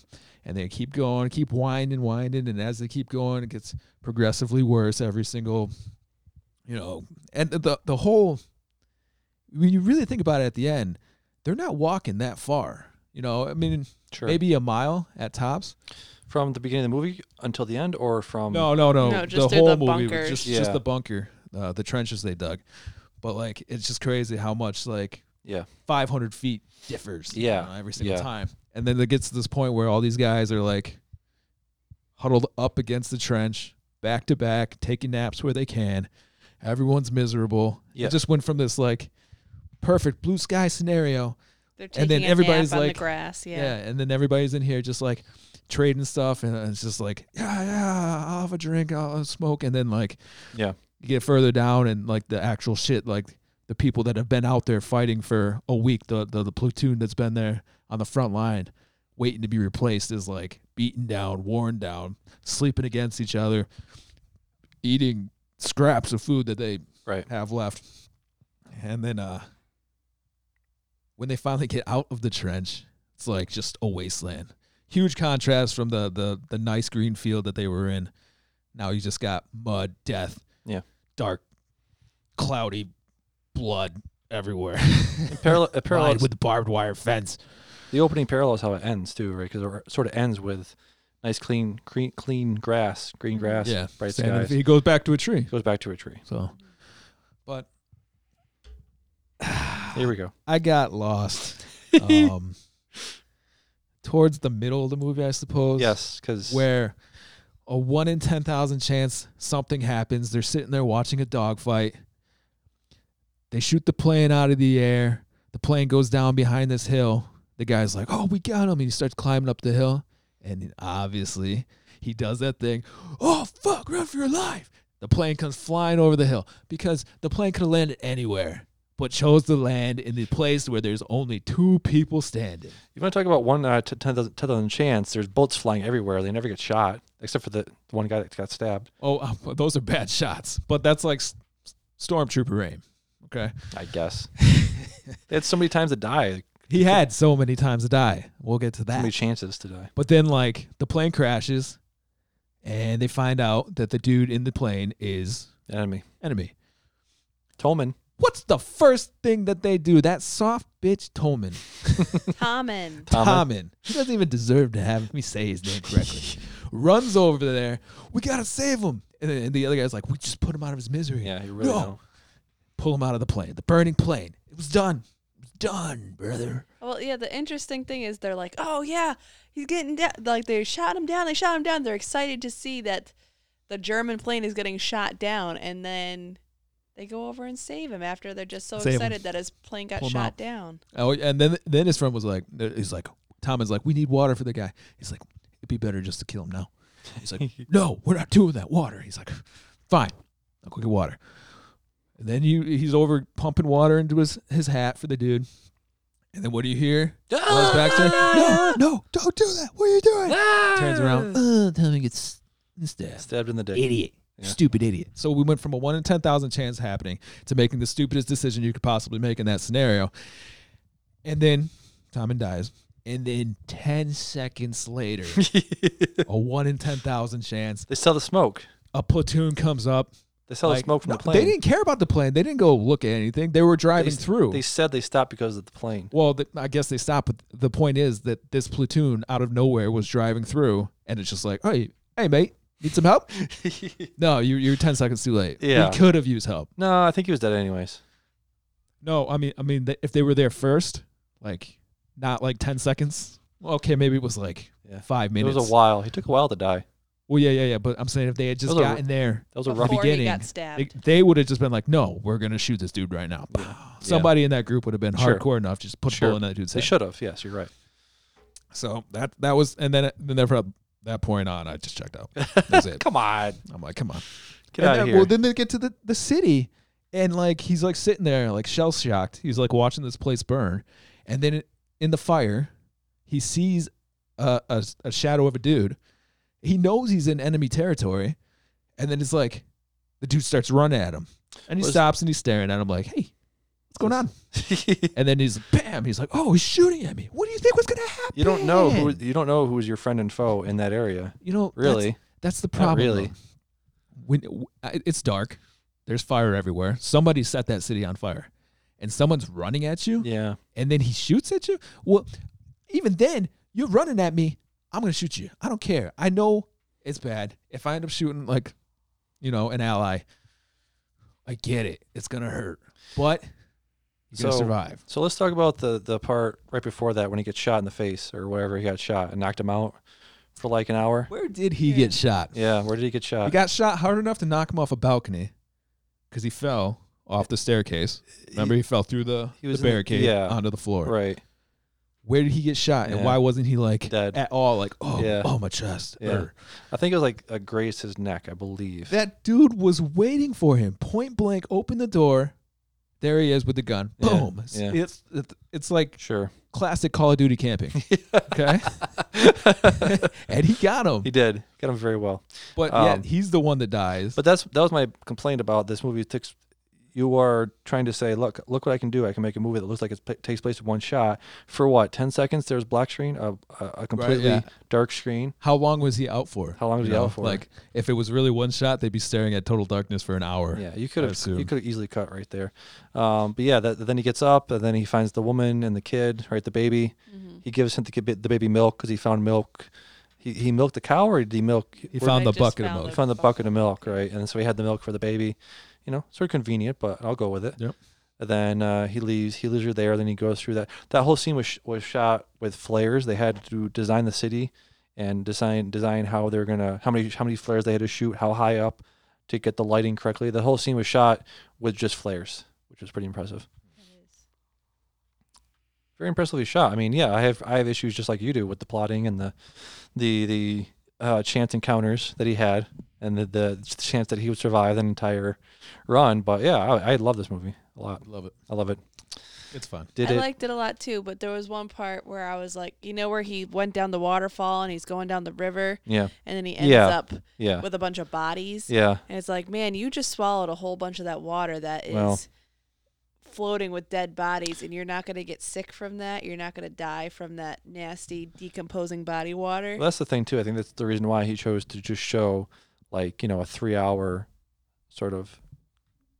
S3: and they keep going keep winding winding and as they keep going it gets progressively worse every single you know and the the whole when you really think about it at the end they're not walking that far you know i mean
S1: Sure.
S3: maybe a mile at tops
S1: From the beginning of the movie until the end, or from
S3: no, no, no.
S2: No, just
S3: the
S2: through
S3: whole
S2: the
S3: movie was
S2: bunkers.
S3: just
S1: Um, Yeah.
S3: just the bunker, uh, the trenches they dug. But like, it's just crazy how much like
S1: Yeah.
S3: 500 feet differs. you
S1: Yeah,
S3: know, every single
S1: yeah.
S3: time. And then it gets to this point where all these guys are like huddled up against the trench, back to back, taking naps where they can. Everyone's miserable.
S1: Yeah.
S3: It just went from this like perfect blue sky scenario
S2: They're taking
S3: and then
S2: a
S3: everybody's
S2: nap
S3: like
S2: on the grass. Yeah.
S3: and then everybody's in here just like trading stuff and it's just like yeah yeah i'll have a drink i'll smoke and then like
S1: Yeah.
S3: you get further down and like the actual shit like the people that have been out there fighting for a week the the, the platoon that's been there on the front line waiting to be replaced is like beaten down worn down sleeping against each other eating scraps of food that they
S1: Right.
S3: have left and then uh when they finally get out of the trench it's like just a wasteland huge contrast from the the the nice green field that they were in Now you just got mud, death,
S1: Yeah.
S3: dark, cloudy, blood everywhere.
S1: Parallel, it
S3: Lined
S1: parallels
S3: with barbed wire fence.
S1: The opening parallels how it ends too, right? Because it sort of ends with nice, clean, clean, clean grass, green grass,
S3: Yeah,
S1: bright
S3: sand and
S1: skies.
S3: He goes back to a tree.
S1: Goes back to a tree.
S3: So But
S1: here we go.
S3: I got lost. um, towards the middle of the movie, I suppose.
S1: Yes, 'cause-
S3: where a one in ten thousand chance something happens. They're sitting there watching a dogfight. They shoot the plane out of the air. The plane goes down behind this hill. The guy's like, "Oh, we got him!" And he starts climbing up the hill. And obviously, he does that thing. Oh fuck! Run for your life! The plane comes flying over the hill because the plane could have landed anywhere, but chose to land in the place where there's only two people standing.
S1: You want to talk about one uh, t- 10,000 10,000 chance? There's bullets flying everywhere. They never get shot, except for the the one guy that got stabbed.
S3: Oh, uh, those are bad shots, but that's like s- stormtrooper aim. Okay.
S1: I guess. they had so many times to die.
S3: He had so many times to die. We'll get to
S1: So
S3: that.
S1: many chances to die.
S3: But then, like, the plane crashes, and they find out that the dude in the plane is
S1: enemy.
S3: Enemy.
S1: Tolman.
S3: What's the first thing that they do? That soft bitch Tolman.
S2: Tommen.
S3: Tommen. He doesn't even deserve to have me say his name correctly. Runs over there. We gotta save him. And, then, and the other guy's like, "We just put him out of his misery."
S1: Yeah, you really
S3: No.
S1: don't.
S3: Pull him out of the plane. The burning plane. It was done. It was done, brother.
S2: Well, yeah. The interesting thing is they're like, oh yeah, he's getting down. Like they shot him down. They shot him down. They're excited to see that the German plane is getting shot down, and then they go over and save him after they're just so
S3: Save him.
S2: excited that his plane got
S3: Pull him
S2: shot
S3: out.
S2: down.
S3: Oh, and then then his friend was like, "He's like, Tom is like, we need water for the guy." He's like, "It'd be better just to kill him now." He's like, "No, we're not doing that. Water." He's like, "Fine, I'll go get water." And then you he's over pumping water into his his hat for the dude. And then what do you hear? Les Baxter, no, no, don't do that. What are you doing? Turns around. Uh, Tommy gets stabbed.
S1: Stabbed in the dick.
S3: Idiot.
S1: Yeah.
S3: Stupid idiot. So we went from a one in 10,000 chance happening to making the stupidest decision you could possibly make in that scenario. And then Tommen dies. And then 10 seconds later, a one in 10,000 chance,
S1: They sell the smoke.
S3: a platoon comes up.
S1: They sell the smoke from the
S3: They
S1: plane.
S3: didn't care about the plane. They didn't go look at anything. They were driving
S1: They s-
S3: through.
S1: They said they stopped because of the plane.
S3: Well, th I guess they stopped. But the point is that this platoon out of nowhere was driving through, and it's just like, hey, hey, mate, need some help? no, you, you're ten seconds too late.
S1: Yeah.
S3: we could have used help.
S1: No, I think he was dead anyways.
S3: No, I mean, I mean, th- if they were there first, like not like ten seconds. Okay, maybe it was like five minutes.
S1: It was a while. He took a while to die.
S3: Well, yeah, yeah, yeah. But I'm saying if they had just
S1: was a-
S3: gotten there,
S1: that was a
S3: at the
S1: rough- Before he
S3: beginning.
S1: got
S3: They,
S2: stabbed.
S3: they would have just been like, "No, we're gonna shoot this dude right now." Somebody in that group would have been
S1: Sure.
S3: hardcore enough, just put a bullet in that dude's
S1: They
S3: head.
S1: should have. Yes, you're right.
S3: So that that was, and then then from that point on, I just checked out. That's it.
S1: come on.
S3: I'm like, come on.
S1: Get
S3: And
S1: out of
S3: then-
S1: here.
S3: Well, then they get to the the city, and like he's like sitting there, like shell shocked. He's like watching this place burn, and then in the fire, he sees a, a a shadow of a dude. He knows he's in enemy territory, and then it's like the dude starts running at him, and he
S1: Was-
S3: stops and he's staring at him like, hey. What's going on? and then he's bam. He's like, "Oh, he's shooting at me. What do you think was gonna happen?"
S1: You don't know who you don't know who is your friend and foe in that area.
S3: You know, that's-
S1: really,
S3: that's the
S1: Not
S3: problem,
S1: really,
S3: though. when w- I- it's dark, there's fire everywhere. Somebody set that city on fire, and someone's running at you.
S1: Yeah.
S3: And then he shoots at you. Well, even then, you're running at me. I'm gonna shoot you. I don't care. I know it's bad. If I end up shooting like, you know, an ally, I get it. It's gonna hurt, but you're gonna survive.
S1: So let's talk about the the part right before that when he gets shot in the face or wherever he got shot and knocked him out for like an hour.
S3: Where did he get shot?
S1: Yeah, where did he get shot?
S3: He got shot hard enough to knock him off a balcony because he fell off the staircase. Remember, he fell through the,
S1: he was
S3: the
S1: in the-
S3: barricade
S1: yeah.
S3: onto the floor.
S1: Right.
S3: Where did he get shot, and
S1: Yeah.
S3: why wasn't he like
S1: Dead.
S3: at all? Like, oh,
S1: yeah.
S3: oh, my chest.
S1: Yeah.
S3: Err.
S1: I think it was like a grace his neck, I believe.
S3: That dude was waiting for him, point blank. Open the door. There he is with the gun.
S1: Yeah.
S3: Boom. It's,
S1: Yeah.
S3: it's it's- it's like
S1: sure
S3: classic Call of Duty camping. okay, and he got him.
S1: He um, did. Got him very well.
S3: But
S1: yeah,
S3: yet he's the one that dies.
S1: But that's that was my complaint about this movie. It takes you are trying to say, look, look what I can do. I can make a movie that looks like it pla takes place in one shot. For what? Ten seconds? There's black screen, a, a, a completely
S3: yeah.
S1: dark screen.
S3: How long was he out for?
S1: How long was
S3: You
S1: he out
S3: know,
S1: for?
S3: Like, if it was really one shot, they'd be staring at total darkness for an hour.
S1: Yeah, you could
S3: I
S1: have you
S3: assume.
S1: could have easily cut right there. Um, but yeah, that, then he gets up, and then he finds the woman and the kid, right? The baby. He gives him the, kid- the baby milk because he found milk. He, he milked the cow, or did he milk?
S3: He found the I just bucket of found milk.
S1: He found the bucket of milk, right? And so he had the milk for the baby. You know, sort of convenient, but I'll go with it.
S3: Yep.
S1: And then uh, he leaves. He leaves her there. Then he goes through that. That whole scene was sh- was shot with flares. They had to design the city and design design how they're gonna how many how many flares they had to shoot, how high up to get the lighting correctly. The whole scene was shot with just flares, which was pretty impressive. Very impressively shot. I mean, yeah, I have I have issues just like you do with the plotting and the the the uh, chance encounters that he had and the, the chance that he would survive an entire run. But yeah, I, I love this movie a lot.
S3: Love it.
S1: I love it.
S3: It's fun.
S1: Did
S2: I
S1: it?
S2: liked it a lot too, but there was one part where I was like, you know, where he went down the waterfall and he's going down the river.
S1: Yeah.
S2: And then he ends
S1: Yeah.
S2: up
S1: Yeah.
S2: with a bunch of bodies.
S1: Yeah.
S2: And it's like, man, you just swallowed a whole bunch of that water that is
S1: Well.
S2: floating with dead bodies, and you're not going to get sick from that. You're not going to die from that nasty decomposing body water.
S1: Well, that's the thing too. I think that's the reason why he chose to just show, like you know, a three-hour sort of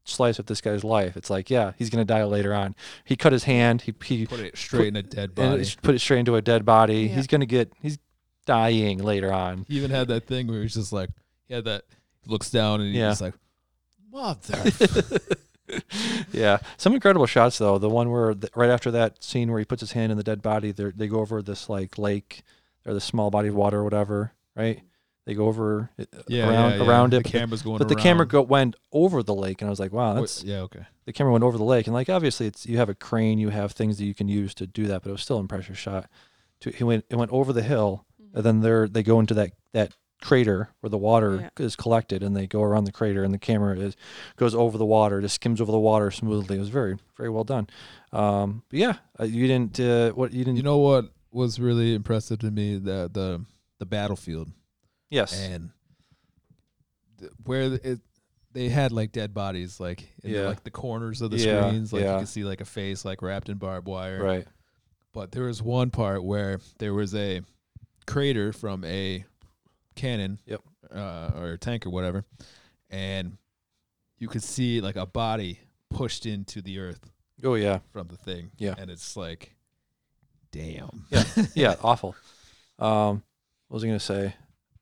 S1: slice of this guy's life. It's like, yeah, he's gonna die later on. He cut his hand. He he
S3: Put it straight in a dead
S1: and
S3: body.
S1: it's- Put it straight into a dead body.
S3: Yeah.
S1: He's gonna get. He's dying later on.
S3: He even had that thing where he's just like, he had that, looks down and he's
S1: Yeah.
S3: just like, mother.
S1: yeah, some incredible shots though. The one where th- right after that scene where he puts his hand in the dead body, they they go over this like lake or the small body of water or whatever, right? They go over it,
S3: Yeah,
S1: around
S3: yeah, yeah.
S1: around
S3: The
S1: it. but
S3: camera's going
S1: but the camera
S3: around.
S1: go, went over the lake, and I was like, wow,
S3: Wait,
S1: that's
S3: yeah, okay.
S1: The camera went over the lake, and like obviously, it's you have a crane, you have things that you can use to do that, but it was still an impressive shot. To he went it went over the hill, and then they're they go into that that crater where the water is collected, and they go around the crater, and the camera is goes over the water, just skims over the water smoothly. It was very very well done. Um, but yeah, uh, you didn't uh, what you didn't
S3: You know what was really impressive to me the the the battlefield.
S1: Yes.
S3: and th- where th- it they had like dead bodies like in the,
S1: Yeah.
S3: like the corners of the
S1: Yeah,
S3: screens, like
S1: yeah.
S3: you could see like a face like wrapped in barbed wire.
S1: Right.
S3: But there was one part where there was a crater from a cannon,
S1: yep,
S3: uh, or tank or whatever, and you could see like a body pushed into the earth.
S1: Oh, yeah.
S3: from the thing.
S1: Yeah.
S3: and it's like, damn.
S1: Yeah, yeah, awful. Um, what was I gonna say?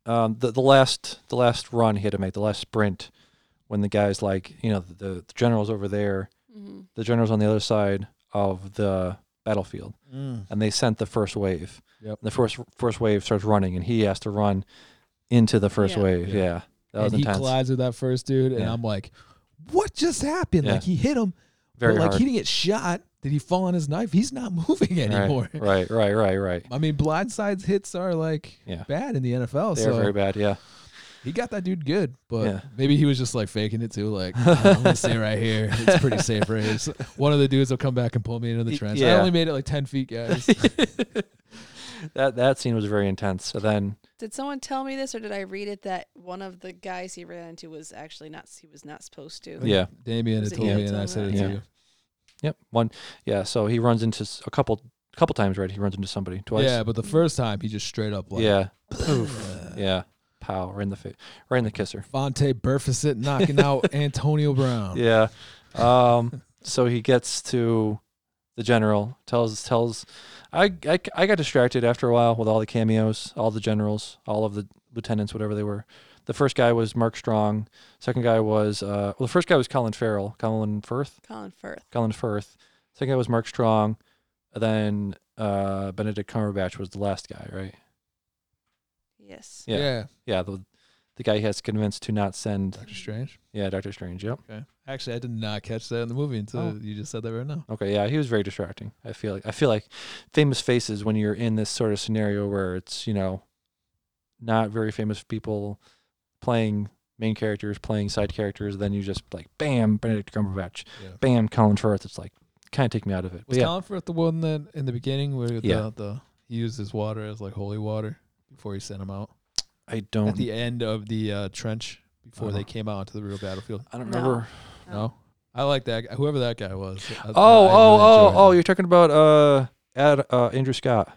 S1: Um, the the last the last run he had to make, the last sprint, when the guys like you know the, the general's over there, the general's on the other side of the battlefield,
S3: Mm.
S1: and they sent the first wave.
S3: Yep.
S1: The first first wave starts running, and he has to run into the first
S3: Yeah.
S1: wave. Yeah, that was
S3: and
S1: intense.
S3: he collides with that first dude, and
S1: Yeah.
S3: I'm like, what just happened?
S1: Yeah.
S3: Like he hit him,
S1: Very
S3: but like
S1: hard.
S3: he didn't get shot. Did he fall on his knife? He's not moving
S1: Right,
S3: anymore.
S1: Right, right, right, right.
S3: I mean, blindsides hits are like
S1: Yeah.
S3: bad in the NFL.
S1: They're
S3: so
S1: very bad. Yeah.
S3: He got that dude good, but
S1: Yeah.
S3: maybe he was just like faking it too. Like I'm gonna stay right here. It's pretty safe right here. So one of the dudes will come back and pull me into the trench. I
S1: yeah.
S3: only made it like ten feet, guys.
S1: That that scene was very intense. So then
S2: Did someone tell me this, or did I read it that one of the guys he ran into was actually not he was not supposed to?
S1: Yeah.
S3: Damien
S2: Was
S3: had
S2: it
S3: told
S2: you
S3: me,
S2: that
S3: and I
S2: told
S3: said
S2: me
S3: it
S2: that?
S3: to you.
S1: Yep. One. Yeah. So he runs into s- a couple, couple times, right? He runs into somebody twice.
S3: Yeah, but the first time he just straight up like
S1: yeah. Poof. yeah. Pow. Right in the face. Right in the kisser.
S3: Fonte Burfisit knocking out Antonio Brown.
S1: Yeah. Um. so he gets to the general. Tells tells. I, I I got distracted after a while with all the cameos, all the generals, all of the lieutenants, whatever they were. The first guy was Mark Strong. Second guy was uh. Well, the first guy was Colin Farrell. Colin Firth.
S2: Colin Firth.
S1: Colin Firth. Second guy was Mark Strong. Then uh, Benedict Cumberbatch was the last guy, right?
S2: Yes.
S1: Yeah.
S3: Yeah.
S1: Yeah, the, the guy he has convinced to not send.
S3: Doctor Strange?
S1: Yeah, Doctor Strange. Yep.
S3: Okay. Actually, I did not catch that in the movie until
S1: Oh.
S3: you just said that right now.
S1: Okay. Yeah, he was very distracting. I feel like I feel like famous faces when you're in this sort of scenario where it's you know not very famous people playing main characters, playing side characters, then you just like bam Benedict Cumberbatch,
S3: Yeah.
S1: bam Colin Firth. It's like kind of take me out of it. But
S3: Was
S1: yeah.
S3: Colin Firth the one that in the beginning where
S1: Yeah.
S3: the, the he used his water as like holy water before he sent him out?
S1: I don't.
S3: At the end of the uh, trench before
S1: Oh.
S3: they came out onto the real battlefield.
S1: I don't remember.
S3: No. I I like that. guy- Whoever that guy was. I- I-
S1: Oh,
S3: I
S1: oh,
S3: really
S1: oh,
S3: enjoyed
S1: oh!
S3: him.
S1: You're talking about uh, Ad, uh, Andrew Scott.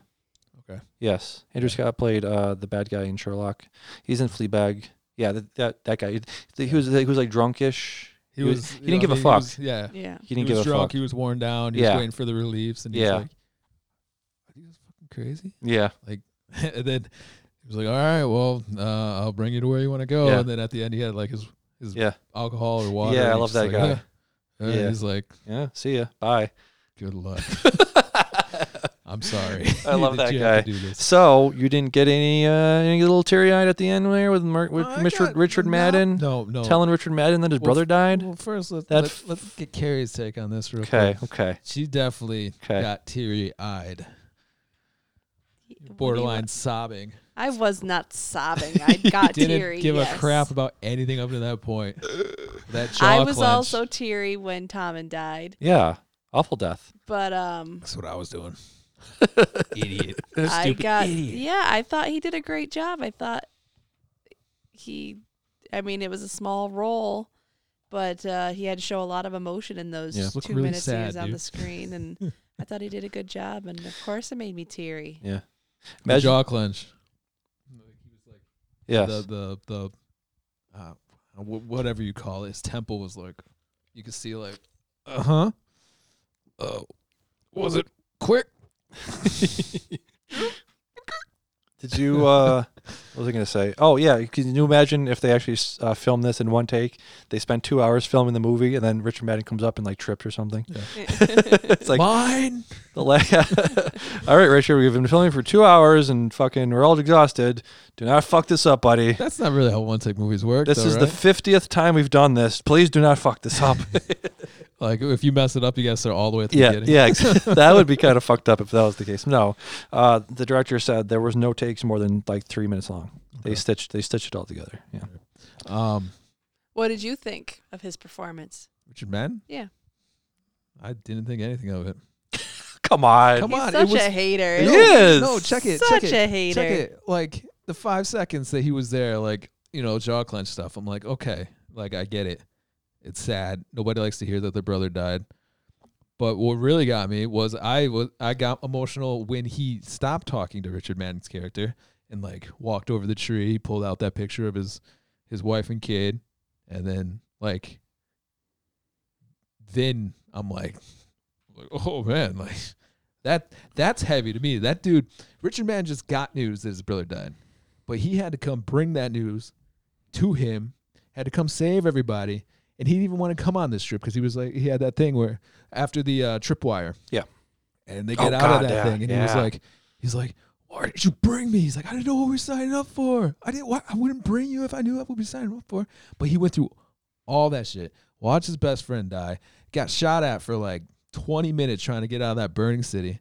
S3: Okay.
S1: Yes, Andrew Scott played uh the bad guy in Sherlock. He's in Fleabag. Yeah, that that, that guy. He was he was like drunkish.
S3: He was.
S1: he
S3: you
S1: didn't
S3: know,
S1: give a
S3: he
S1: fuck.
S3: was- yeah.
S1: He didn't
S3: was
S1: give a
S3: drunk,
S1: fuck.
S3: He was worn down. He
S1: Yeah.
S3: was waiting for the reliefs, and
S1: Yeah.
S3: he's like, "Are these fucking crazy?"
S1: Yeah.
S3: Like, and then he was like, "All right, well, uh, I'll bring you to where you want to go."
S1: Yeah.
S3: And then at the end, he had like his his
S1: Yeah.
S3: alcohol or water.
S1: Yeah, I
S3: and
S1: love
S3: he's
S1: that
S3: just
S1: guy.
S3: like, "Yeah." And
S1: Yeah.
S3: He's like,
S1: Yeah. See ya. Bye.
S3: "Good luck." I'm sorry.
S1: I love
S3: Did
S1: that
S3: you have
S1: guy.
S3: to do this?
S1: So you didn't get any uh, any little teary eyed at the end there with Mer- with
S3: I
S1: Mr.
S3: got-
S1: Richard
S3: no,
S1: Madden.
S3: no, no.
S1: Telling Richard Madden that his
S3: Well,
S1: brother
S3: f-
S1: died.
S3: Well, first let,
S1: That
S3: let, us get Carrie's take on this real
S1: Okay,
S3: quick.
S1: okay.
S3: She definitely
S1: 'Kay.
S3: got teary eyed,
S2: you
S3: borderline sobbing.
S2: I was not sobbing. I got
S3: Didn't
S2: teary.
S3: give
S2: yes.
S3: a crap about anything up to that point. That jaw
S2: I was
S3: clench.
S2: also teary when Tom and died,
S1: Yeah. Awful death.
S2: but um,
S3: That's what I was doing. Idiot.
S2: I
S3: Stupid
S2: got
S3: idiot.
S2: yeah. I thought he did a great job. I thought he, I mean, it was a small role, but uh, he had to show a lot of emotion in those
S1: Yeah.
S3: Looked
S2: two
S3: really
S2: minutes he was
S3: sad,
S2: on the
S3: dude.
S2: screen, and I thought he did a good job. And of course, it made me teary.
S1: Yeah.
S3: The
S1: Imagine-
S3: jaw clench.
S1: Yes.
S3: The the the uh, wh- whatever you call it, his temple was like you could see like uh huh. Oh, was it quick?
S1: Did you? Uh, what was I going to say? Oh yeah, can you imagine if they actually s- uh, filmed this in one take? They spent two hours filming the movie, and then Richard Madden comes up and like trips or something. it's like
S3: Mine!
S1: The la- all right, Richard, we've been filming for two hours, and fucking, we're all exhausted. Do not fuck this up, buddy.
S3: That's not really how one take movies work.
S1: This
S3: though,
S1: is the
S3: right?
S1: fiftieth time we've done this. Please do not fuck this up.
S3: like if you mess it up, you gotta start all the way at the
S1: yeah,
S3: beginning.
S1: yeah, ex- that would be kind of fucked up if that was the case. No, uh, the director said there was no takes more than like three minutes long. They stitched, they stitched it all together. Yeah.
S3: um,
S2: What did you think of his performance?
S3: Richard Madden.
S2: Yeah.
S3: I didn't think anything of it.
S1: Come on.
S3: Come
S2: He's
S3: on,
S2: such
S3: it was,
S2: a hater.
S1: He is.
S3: No, check it.
S2: Such
S3: check it,
S2: a hater.
S3: Check it. Like the five seconds that he was there, like you know, jaw clench stuff. I'm like, okay, like I get it. It's sad. Nobody likes to hear that their brother died. But what really got me was I was I got emotional when he stopped talking to Richard Madden's character and like walked over the tree, pulled out that picture of his his wife and kid, and then like then I'm like, like, oh man, like that that's heavy to me. That dude, Richard Mann just got news that his brother died, but he had to come bring that news to him, had to come save everybody, and he didn't even want to come on this trip because he was like he had that thing where after the uh, tripwire,
S1: Yeah.
S3: and they
S1: Oh,
S3: get out
S1: God,
S3: of that
S1: yeah,
S3: thing, and he was
S1: yeah.
S3: like, he's like. Why did you bring me? He's like, I didn't know what we signed up for. I didn't. Why, I wouldn't bring you if I knew what we signed up for. But he went through all that shit. Watched his best friend die. Got shot at for like 20 minutes trying to get out of that burning city.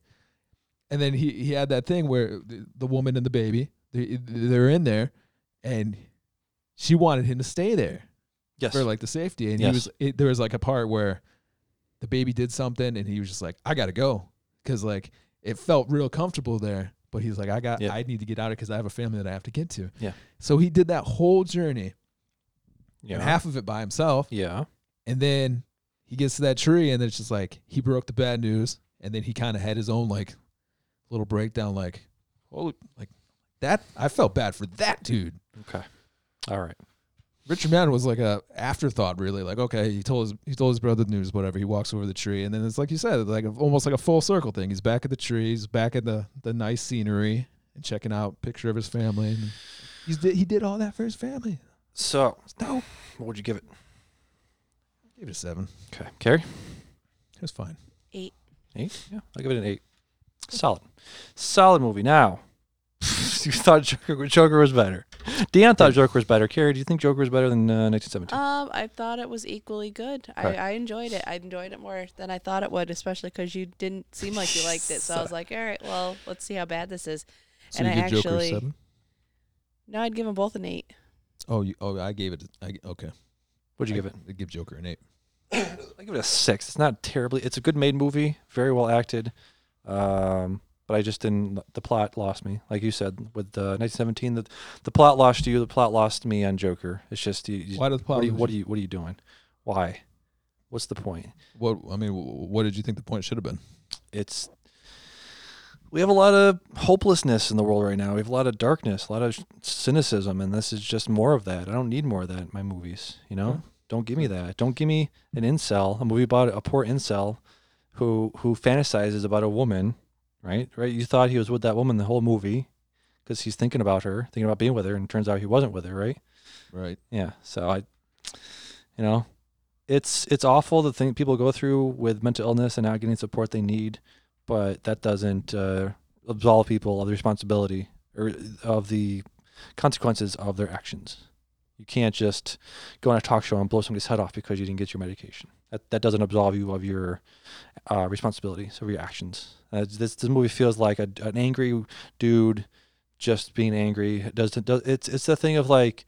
S3: And then he, he had that thing where the, the woman and the baby, they, they're in there, and she wanted him to stay there
S1: Yes.
S3: for like the safety. And he
S1: Yes.
S3: was it, there was like a part where the baby did something, and he was just like, "I gotta go," because like it felt real comfortable there. But he's like, "I got,
S1: Yeah.
S3: I need to get out of because I have a family that I have to get to."
S1: Yeah.
S3: So he did that whole journey,
S1: Yeah.
S3: and half of it by himself.
S1: Yeah.
S3: And then he gets to that tree, and it's just like he broke the bad news, and then he kind of had his own like little breakdown, like, "Holy, like that." I felt bad for that dude.
S1: Okay. All right.
S3: Richard Madden was like a afterthought, really. Like, okay, he told his he told his brother the news, whatever. He walks over the tree, and then it's like you said, like a, almost like a full circle thing. He's back at the trees, back at the the nice scenery, and checking out picture of his family. And he's did, he did all that for his family.
S1: So,
S3: No,
S1: what would you give it?
S3: give it a seven.
S1: Okay. Carrie?
S3: It was fine.
S2: Eight.
S1: Eight? Yeah. I'll give it an eight. Solid. Solid movie. Now, you thought Joker, Joker was better. Dion thought Joker was better. Carrie, do you think Joker was better than uh, 1917?
S2: Um, I thought it was equally good.
S1: Right.
S2: I, I enjoyed it. I enjoyed it more than I thought it would, especially because you didn't seem like you liked it. So I was like, all right, well, let's see how bad this is.
S3: So
S2: and
S3: you
S2: I
S3: did Joker a
S2: actually,
S3: seven.
S2: no, I'd give them both an eight.
S3: Oh, you, oh, I gave it. I okay.
S1: What'd you
S3: I-
S1: give it?
S3: I give Joker an eight.
S1: I give it a six. It's not terribly. It's a good made movie, very well acted. Um, but I just didn't. The plot lost me, like you said with uh, 1917. The the plot lost you. The plot lost me on Joker. It's just you. you
S3: Why did the plot
S1: What are you,
S3: lose
S1: what are
S3: you?
S1: you? What are you doing? Why? What's the point?
S3: What I mean, wh- what did you think the point should have been?
S1: It's we have a lot of hopelessness in the world right now. We have a lot of darkness, a lot of cynicism, and this is just more of that. I don't need more of that in my movies. You know, don't give me that. Don't give me an incel, a movie about a poor incel who who fantasizes about a woman, right? Right? You thought he was with that woman the whole movie because he's thinking about her, thinking about being with her, and turns out he wasn't with her, right?
S3: Right.
S1: Yeah. So I, you know, it's it's awful the thing people go through with mental illness and not getting support they need, but that doesn't uh, absolve people of the responsibility or of the consequences of their actions. You can't just go on a talk show and blow somebody's head off because you didn't get your medication. That that doesn't absolve you of your uh, responsibilities of your actions. Uh, this this movie feels like a, an angry dude just being angry. It does, does it's it's the thing of like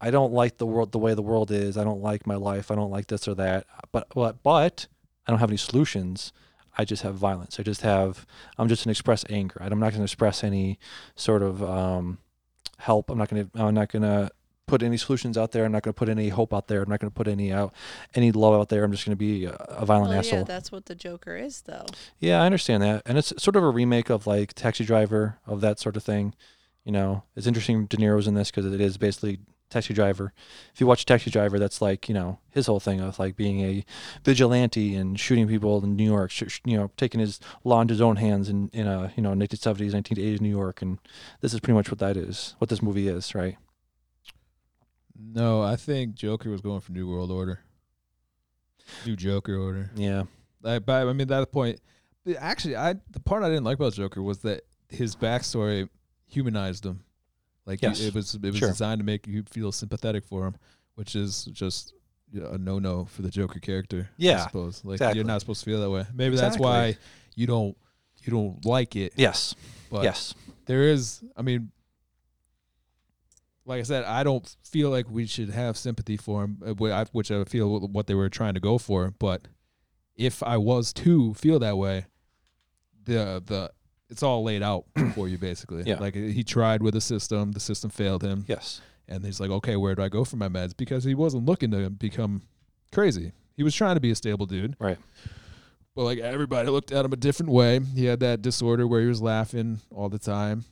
S1: I don't like the world the way the world is. I don't like my life. I don't like this or that. But but but I don't have any solutions. I just have violence. I just have I'm just going to express anger. I'm not going to express any sort of um, help. I'm not going to I'm not going to put any solutions out there. I'm not going to put any hope out there. I'm not going to put any out any love out there. I'm just going to be a, a violent
S2: Well,
S1: asshole.
S2: yeah, that's what the Joker is, though.
S1: Yeah, I understand that, and it's sort of a remake of like Taxi Driver of that sort of thing. You know, it's interesting. De Niro's in this because it is basically Taxi Driver. If you watch Taxi Driver, that's like you know his whole thing of like being a vigilante and shooting people in New York. Sh- sh- you know, taking his law into his own hands in in a you know 1970s, 1980s New York, and this is pretty much what that is, what this movie is, right?
S3: No, I think Joker was going for New World Order. New Joker Order.
S1: Yeah.
S3: I, but I mean, at that point, the- actually, I the part I didn't like about Joker was that his backstory humanized him. Like you-
S1: Yes.
S3: it was, it was
S1: Sure.
S3: designed to make you feel sympathetic for him, which is just you know, a no no for the Joker character.
S1: Yeah,
S3: I suppose like
S1: exactly.
S3: you're not supposed to feel that way. Maybe that's
S1: Exactly.
S3: why you don't you don't like it.
S1: Yes.
S3: But
S1: Yes.
S3: There is. I mean, like I said, I don't feel like we should have sympathy for him, uh, wh- I- which I feel wh- what they were trying to go for. But if I was to feel that way, the the it's all laid out for you basically.
S1: Yeah.
S3: Like he tried with a system, the system failed him.
S1: Yes.
S3: And he's like, okay, where do I go for my meds? Because he wasn't looking to become crazy. He was trying to be a stable dude.
S1: Right.
S3: But like everybody looked at him a different way. He had that disorder where he was laughing all the time.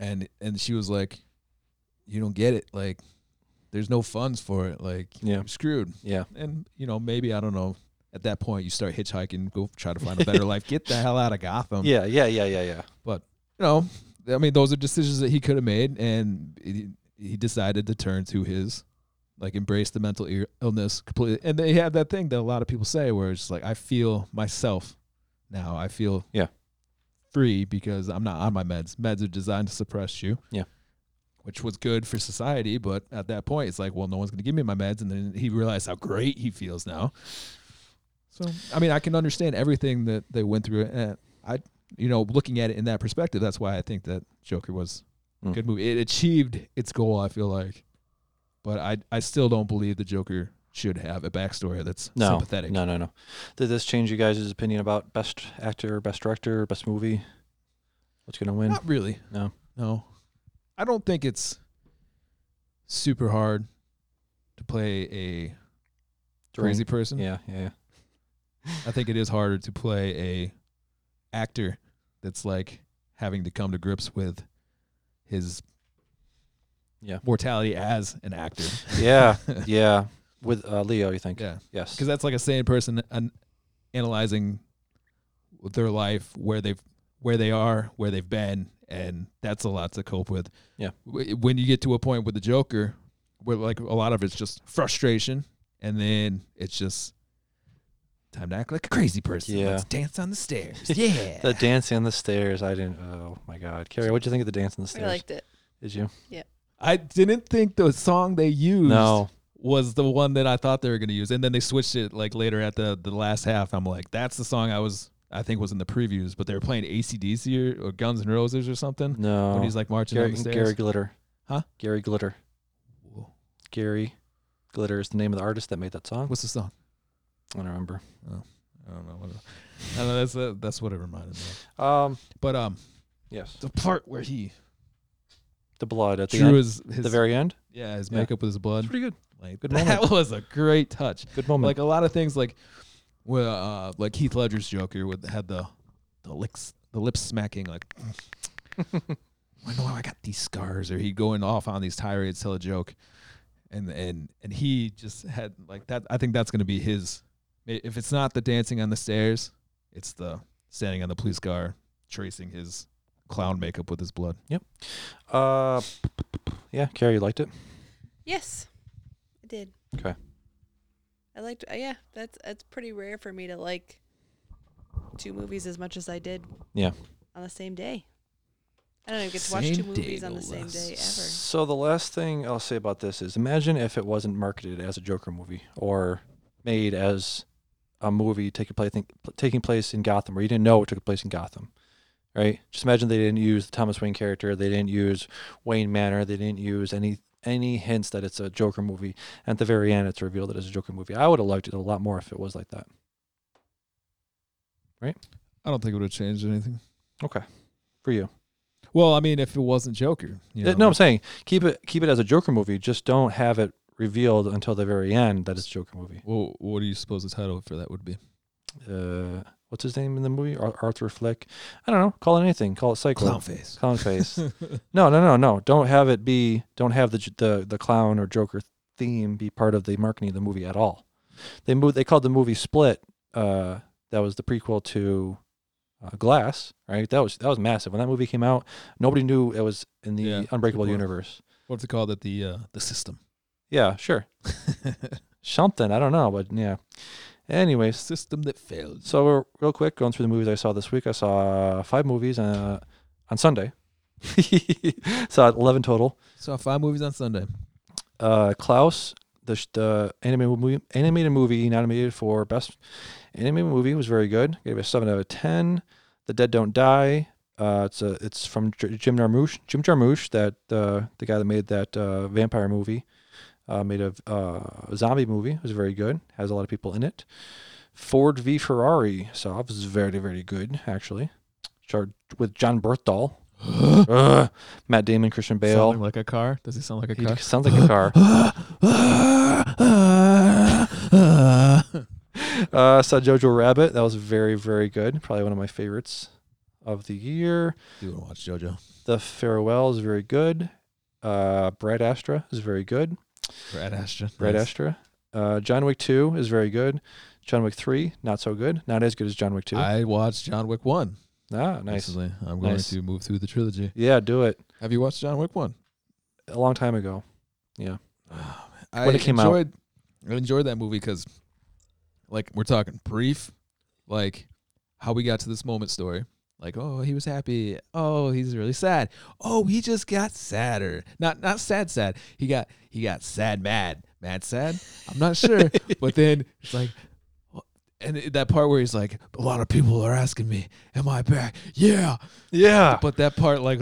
S3: And and she was like, You don't get it. Like there's no funds for it. Like
S1: Yeah.
S3: you're screwed.
S1: Yeah.
S3: And you know, maybe I don't know. At that point you start hitchhiking, go try to find a better life. Get the hell out of Gotham.
S1: yeah. Yeah. Yeah. Yeah. Yeah.
S3: But you know, I mean, those are decisions that he could have made, and he, he decided to turn to his, like, embrace the mental ear- illness completely. And they have that thing that a lot of people say, where it's just like, I feel myself now. I feel
S1: Yeah.
S3: free because I'm not on my meds. Meds are designed to suppress you.
S1: Yeah.
S3: Which was good for society, but at that point, it's like, well, no one's going to give me my meds, and then he realized how great he feels now. So I mean, I can understand everything that they went through, and I, you know, looking at it in that perspective, that's why I think that Joker was a
S1: Mm.
S3: good movie. It achieved its goal, I feel like, but I, I still don't believe the Joker should have a backstory that's
S1: No,
S3: sympathetic.
S1: no, no, no. Did this change you guys' opinion about best actor, best director, best movie? What's gonna win?
S3: Not really.
S1: No.
S3: No, I don't think it's super hard to play a
S1: During-
S3: crazy person.
S1: Yeah, yeah, yeah.
S3: I think it is harder to play a actor that's like having to come to grips with his
S1: Yeah.
S3: mortality as an actor.
S1: Yeah, yeah. With uh, Leo, you think?
S3: Yeah.
S1: Yes.
S3: Because that's like a sane person an- analyzing their life, where they've where they are, where they've been, and that's a lot to cope with.
S1: Yeah.
S3: W- When you get to a point with the Joker, where like a lot of it's just frustration, and then it's just time to act like a crazy person.
S1: Yeah.
S3: Let's dance on the stairs. Yeah.
S1: the dance on the stairs. I didn't. Oh my God, Carrie, what'd you think of the dance on the
S2: I
S1: stairs?
S2: liked it.
S1: Did you?
S2: Yep.
S3: I didn't think the song they used
S1: No.
S3: was the one that I thought they were going to use, and then they switched it like later at the the last half. I'm like, that's the song I was I think was in the previews, but they were playing ACDC or, or Guns N' Roses or something.
S1: No.
S3: when he's like marching
S1: Oh. Gary,
S3: down the stairs.
S1: Gary Glitter.
S3: Huh?
S1: Gary Glitter. Gary Glitter is the name of the artist that made that song.
S3: What's the song?
S1: I don't remember.
S3: Oh, I don't know. What I don't know that's uh, that's what it reminded me.
S1: Of. Um,
S3: but um,
S1: yes,
S3: the part where he
S1: the blood at the
S3: Drew
S1: end,
S3: is-
S1: the
S3: his-
S1: very end.
S3: Yeah, his
S1: Yeah.
S3: makeup with his blood.
S1: It's pretty good.
S3: Like
S1: Good
S3: that
S1: moment.
S3: was a great touch.
S1: Good moment.
S3: Like a lot of things, like well, uh, like Heath Ledger's Joker with had the the licks, the lips smacking. Like, I know I got these scars, or he'd go in off on these tirades, tell a joke, and and and he just had like that. I think that's gonna be his. i- If it's not the dancing on the stairs, it's the standing on the police car, tracing his clown makeup with his blood.
S1: Yep. Uh, yeah, Carrie, you liked it.
S2: Yes, I did.
S1: Okay.
S2: I liked. Uh, yeah, that's that's pretty rare for me to like two movies as much as I did.
S1: Yeah.
S2: On the same day. I don't even get to watch two
S3: Same day,
S2: movies on
S3: no
S2: the same day ever.
S1: So the last thing I'll say about this is imagine if it wasn't marketed as a Joker movie or made as a movie taking place taking place in Gotham where you didn't know it took place in Gotham. Right? Just imagine they didn't use the Thomas Wayne character, they didn't use Wayne Manor, they didn't use any any hints that it's a Joker movie. At the very end it's revealed that it's a Joker movie. I would have liked it a lot more if it was like that.
S3: I don't think it would have changed anything.
S1: Okay. For you.
S3: Well, I mean, if it wasn't Joker, you
S1: Uh,
S3: know,
S1: no, I'm saying keep it keep it as a Joker movie. Just don't have it revealed until the very end that it's a Joker movie.
S3: Well, what do you suppose the title for that would be?
S1: Uh, what's his name in the movie? Ar- Arthur Fleck. I don't know. Call it anything. Call it Psycho.
S3: Clownface.
S1: Clownface. no, no, no, no. Don't have it be. Don't have the j- the the clown or Joker theme be part of the marketing of the movie at all. They moved. They called the movie Split. Uh, that was the prequel to. Uh, Glass, right? That was that was massive. When that movie came out, nobody knew it was in the Unbreakable
S3: point.
S1: universe.
S3: What's it called? That the uh, the system
S1: Yeah, sure. Something I don't know, but yeah. Anyways,
S3: system that failed.
S1: so we're, real quick, going through the movies I saw this week. I saw five movies uh, on Sunday. saw eleven total.
S3: Saw five movies on Sunday.
S1: Uh, Klaus, the sh- the animated movie, animated movie nominated for best animated movie was very good. Gave it a seven out of ten. The Dead Don't Die. Uh, it's a it's from J- Jim Jarmusch. Jim Jarmusch, that uh, the guy that made that uh, vampire movie, uh, made a uh, zombie movie. It was very good. Has a lot of people in it. Ford v Ferrari. Saw it was very very good actually. Char- with John Berthdahl. Ugh. Matt Damon, Christian Bale.
S3: Sounding like a car. Does it sound like a
S1: He
S3: car?
S1: sounds like a car. uh, saw Jojo Rabbit. That was very, very good. Probably one of my favorites of the year.
S3: Do you want to watch JoJo?
S1: The Farewell is very good. Uh, Brad Astra is very good.
S3: Brad Astra.
S1: Brad
S3: Nice.
S1: Astra. Uh, John Wick 2 is very good. John Wick 3, not so good. Not as good as John Wick 2.
S3: I watched John Wick one.
S1: ah, nice.
S3: recently. I'm going
S1: Nice.
S3: to move through the trilogy.
S1: Yeah, do it.
S3: Have you watched John Wick one?
S1: A long time ago. Yeah.
S3: I
S1: When it came out.
S3: enjoyed, out, I enjoyed that movie because, like, we're talking brief, like how we got to this moment story. Like, oh, he was happy. Oh, he's really sad. Oh, he just got sadder. Not not sad, sad. He got he got sad, mad, mad, sad. I'm not sure, but then it's like. And it- that part where he's like, a lot of people are asking me, "Am I back?" Yeah,
S1: Yeah.
S3: but that part like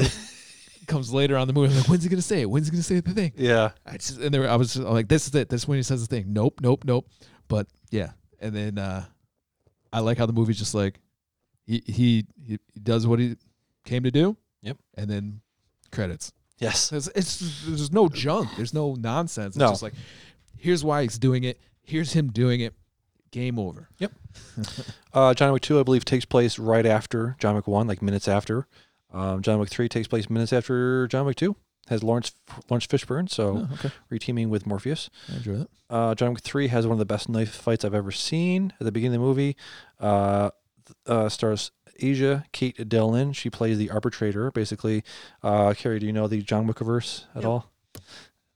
S3: comes later on in the movie. I'm like, when's he gonna say it? When's he gonna say the thing?
S1: Yeah.
S3: I just and there I was just like, this is it. This is when he says the thing. Nope, nope, nope. But yeah, and then uh I like how the movie's just like he he he does what he came to do.
S1: Yep.
S3: And then credits.
S1: Yes.
S3: It's, it's there's no junk. There's no nonsense. It's
S1: No.
S3: just like here's why he's doing it. Here's him doing it. Game over.
S1: Yep. uh, John Wick 2, I believe, takes place right after John Wick 1, like minutes after. Um, John Wick 3 takes place minutes after John Wick 2. Has Lawrence Lawrence Fishburne, so
S3: Oh, okay.
S1: reteaming with Morpheus.
S3: I enjoy that.
S1: Uh, John Wick 3 has one of the best knife fights I've ever seen at the beginning of the movie. Uh, th- uh, stars Asia Kate Dillon. She plays the arbitrator, basically. Uh, Carrie, do you know the John Wickiverse at all?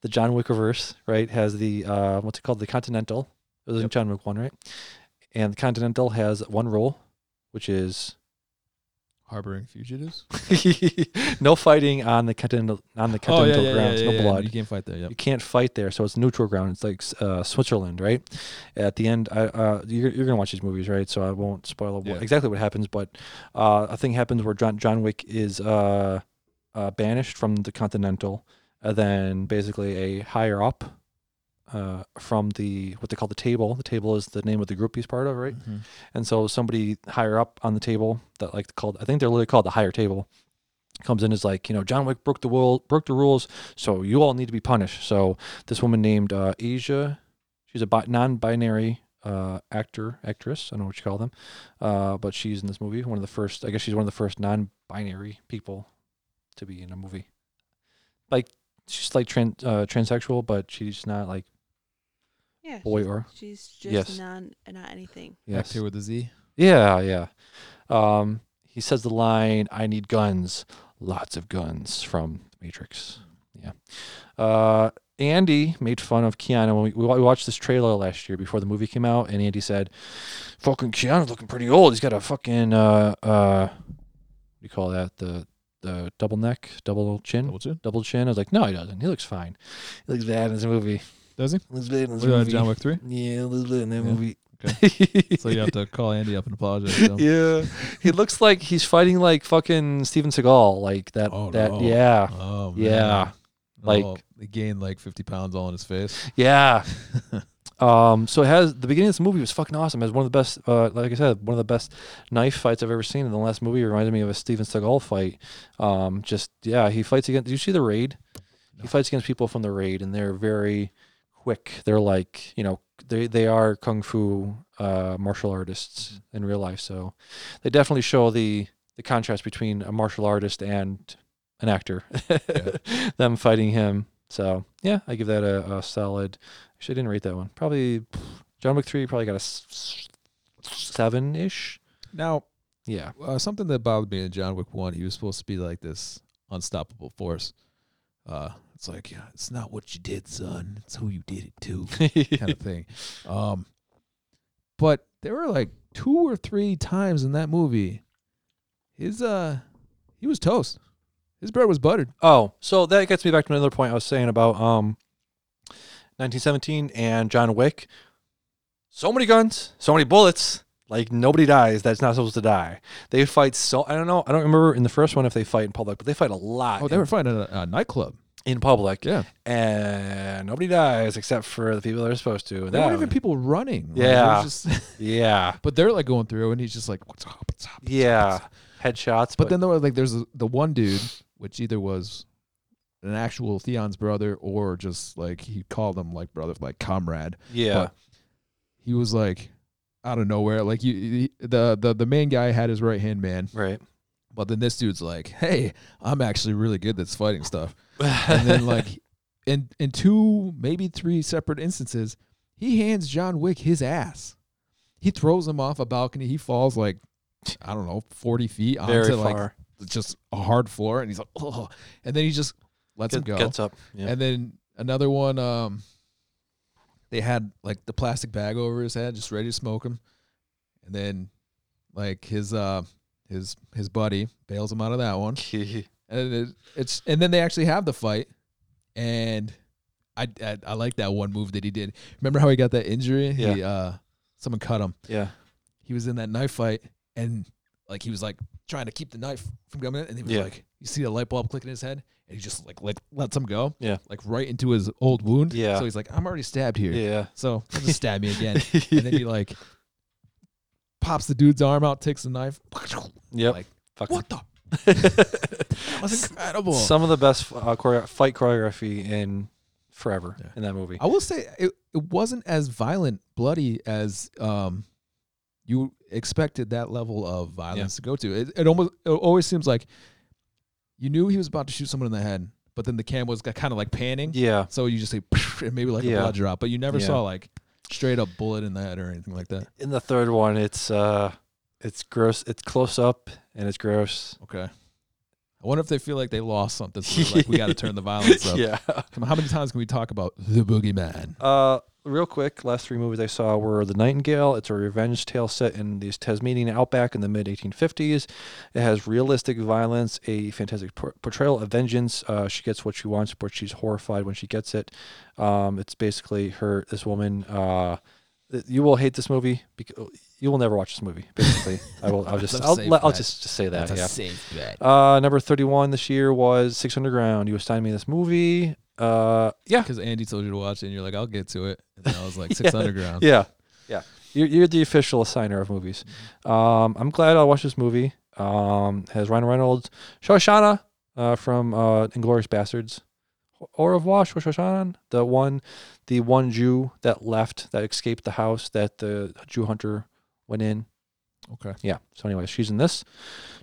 S1: The John Wickiverse, right, has the, uh, what's it called? The Continental. It was in John Wick 1, right? And the Continental has one rule, which is
S3: Harboring fugitives.
S1: no fighting on the Continental, on the
S3: Oh,
S1: Continental grounds, no blood.
S3: You can't fight there. Yep.
S1: You can't fight there, so it's neutral ground. It's like uh, Switzerland, right? At the end, I, uh, you're, you're gonna watch these movies, right? So I won't spoil what,
S3: Yeah.
S1: exactly what happens, but uh, a thing happens where John John Wick is uh, uh, banished from the Continental, and then basically a higher up uh, from the what they call the table. The table is the name of the group he's part of, right?
S3: Mm-hmm.
S1: And so somebody higher up on the table that like called, I think they're literally called the higher table comes in is like, you know, John Wick broke the world, broke the rules, so you all need to be punished. So this woman named uh, Asia, she's a bi- non-binary uh, actor, actress. I don't know what you call them, uh, but she's in this movie. One of the first, I guess, she's one of the first non-binary people to be in a movie. Like she's like trans, uh, transsexual, but she's not like
S2: Yeah.
S1: boy
S2: she's-
S1: or
S2: She's just
S1: Yes.
S2: non, not anything.
S1: Yes.
S3: Actor with a Z.
S1: Yeah, yeah. Um, he says the line, "I need guns, lots of guns," from Matrix. Yeah. Uh, Andy made fun of Keanu when we, we wa- we watched this trailer last year before the movie came out, and Andy said, "Fucking Keanu's looking pretty old. He's got a fucking uh uh, what do you call that? The the double neck, double chin, double chin, double chin." I was like, "No, he doesn't. He looks fine. He looks bad in this movie."
S3: Does he?
S1: Looks bad in this
S3: What about
S1: movie.
S3: John Wick 3?
S1: Yeah, looks bad in that
S3: Yeah.
S1: movie.
S3: Okay. so you have to call Andy up and apologize. to him.
S1: yeah, he looks like he's fighting like fucking Steven Seagal, like that. that
S3: no.
S1: yeah,
S3: Oh, man.
S1: yeah, like
S3: Oh, he gained like 50 pounds all in his face.
S1: yeah. um, so it has the beginning of this movie was fucking awesome. It was one of the best, uh, like I said, one of the best knife fights I've ever seen. In the last movie, it reminded me of a Steven Seagal fight. Um, just yeah, he fights against. Did you see the raid? He fights against people from the raid, and they're very quick. They're like you know they they are kung fu uh, martial artists in real life. So they definitely show the the contrast between a martial artist and an actor. Them fighting him. So yeah, I give that a, a solid. Actually, I didn't rate that one. Probably pff, John Wick three. Probably got a s- seven ish.
S3: Now,
S1: Yeah.
S3: uh, something that bothered me in John Wick 1, he was supposed to be like this unstoppable force. Uh, it's like, yeah, it's not what you did, son. It's who you did it to, kind of thing. Um, but there were like two or three times in that movie, his uh, he was toast. His bread was buttered.
S1: Oh, so that gets me back to another point I was saying about um, 1917 and John Wick. So many guns, so many bullets. Like nobody dies that's not supposed to die. They fight so I don't know. I don't remember in the first one if they fight in public, but they fight a lot.
S3: Oh, they
S1: in-
S3: were fighting at a, a nightclub.
S1: in public.
S3: Yeah.
S1: And nobody dies except for the people that are supposed to.
S3: There
S1: That
S3: weren't even
S1: one-
S3: people running. Like, it
S1: Yeah.
S3: was just-
S1: yeah.
S3: but they're like going through, and he's just like, "What's up? What's up?"
S1: Yeah. Headshots.
S3: But then there was like there's a, the one dude, which either was an actual Theon's brother or just like he called him like brother, like comrade.
S1: Yeah.
S3: But he was like out of nowhere. Like you, he- the the the main guy had his right hand man.
S1: Right.
S3: But then this dude's like, "Hey, I'm actually really good at this fighting stuff." and then like in in two maybe three separate instances, he hands John Wick his ass. He throws him off a balcony. He falls like I don't know, forty feet onto
S1: Very
S3: like
S1: far.
S3: just a hard floor, and he's like, oh, and then he just lets him
S1: Get-
S3: go.
S1: gets up, yeah.
S3: and then another one. Um, they had like the plastic bag over his head, just ready to smoke him, and then like his uh his his buddy bails him out of that one, and it, it's and then they actually have the fight, and I, I I like that one move that he did. Remember how he got that injury? He,
S1: Yeah.
S3: uh, someone cut him.
S1: Yeah.
S3: He was in that knife fight, and like he was like trying to keep the knife from coming in, and he was
S1: Yeah.
S3: like, you see the light bulb clicking in his head, and he just like like lets him go.
S1: Yeah.
S3: Like right into his old wound.
S1: Yeah.
S3: So he's like, I'm already stabbed here.
S1: Yeah.
S3: So he'll just stab me again, and then he like pops the dude's arm out, takes the knife.
S1: Yep.
S3: Like
S1: Fuck
S3: what the. that was incredible.
S1: Some of the best uh, choreo- fight choreography in forever in that movie.
S3: I will say it, it wasn't as violent, bloody as um, you expected that level of violence to go to. It, it almost it always seems like you knew he was about to shoot someone in the head, but then the camera was kind of like panning.
S1: Yeah.
S3: So you just say and maybe like
S1: Yeah.
S3: a blood drop, but you never
S1: Yeah.
S3: saw like straight up bullet in the head or anything like that.
S1: In the third one, it's uh, it's gross. It's close up and it's gross.
S3: Okay. I wonder if they feel like they lost something. So they're like we got to turn the violence up.
S1: Yeah.
S3: Come on, How many times can we talk about the boogeyman?
S1: Uh, real quick, last three movies I saw were The Nightingale. It's a revenge tale set in the Tasmanian outback in the mid 1850s. It has realistic violence, a fantastic por- portrayal of vengeance. Uh, she gets what she wants, but she's horrified when she gets it. Um, it's basically her, this woman. Uh, th- you will hate this movie. Because you will never watch this movie. Basically, I will. I'll just.
S3: That's a
S1: I'll,
S3: safe
S1: let- I'll
S3: bet.
S1: just, just say that.
S3: That's a
S1: yeah.
S3: safe bet.
S1: Uh, number 31 this year was Six Underground. You assigned me this movie. Uh, yeah.
S3: Because Andy told you to watch it, and you're like, I'll get to it. And then I was like, Six
S1: Yeah.
S3: Underground.
S1: Yeah, yeah. You're, you're the official assigner of movies. Um, I'm glad I watched this movie. Um, has Ryan Reynolds, Shoshana uh, from uh, Inglorious Bastards, Au revoir Shoshana, the one, the one Jew that left, that escaped the house that the Jew hunter went in.
S3: Okay.
S1: Yeah. So anyway, she's in this,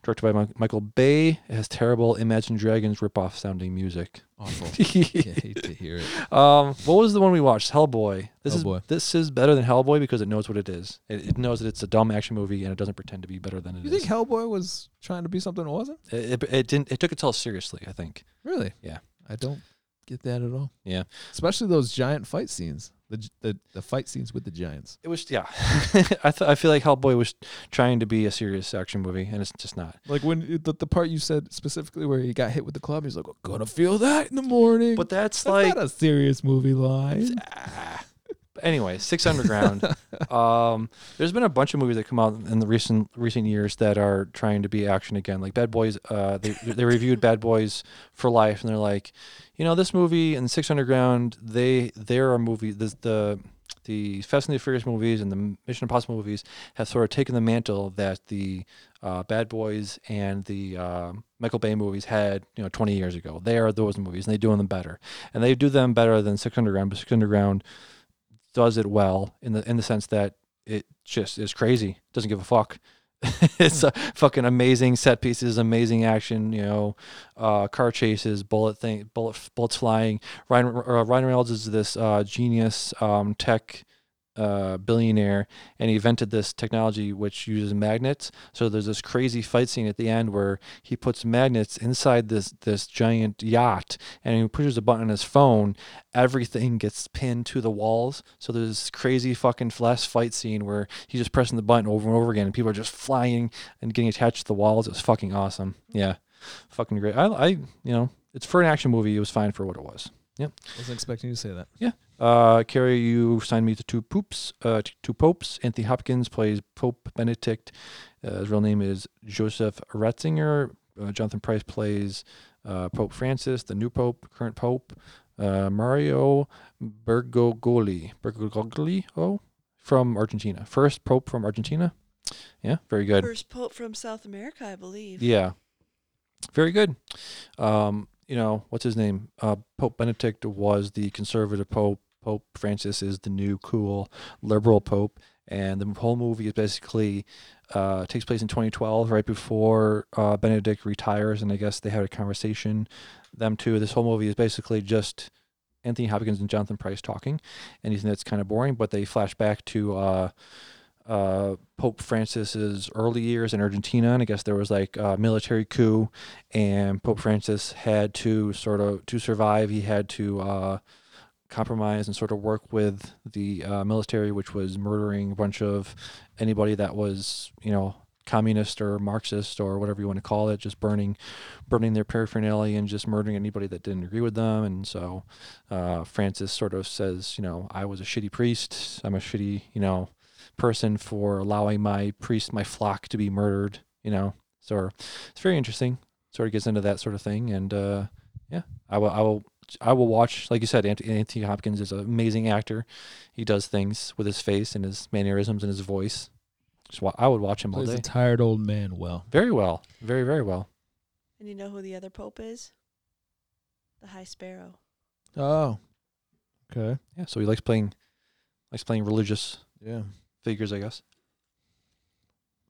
S1: directed by Mi- Michael Bay. It has terrible Imagine Dragons ripoff sounding music.
S3: Awful. Oh, I hate to hear it.
S1: Um, what was the one we watched? Hellboy. This
S3: Hellboy.
S1: is this is better than Hellboy because it knows what it is. It, it knows that it's a dumb action movie and it doesn't pretend to be better than it
S3: You
S1: is.
S3: think Hellboy was trying to be something it wasn't?
S1: it, it, it didn't. It took itself seriously. I think.
S3: Really?
S1: Yeah.
S3: I don't get that at all.
S1: Yeah.
S3: Especially those giant fight scenes. The gi- the, the fight scenes with the giants.
S1: It was yeah. I th- I feel like Hellboy was trying to be a serious action movie and it's just not.
S3: Like when the, the part you said specifically where he got hit with the club, he's like, "I'm gonna feel that in the morning."
S1: But that's,
S3: That's
S1: like
S3: not a serious movie line.
S1: But anyway, Six Underground. um, there's been a bunch of movies that come out in the recent recent years that are trying to be action again. Like Bad Boys, uh, they they reviewed Bad Boys for Life, and they're like, you know, this movie and Six Underground, they there are movies the the the Fast and the Furious movies and the Mission Impossible movies have sort of taken the mantle that the uh, Bad Boys and the um Michael Bay movies had, you know, 20 years ago. They are those movies, and they do them better, and they do them better than Six Underground. But Six Underground does it well in the in the sense that it just is crazy. Doesn't give a fuck. it's a fucking amazing set pieces, amazing action. You know, uh, car chases, bullet thing, bullet bullets flying. Ryan uh, Ryan Reynolds is this uh, genius um, tech uh, billionaire, and he invented this technology which uses magnets. So there's this crazy fight scene at the end where he puts magnets inside this this giant yacht, and he pushes a button on his phone. Everything gets pinned to the walls. So there's this crazy fucking last fight scene where he's just pressing the button over and over again, and people are just flying and getting attached to the walls. It was fucking awesome. Yeah, fucking great. I, I you know, it's for an action movie. It was fine for what it was. Yeah.
S3: Wasn't expecting you to say that.
S1: Yeah. Uh, Carrie, you signed me to two poops, uh, t- two popes. Anthony Hopkins plays Pope Benedict. Uh, his real name is Joseph Ratzinger. Uh, Jonathan Price plays uh, Pope Francis, the new pope, current pope. Uh, Mario Bergoglio, Bergoglio from Argentina, first pope from Argentina. Yeah, very good.
S2: First pope from South America, I believe.
S1: Yeah. Very good. Um, you know, what's his name? Uh, pope Benedict was the conservative pope. Pope Francis is the new cool liberal pope. And the whole movie is basically uh, takes place in 2012, right before uh, Benedict retires. And I guess they had a conversation, them two. This whole movie is basically just Anthony Hopkins and Jonathan Price talking. And you think that's kind of boring, but they flash back to uh, uh, Pope Francis's early years in Argentina, and I guess there was like a military coup, and Pope Francis had to sort of to survive. He had to uh, compromise and sort of work with the uh, military, which was murdering a bunch of anybody that was you know communist or Marxist or whatever you want to call it, just burning, burning their paraphernalia and just murdering anybody that didn't agree with them. And so uh, Francis sort of says, you know, I was a shitty priest. I'm a shitty, you know person for allowing my priest, my flock to be murdered, you know. So it's very interesting. Sort of gets into that sort of thing. And uh, yeah, I will, I will, I will watch. Like you said, Ant- Anthony Hopkins is an amazing actor. He does things with his face and his mannerisms and his voice. Just wa- I would watch him all
S3: Plays
S1: day.
S3: a tired old man well.
S1: Very well, very very well.
S2: And you know who the other pope is? The High Sparrow.
S3: Oh. Okay.
S1: Yeah. So he likes playing, likes playing religious
S3: Yeah.
S1: figures, I guess.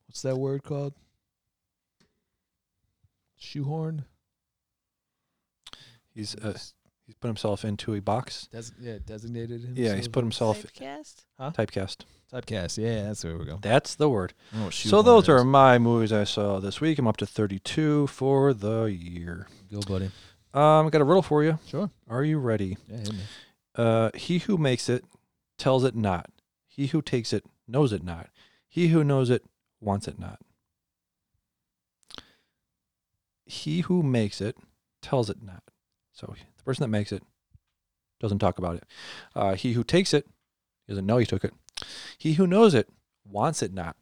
S3: What's that word called? Shoehorn.
S1: He's uh, he's put himself into a box.
S3: Des- yeah, designated. Himself.
S1: Yeah, he's put himself
S2: Typecast?
S3: Huh?
S1: typecast.
S3: Typecast. Yeah, that's where we go.
S1: That's the word.
S3: Oh,
S1: So
S3: shoehorn
S1: those
S3: it
S1: are
S3: is.
S1: my movies I saw this week. I'm up to 32 for the year.
S3: Go, buddy.
S1: Um, I got a riddle for you.
S3: Sure.
S1: Are you ready?
S3: Yeah, hit me.
S1: Uh, he who makes it tells it not. He who takes it knows it not. He who knows it wants it not. He who makes it tells it not. So the person that makes it doesn't talk about it. Uh, he who takes it doesn't know he took it. He who knows it wants it not.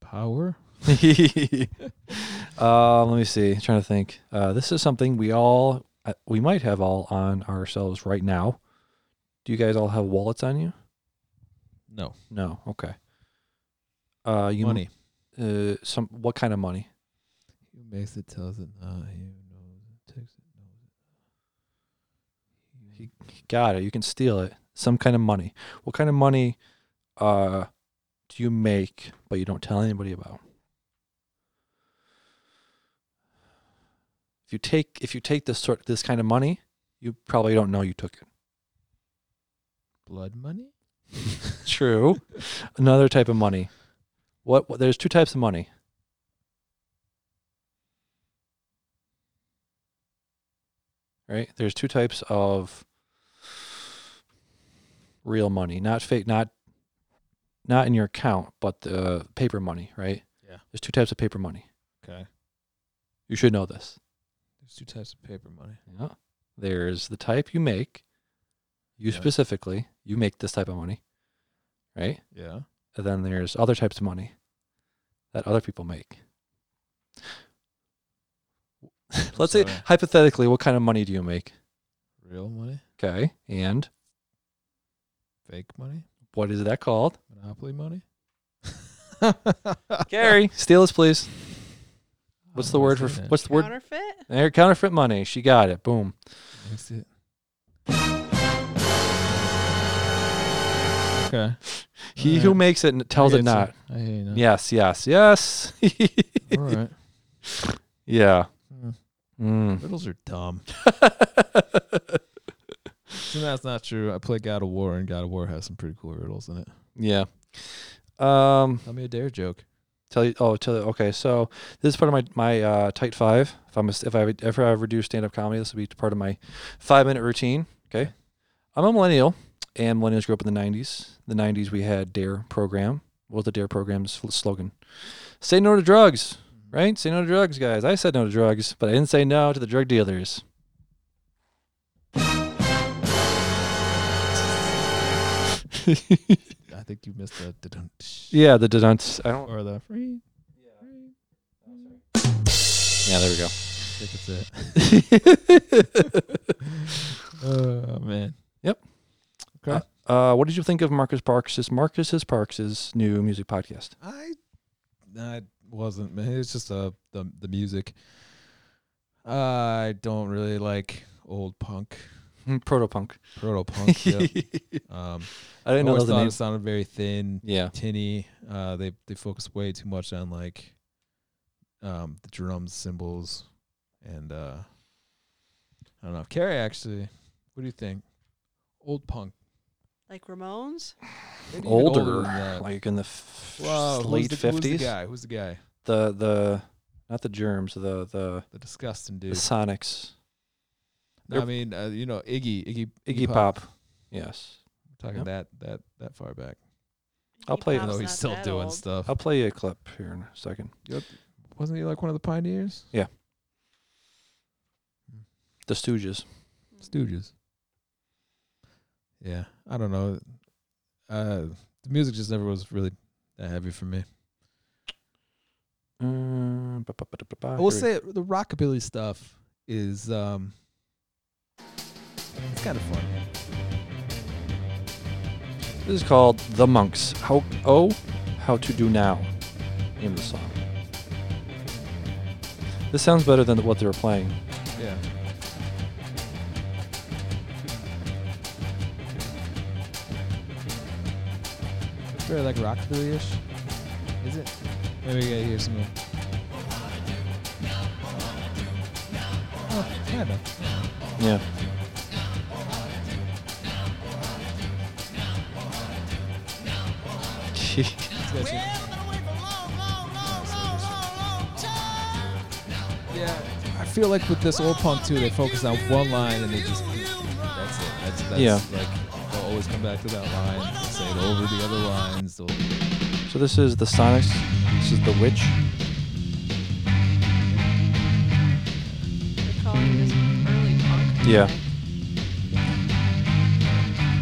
S3: Power.
S1: uh, let me see. trying to think. Uh, this is something we all, uh, we might have all on ourselves right now. Do you guys all have wallets on you?
S3: No.
S1: No. Okay. Uh, you
S3: Money.
S1: Uh, some what kind of money?
S3: Who makes it tells it not. He knows it takes it.
S1: He, he got it. You can steal it. Some kind of money. What kind of money uh, do you make, but you don't tell anybody about? If you take if you take this sort this kind of money, you probably don't know you took it.
S3: Blood money?
S1: True. Another type of money. What, what? There's two types of money. Right? There's two types of real money, not fake, not not in your account, but the paper money. Right?
S3: Yeah.
S1: There's two types of paper money.
S3: Okay.
S1: You should know this.
S3: There's two types of paper money.
S1: Yeah. There's the type you make. You
S3: Yeah.
S1: specifically, you make this type of money, right?
S3: Yeah.
S1: And then there's other types of money that other people make. Let's say
S3: sorry.
S1: hypothetically, what kind of money do you make?
S3: Real money?
S1: Okay, and
S3: Fake money?
S1: what is that called?
S3: Monopoly money?
S1: Gary, steal us, please. What's
S3: I
S1: the word for
S3: wanna say
S1: f-
S3: that.
S1: what's the word?
S2: Counterfeit?
S1: There, counterfeit money. She got it. Boom.
S3: That's it. Okay.
S1: He
S3: All
S1: who
S3: right.
S1: makes it n- tells it
S3: hear you, sir.
S1: not.
S3: I hear you now.
S1: Yes, yes, yes.
S3: All right.
S1: Yeah.
S3: Hmm.
S1: Mm.
S3: Riddles are dumb. so that's not true. I play God of War, and God of War has some pretty cool riddles in it.
S1: Yeah. Um,
S3: Tell me a dare joke.
S1: tell you. Oh, tell you. Okay, so this is part of my my uh, tight five. If I'm a, if I would- if I ever do stand up comedy, this would be part of my five minute routine. Okay. I'm a millennial, and millennials grew up in the '90s. The '90s we had Dare program. What was the Dare program's fl- slogan? Say no to drugs, right? Say no to drugs, guys. I said no to drugs, but I didn't say no to the drug dealers.
S3: I think you missed the da-dun- tsh-
S1: Yeah, the dunce. I don't.
S3: or the free.
S1: Yeah, there we go.
S3: I think it's it. oh man.
S1: Yep.
S3: Okay.
S1: Uh, what did you think of Marcus Parks's Marcus Parks's new music podcast?
S3: I I wasn't man. It's just uh the the music. I don't really like old punk,
S1: Proto punk.
S3: proto punk. yeah. Um,
S1: I didn't know that was
S3: always
S1: the
S3: thought
S1: name.
S3: It sounded very thin,
S1: Yeah.
S3: tinny. Uh, they they focus way too much on like um the drums, cymbals, and uh, I don't know. Carrie, actually, what do you think? Old punk,
S2: Like Ramones?
S3: Maybe even
S1: Older,
S3: older than that.
S1: like in the f-
S3: Whoa,
S1: late
S3: who's the, Who's
S1: fifties.
S3: the
S1: The,
S3: guy? Who's the guy?
S1: the not the germs. The the,
S3: The disgusting
S1: the
S3: dude.
S1: Sonics.
S3: No, I mean, uh, you know, Iggy, Iggy,
S1: Iggy Pop. Yes.
S3: We're
S1: Yep.
S3: talking that that that far back.
S1: I'll play it.
S3: Even though
S2: Pop's
S3: he's
S2: not
S3: still
S2: that
S3: doing
S2: old.
S3: stuff.
S1: I'll play you a clip here in a second.
S3: Wasn't he like one of the pioneers?
S1: The Stooges.
S3: Stooges. Yeah, I don't know. Uh, the music just never was really that heavy for me.
S1: Uh, ba- ba- ba- ba- ba-
S3: I will
S1: here we-
S3: say the rockabilly stuff is um, it's kind of fun.
S1: this is called The Monks. How oh, how to do now? Name of the song. This sounds better than what they were playing.
S3: Yeah. It's very like rockabilly-ish. Is it? Maybe I hear some. of- Oh, kind of.
S1: Yeah.
S3: It's got some- Yeah, I feel like with this old punk too, they focus on one line and they just that's it. That's, that's
S1: Yeah.
S3: like they'll always come back to that line, they'll say it over the other lines. They'll,
S1: so this is the Sonics. This is the Witch.
S2: They're calling this early punk.
S1: Yeah.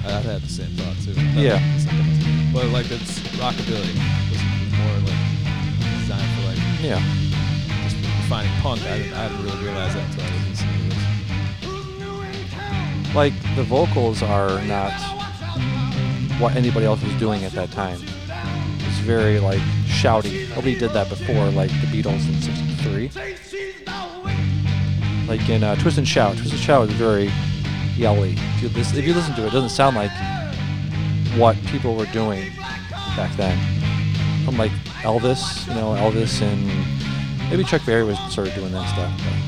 S3: I've had the same thought too.
S1: Yeah.
S3: but like it's rockability was more like designed for like
S1: Yeah.
S3: just defining punk. I didn't, I didn't really realize that until I was listening to this.
S1: Like the vocals are not what anybody else was doing at that time. It's very like shouty. Nobody did that before, like the Beatles in '63. Like in uh, Twist and Shout. Twist and Shout is very yelly. If you, listen, if you listen to it, it doesn't sound like what people were doing back then. From like Elvis, you know, Elvis and maybe Chuck Berry was sort of doing that stuff. but-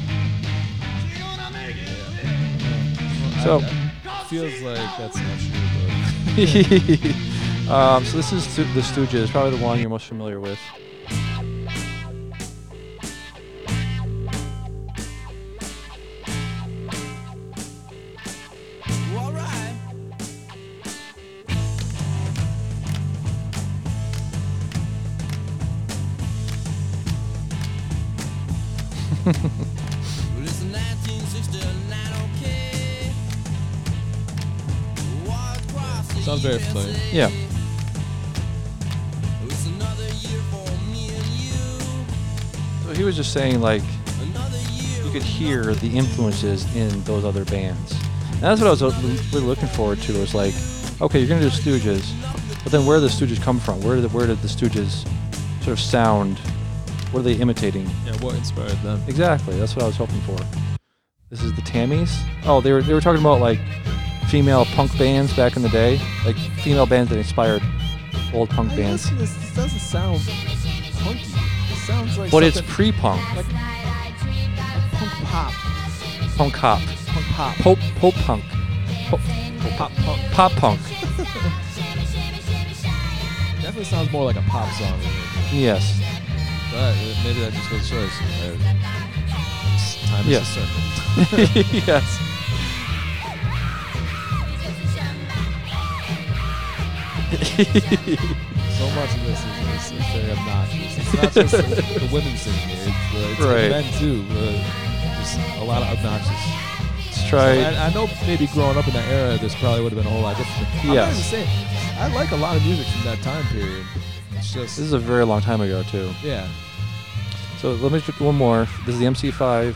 S1: So.
S3: feels like that's not true,
S1: um, so this is Stu- the Stooges, probably the one you're most familiar with.
S3: but sounds very familiar.
S1: Yeah. So he was just saying, like, you could hear the influences in those other bands. And that's what I was uh, really looking forward to. Was like, okay, you're gonna do Stooges, but then where did the Stooges come from? Where did the, where did the Stooges sort of sound? What are they imitating?
S3: Yeah, what inspired them?
S1: Exactly. That's what I was hoping for. This is the Tammies. Oh, they were they were talking about like female punk bands back in the day, like female bands that inspired old punk bands.
S3: This, this doesn't sound punky. It sounds like
S1: But it's
S3: something-
S1: pre-punk.
S3: Like, like punk pop.
S1: Punk hop.
S3: Punk pop.
S1: Pop pop punk. Pop
S3: Pop punk.
S1: pop punk.
S3: Definitely sounds more like a pop song.
S1: Yes.
S3: But uh, maybe that just goes shows. uh, s- Time is
S1: Yeah.
S3: a circle.
S1: yes.
S3: so much of this is, is, is very obnoxious. It's not just the, the women singing it. It's, uh, it's the
S1: Right.
S3: men too. Uh, just a lot of obnoxious.
S1: Let's
S3: So
S1: try.
S3: I, I know maybe growing up in that era, this probably would have been a whole lot different. I'm not
S1: Yes.
S3: even saying I like a lot of music from that time period. It's just
S1: This is a very long time ago too.
S3: yeah.
S1: So let me just one more. This is the MC5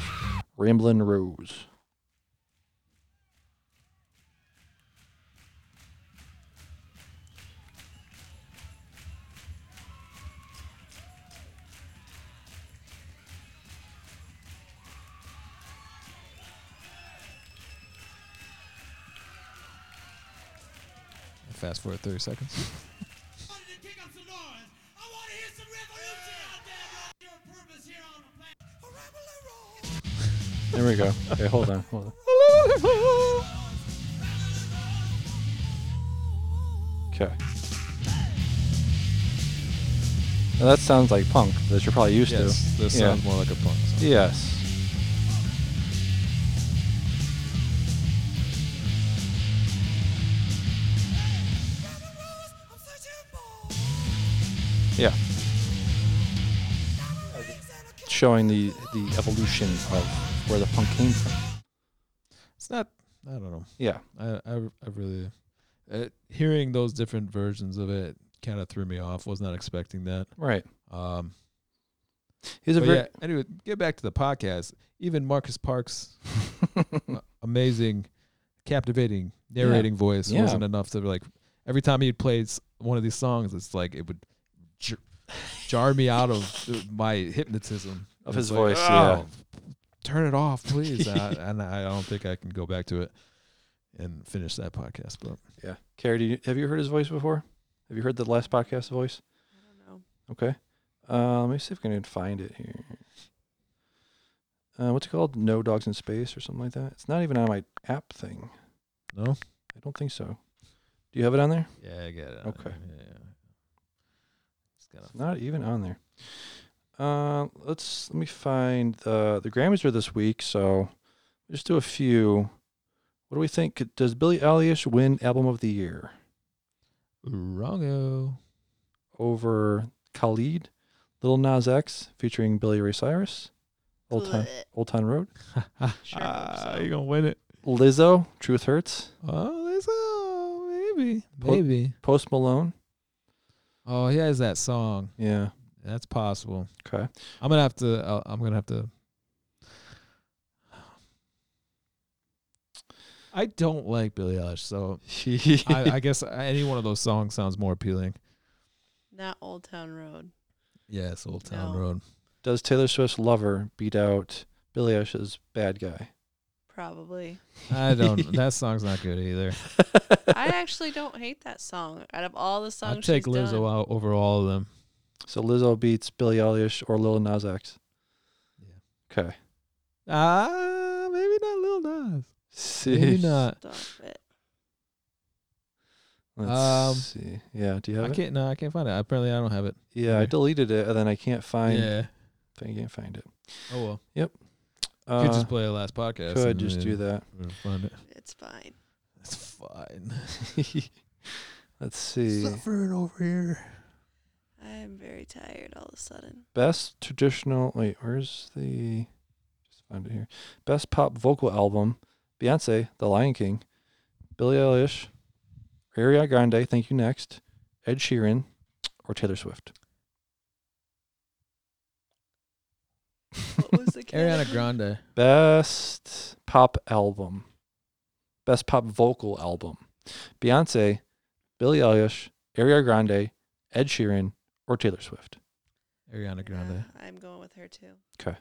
S1: Ramblin' Rose.
S3: Fast forward 30 seconds.
S1: There we go. Okay, hold on. Hold on. Okay. Now that sounds like punk that you're probably used
S3: Yes,
S1: to.
S3: this
S1: Yeah.
S3: sounds more like a punk song.
S1: Yes. Yeah. Showing the the evolution of where the punk came from.
S3: It's not. I don't know.
S1: Yeah.
S3: I I, I really uh, hearing those different versions of it kind of threw me off. Was not expecting that.
S1: Right.
S3: Um.
S1: He's a
S3: but
S1: very
S3: yeah, anyway, get back to the podcast. Even Marcus Parks, uh, amazing, captivating narrating voice
S1: Yeah.
S3: wasn't enough to like. Every time he plays one of these songs, it's like it would jar, jar me out of uh, my hypnotism
S1: Of
S3: And
S1: his
S3: it's like,
S1: voice, yeah.
S3: "Oh, Turn it off, please. and, I, and I don't think I can go back to it and finish that podcast. But
S1: Yeah. Carrie, do you, have you heard his voice before? Have you heard the last podcast voice? I
S2: don't know.
S1: Okay. Uh, let me see if I can find it here. Uh, what's it called? No Dogs in Space or something like that? It's not even on my app thing.
S3: no,
S1: I don't think so. Do you have it on there?
S3: yeah, I get it.
S1: Okay.
S3: Yeah, yeah. Just gotta
S1: It's not e even on there. Uh, let's let me find the the Grammys are this week, so just do a few. What do we think? Could- Does Billie Eilish win Album of the Year
S3: wrongo.
S1: over Khalid, Little Nas X featuring Billy Ray Cyrus, Old Town
S2: Blech.
S1: Old Town Road,
S2: Sure hope so.
S3: Ah, you gonna win it.
S1: Lizzo, Truth Hurts,
S3: Oh, there's oh maybe
S1: Po-
S3: maybe.
S1: Post Malone.
S3: Oh, he has that song.
S1: Yeah.
S3: That's possible.
S1: Okay.
S3: I'm gonna have to. I'll, I'm gonna have to. I don't like Billie Eilish, so I, I guess any one of those songs sounds more appealing.
S2: Not Old Town Road.
S3: Yes, Old Town Road.
S1: Does Taylor Swift's lover beat out Billy Eilish's bad guy?
S2: Probably.
S3: I don't. that song's not good either.
S2: I actually don't hate that song. Out of all the songs,
S3: I'd take
S2: she's
S3: Lizzo
S2: done.
S3: out over all of them.
S1: So Lizzo beats Billy Eilish or Lil Nas X. Yeah. Okay.
S3: Ah, maybe not Lil Nas.
S1: See.
S3: Maybe not.
S2: Stop it.
S1: Let's
S3: Um,
S1: see. Yeah. Do you have
S3: I
S1: it?
S3: can't. No, I can't find it. Apparently, I don't have it.
S1: Yeah, I
S3: here.
S1: deleted it, and then I can't find.
S3: Yeah.
S1: I can't find it.
S3: Oh well.
S1: Yep.
S3: Could just play the last podcast
S1: Could
S3: and
S1: just do
S3: then-
S1: that.
S3: We'll find it.
S2: It's fine.
S3: It's fine.
S1: Let's see.
S3: Suffering over here.
S2: I'm very tired all of a sudden.
S1: Best traditional. Wait, where's the? Just find it here. Best pop vocal album: Beyonce, The Lion King, Billie Eilish, Ariana Grande. Thank you. Next, Ed Sheeran, or Taylor Swift.
S2: What was the
S3: Ariana
S2: category?
S3: Grande.
S1: Best pop album. Best pop vocal album. Beyonce, Billie Eilish, Ariana Grande, Ed Sheeran, or Taylor Swift.
S3: Ariana Grande.
S2: Uh, I'm going with her too.
S1: Okay.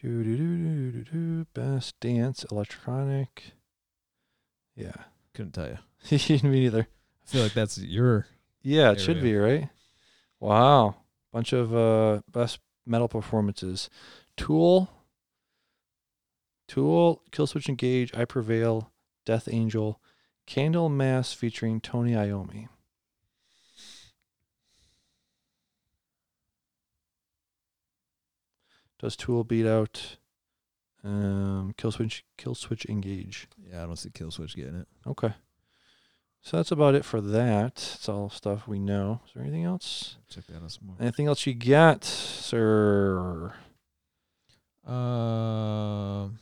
S1: Do do do do do do. Best dance electronic. Yeah.
S3: Couldn't tell you.
S1: Me neither.
S3: I feel like that's your.
S1: Yeah, it should be right. Wow, bunch of uh, best metal performances: Tool, Tool, Killswitch Engage, I Prevail, Death Angel, Candle Mass featuring Tony Iommi. Does Tool beat out um, Killswitch Killswitch Engage?
S3: Yeah, I don't see Killswitch getting it.
S1: Okay. So that's about it for that. It's all stuff we know. Is there anything else?
S3: Check that out some more.
S1: Anything else you got, sir?
S3: Um,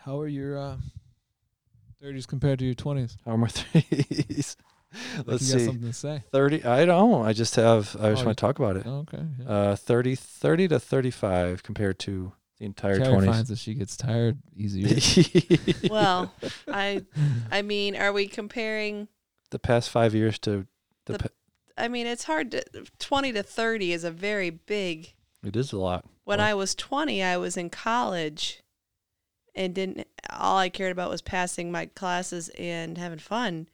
S3: how are your uh, 30s compared to your 20s?
S1: How are my threes? Let's
S3: you got
S1: see.
S3: something to say.
S1: Thirty. I don't. I just have. I
S3: Oh,
S1: just
S3: you-
S1: want to talk about it.
S3: Oh, okay, yeah.
S1: Uh, 30, 30 to thirty-five compared to the entire
S3: Carrie finds
S1: twenties.
S3: that she gets tired easier.
S2: Well, I, I mean, are we comparing?
S1: the past five years to the.
S2: The-
S1: pa-
S2: I mean, it's hard to. Twenty to thirty is a very big.
S1: it is a lot.
S2: When
S1: Well,
S2: I was twenty, I was in college, and didn't. All I cared about was passing my classes and having fun.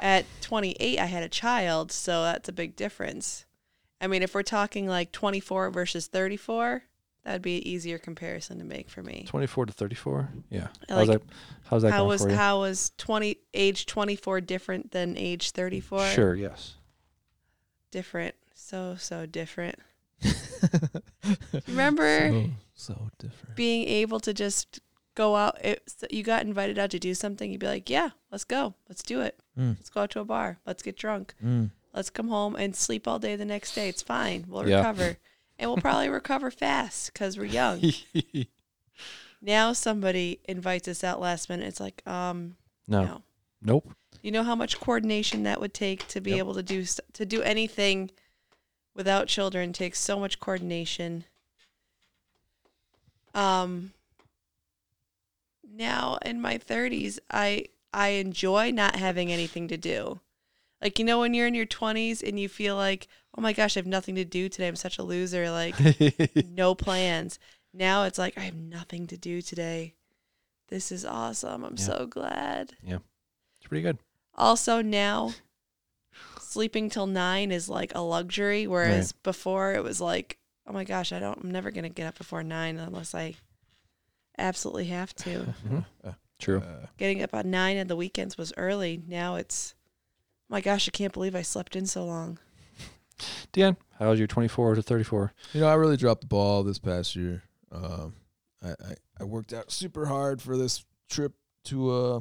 S2: At twenty-eight, I had a child, so that's a big difference. I mean, if we're talking like twenty-four versus thirty-four, that'd be an easier comparison to make for me.
S1: twenty-four to thirty-four. Yeah.
S2: I
S1: how's
S2: like-
S1: that? How's that
S2: how
S1: going
S2: was
S1: for you?
S2: how was twenty age twenty four different than age thirty four?
S1: Sure. Yes.
S2: different, so so different. Remember
S3: So, so different.
S2: being able to just go out. It, so you got invited out to do something. You'd be like, "Yeah, let's go, let's do it.
S3: Mm.
S2: Let's go out to a bar. Let's get drunk.
S3: Mm.
S2: Let's come home and sleep all day the next day. It's fine. We'll
S1: Yeah.
S2: recover, and we'll probably recover fast because we're young." now somebody invites us out last minute. It's like, um,
S1: No.
S2: no.
S1: Nope.
S2: You know how much coordination that would take to be
S1: Yep.
S2: able to do s- to do anything without children takes so much coordination. Um now in my 30s, I I enjoy not having anything to do. Like you know when you're in your 20s and you feel like, "Oh my gosh, I have nothing to do today. I'm such a loser." Like no plans. Now it's like I have nothing to do today. This is awesome. I'm
S1: Yeah.
S2: so glad.
S1: Yeah. It's pretty good.
S2: Also now, sleeping till nine is like a luxury, whereas before it was like, oh my gosh, I don't, I'm never gonna get up before nine unless I absolutely have to.
S3: Mm-hmm.
S1: True.
S3: Uh,
S2: Getting up at nine on the weekends was early. Now it's, oh my gosh, I can't believe I slept in so long.
S1: Dan, how was your 24 to 34?
S3: You know, I really dropped the ball this past year. Um, I, I, I worked out super hard for this trip to uh,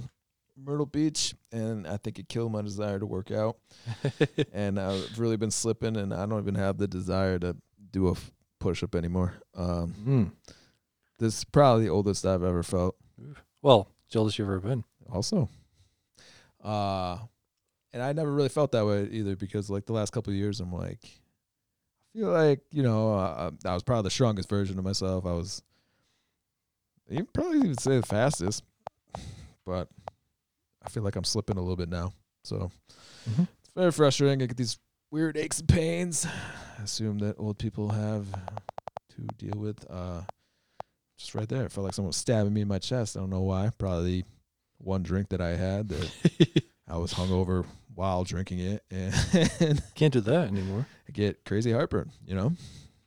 S3: Myrtle Beach, and I think it killed my desire to work out. and I've really been slipping, and I don't even have the desire to do a f- push up anymore. Um, This is probably the oldest I've ever felt.
S1: Well, it's the oldest you've ever been.
S3: Also, uh, and I never really felt that way either because, like, the last couple of years, I'm like, I feel like you know uh, I was probably the strongest version of myself. I was, you probably even say the fastest, but I feel like I'm slipping a little bit now. So it's very frustrating. I get these weird aches and pains. I assume that old people have to deal with. Uh, just right there, it felt like someone was stabbing me in my chest. I don't know why. Probably one drink that I had that I was hungover while drinking it, and
S1: can't do that anymore.
S3: I get crazy heartburn. You know,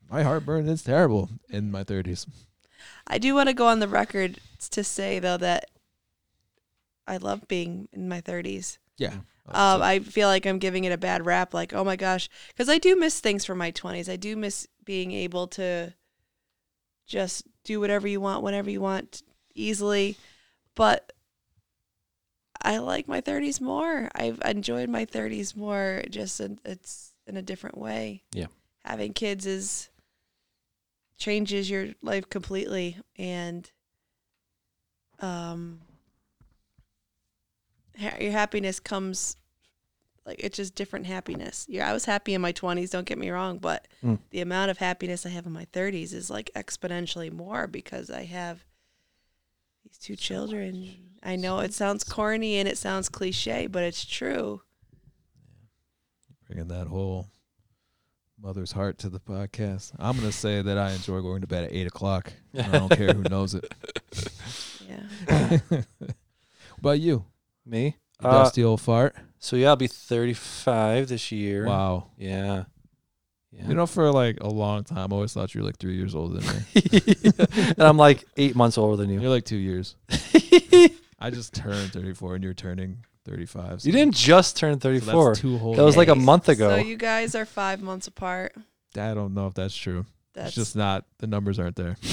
S3: my heartburn is terrible in my thirties.
S2: I do want to go on the record to say though that I love being in my 30s.
S3: Yeah.
S2: Um, I feel like I'm giving it a bad rap. Like, oh my gosh, because I do miss things from my 20s. I do miss being able to just do whatever you want, whenever you want, easily. But I like my 30s more. I've enjoyed my 30s more. Just in, it's in a different way.
S1: Yeah.
S2: Having kids is changes your life completely, and um ha- your happiness comes like it's just different happiness. Yeah, I was happy in my 20s, don't get me wrong, but
S1: Mm.
S2: the amount of happiness I have in my 30s is like exponentially more because I have these two children. I know it sounds corny and it sounds cliche, but it's true.
S3: bringing that whole mother's heart to the podcast. I'm gonna say that I enjoy going to bed at eight o'clock. and I don't care who knows it.
S2: Yeah.
S3: What about you?
S1: Me?
S3: You
S1: Uh,
S3: dusty old fart.
S1: So yeah, I'll be 35 this year.
S3: Wow.
S1: Yeah. Yeah.
S3: You know, for like a long time, I always thought you were like three years older than me.
S1: and I'm like eight months older than you.
S3: You're like two years. I just turned 34, and you're turning 35.
S1: You didn't just turn 34.
S3: that's two whole
S1: That was like a
S3: years.
S1: month ago.
S2: So you guys are five months apart.
S3: I don't know if that's true.
S2: That's-
S3: it's just not. The numbers aren't there.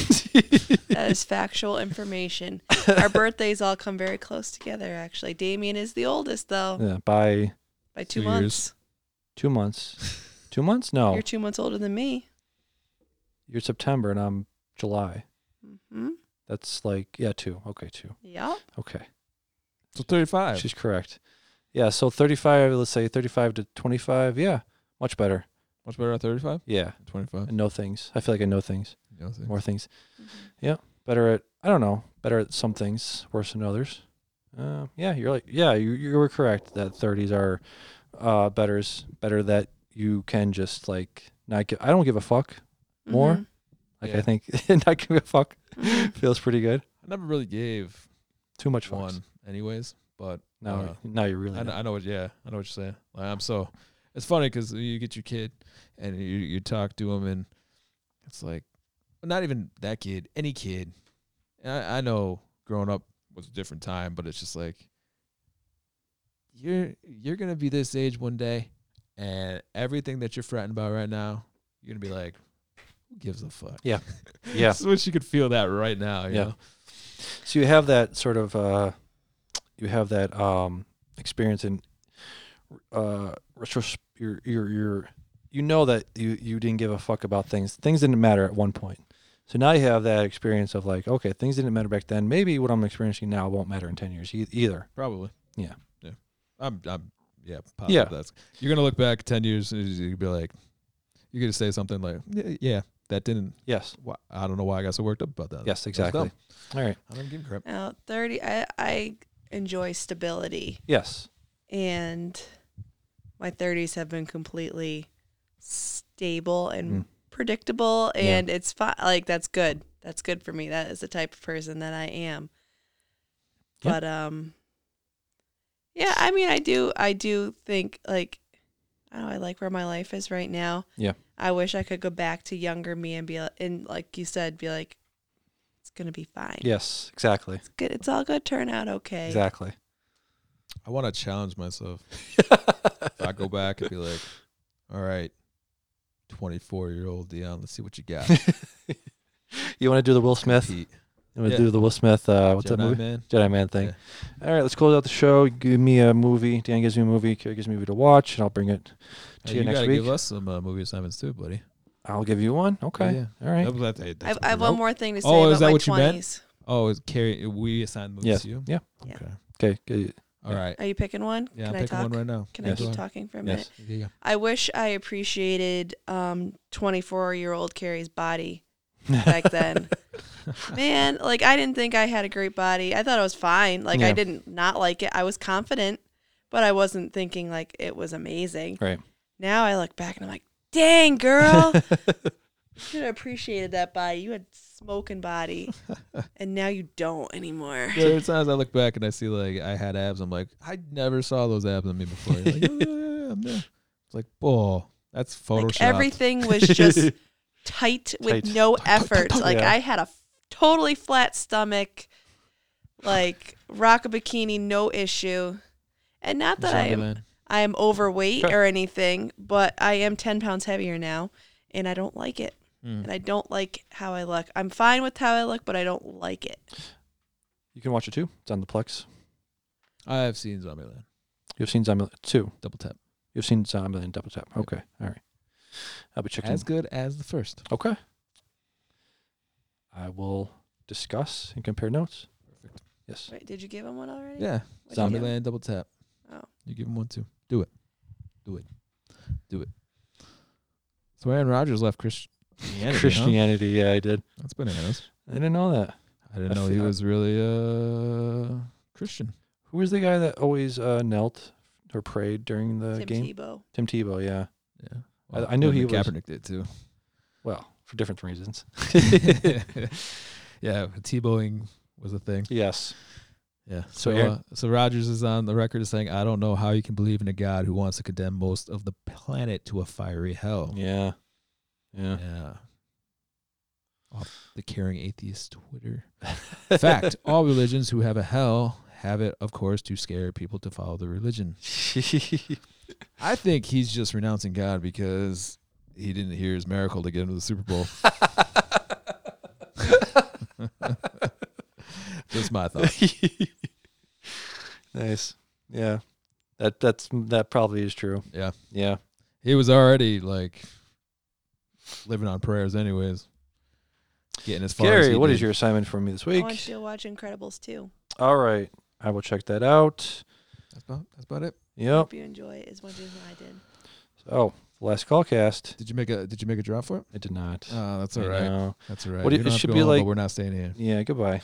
S2: That is factual information. Our birthdays all come very close together, actually. Damien is the oldest, though,
S1: yeah, by
S2: by two,
S1: Two years. Oh.
S2: months.
S1: two months. two months? No.
S2: You're
S1: You're,
S2: two months older than me.
S1: September and I'm July.
S2: Hmm?
S1: That's like, yeah, two. Okay, two.
S2: Yep.
S1: Okay.
S3: So 35.
S1: She's correct. Yeah. So 35, let's say 35 to 25. Yeah. Much better.
S3: Much better at 35.
S1: Yeah.
S3: 25.
S1: I know things. I feel like I know things.
S3: You know, so-
S1: More things. Yeah. Better at, I don't know, better at some things, worse than others. Uh, yeah, you're like, yeah, you, you were correct that 30s are uh, betters, better that you can just like not give, I don't give a fuck more.
S2: Mhm.
S1: Like I
S3: Yeah.
S1: think not giving a fuck
S2: Mhm.
S1: feels pretty good.
S3: I never really gave
S1: Too much fucks.
S3: one, anyways. But
S1: Now,
S3: uh,
S1: now you really
S3: I,
S1: know.
S3: know, I know what. Yeah, I know what you're saying. Like, I'm so. It's funny because you get your kid and you you talk to him and it's like, not even that kid, any kid. And I, I know growing up was a different time, but it's just like, you're you're gonna be this age one day, and everything that you're fretting about right now, you're gonna be like, who gives a fuck?
S1: Yeah. Yeah.
S3: I wish you could feel that right now. You
S1: Yeah.
S3: Know?
S1: So you have that sort of uh, you have that um, experience in uh, retros- your your your you know that you you didn't give a fuck about things. Things didn't matter at one point. So now you have that experience of like, okay, things didn't matter back then. Maybe what I'm experiencing now won't matter in ten years e- either.
S3: Probably.
S1: Yeah.
S3: Yeah. I'm. I'm. Yeah. Positive
S1: Yeah.
S3: That's. You're gonna look back ten years and you could be like, you're gonna say something like, "Yeah, yeah, that didn't.
S1: Yes.
S3: Why, I don't know why I got so worked up about that.
S1: Yes.
S3: That was dumb.
S1: Exactly. All right.
S3: I don't give a crap.
S2: Now, 30, I, I enjoy stability,
S1: Yes.
S2: and my 30s have been completely stable and
S3: Hmm.
S1: Mm.
S2: predictable,
S1: Yeah.
S2: and it's fine. Like, that's good. That's good for me. That is the type of person that I am.
S1: Yeah.
S2: But, um, yeah, I mean, I do, I do think, like, I don't know, I like where my life is right now.
S1: Yeah.
S2: I wish I could go back to younger me and be, li- and like you said, be like, it's going to be fine.
S1: Yes. Exactly.
S2: good. It's all gonna turn out okay.
S1: Exactly.
S3: I want to challenge myself. if I go back and be like, all right, 24 year old Dion, let's see what you got.
S1: You want to do the Will Smith?
S3: Pete.
S1: You want to
S3: Yeah.
S1: do the Will Smith? Uh, what's that
S3: Jedi
S1: movie?
S3: Man.
S1: Jedi Man thing. All right, let's close out the show. Give me a movie. Dan gives me a movie. Kara gives me a movie to watch, and I'll bring it to
S3: Hey,
S1: you,
S3: you
S1: next
S3: gotta
S1: week.
S3: give us some uh, movie assignments too, buddy.
S1: I'll give you one. Okay. All right.
S3: That was- that- hey,
S2: I,
S3: that's
S2: I have
S3: what
S2: one
S3: we wrote.
S2: more thing to say
S3: Oh,
S2: about
S3: is that
S2: my
S3: what you meant?
S2: 20s.
S3: Oh, is Carrie, we assigned movies
S1: Yes.
S3: to you?
S1: Yeah.
S2: Yeah.
S3: Okay.
S1: Okay. good.
S3: All right.
S2: Are you picking one?
S3: Yeah,
S2: Can
S3: I'm
S2: I
S3: picking
S2: talk?
S3: one right now.
S2: Can I
S1: Yes. Go
S2: keep
S1: ahead.
S2: talking for a minute?
S1: Yes.
S3: There you go.
S2: I wish I appreciated um 24 year old Carrie's body back then. Man, like I didn't think I had a great body. I thought I was fine. Like I
S1: Yeah.
S2: didn't not like it. I was confident, but I wasn't thinking like it was amazing.
S1: Right.
S2: Now I look back and I'm like, dang, girl. should have appreciated that body. You had smoking body, and now you don't anymore.
S3: There are times I look back and I see like I had abs. I'm like, I never saw those abs on me before. You're like, oh, yeah, yeah, I'm there. It's like, oh, that's Photoshop.
S2: Like everything was just tight with
S3: Tight.
S2: no
S3: Tight, tight,
S2: effort.
S3: tight,
S2: Like
S3: yeah.
S2: I had a f- totally flat stomach, like rock a bikini, no issue. And not that I
S3: Zombie
S2: am,
S3: man.
S2: I am overweight
S3: Sure.
S2: or anything, but I am 10 pounds heavier now and I don't like it.
S1: Mm.
S3: Hmm.
S2: And I don't like how I look. I'm fine with how I look, but I don't like it.
S1: You can watch it too. It's on the Plex.
S3: I've seen Zombieland.
S1: You've seen Zombieland 2.
S3: Double tap.
S1: You've seen Zombieland Double Tap. Okay. All right. I'll be checking.
S3: As good as the first.
S1: Okay. I will discuss and compare notes. Perfect. Yes.
S2: Wait, did you give him one already?
S3: Yeah.
S2: What did you give him?
S3: Zombieland double tap.
S2: Oh.
S3: You give him one too. Do it. Do it. Do it. So Aaron Rodgers left Christianity. huh?
S1: Christianity. Yeah, I did.
S3: That's bananas.
S1: I didn't know that.
S3: I didn't
S1: I
S3: know
S1: fe-
S3: he
S1: I-
S3: was really uh Christian.
S1: Who was the guy that always uh, knelt or prayed during
S3: uh,
S2: Tim
S1: the game?
S2: Tebow.
S1: Tim Tebow. Yeah.
S3: Yeah.
S1: I- I knew
S3: and
S1: he was-
S3: Kaepernick did too.
S1: Well, for different reasons.
S3: yeah, T-bowing was a thing.
S1: yes.
S3: Yeah.
S1: So
S3: So
S1: Aaron-
S3: uh, so Rogers is on the record as saying, "I don't know how you can believe in a God who wants to condemn most of the planet to a fiery hell."
S1: Yeah. Yeah.
S3: Yeah. Off the caring atheist Twitter. Fact: All religions who have a hell have it, of course, to scare people to follow the religion. I think he's just renouncing God because he didn't hear his miracle to get into the Super Bowl. That's my thought.
S1: nice. Yeah. That that's that probably is true.
S3: Yeah.
S1: Yeah.
S3: He was already like living on prayers, anyways. Getting as far as
S1: Gary,
S3: he
S1: what
S3: did.
S1: is your assignment for me this
S2: I
S1: week?
S2: want you to watch Incredibles too.
S1: All right. I will check that out.
S3: That's about, that's about it.
S1: Yep.
S2: Hope you enjoy it as much as I did.
S1: Oh, last call cast.
S3: Did you make a Did you make a drop for it?
S1: I did not.
S3: Oh, that's
S1: I
S3: all right.
S1: know.
S3: That's all right.
S1: What
S3: You
S1: it-
S3: don't
S1: it
S3: have to
S1: should
S3: go
S1: be
S3: home, but
S1: like-
S3: we're not staying here.
S1: Yeah, goodbye.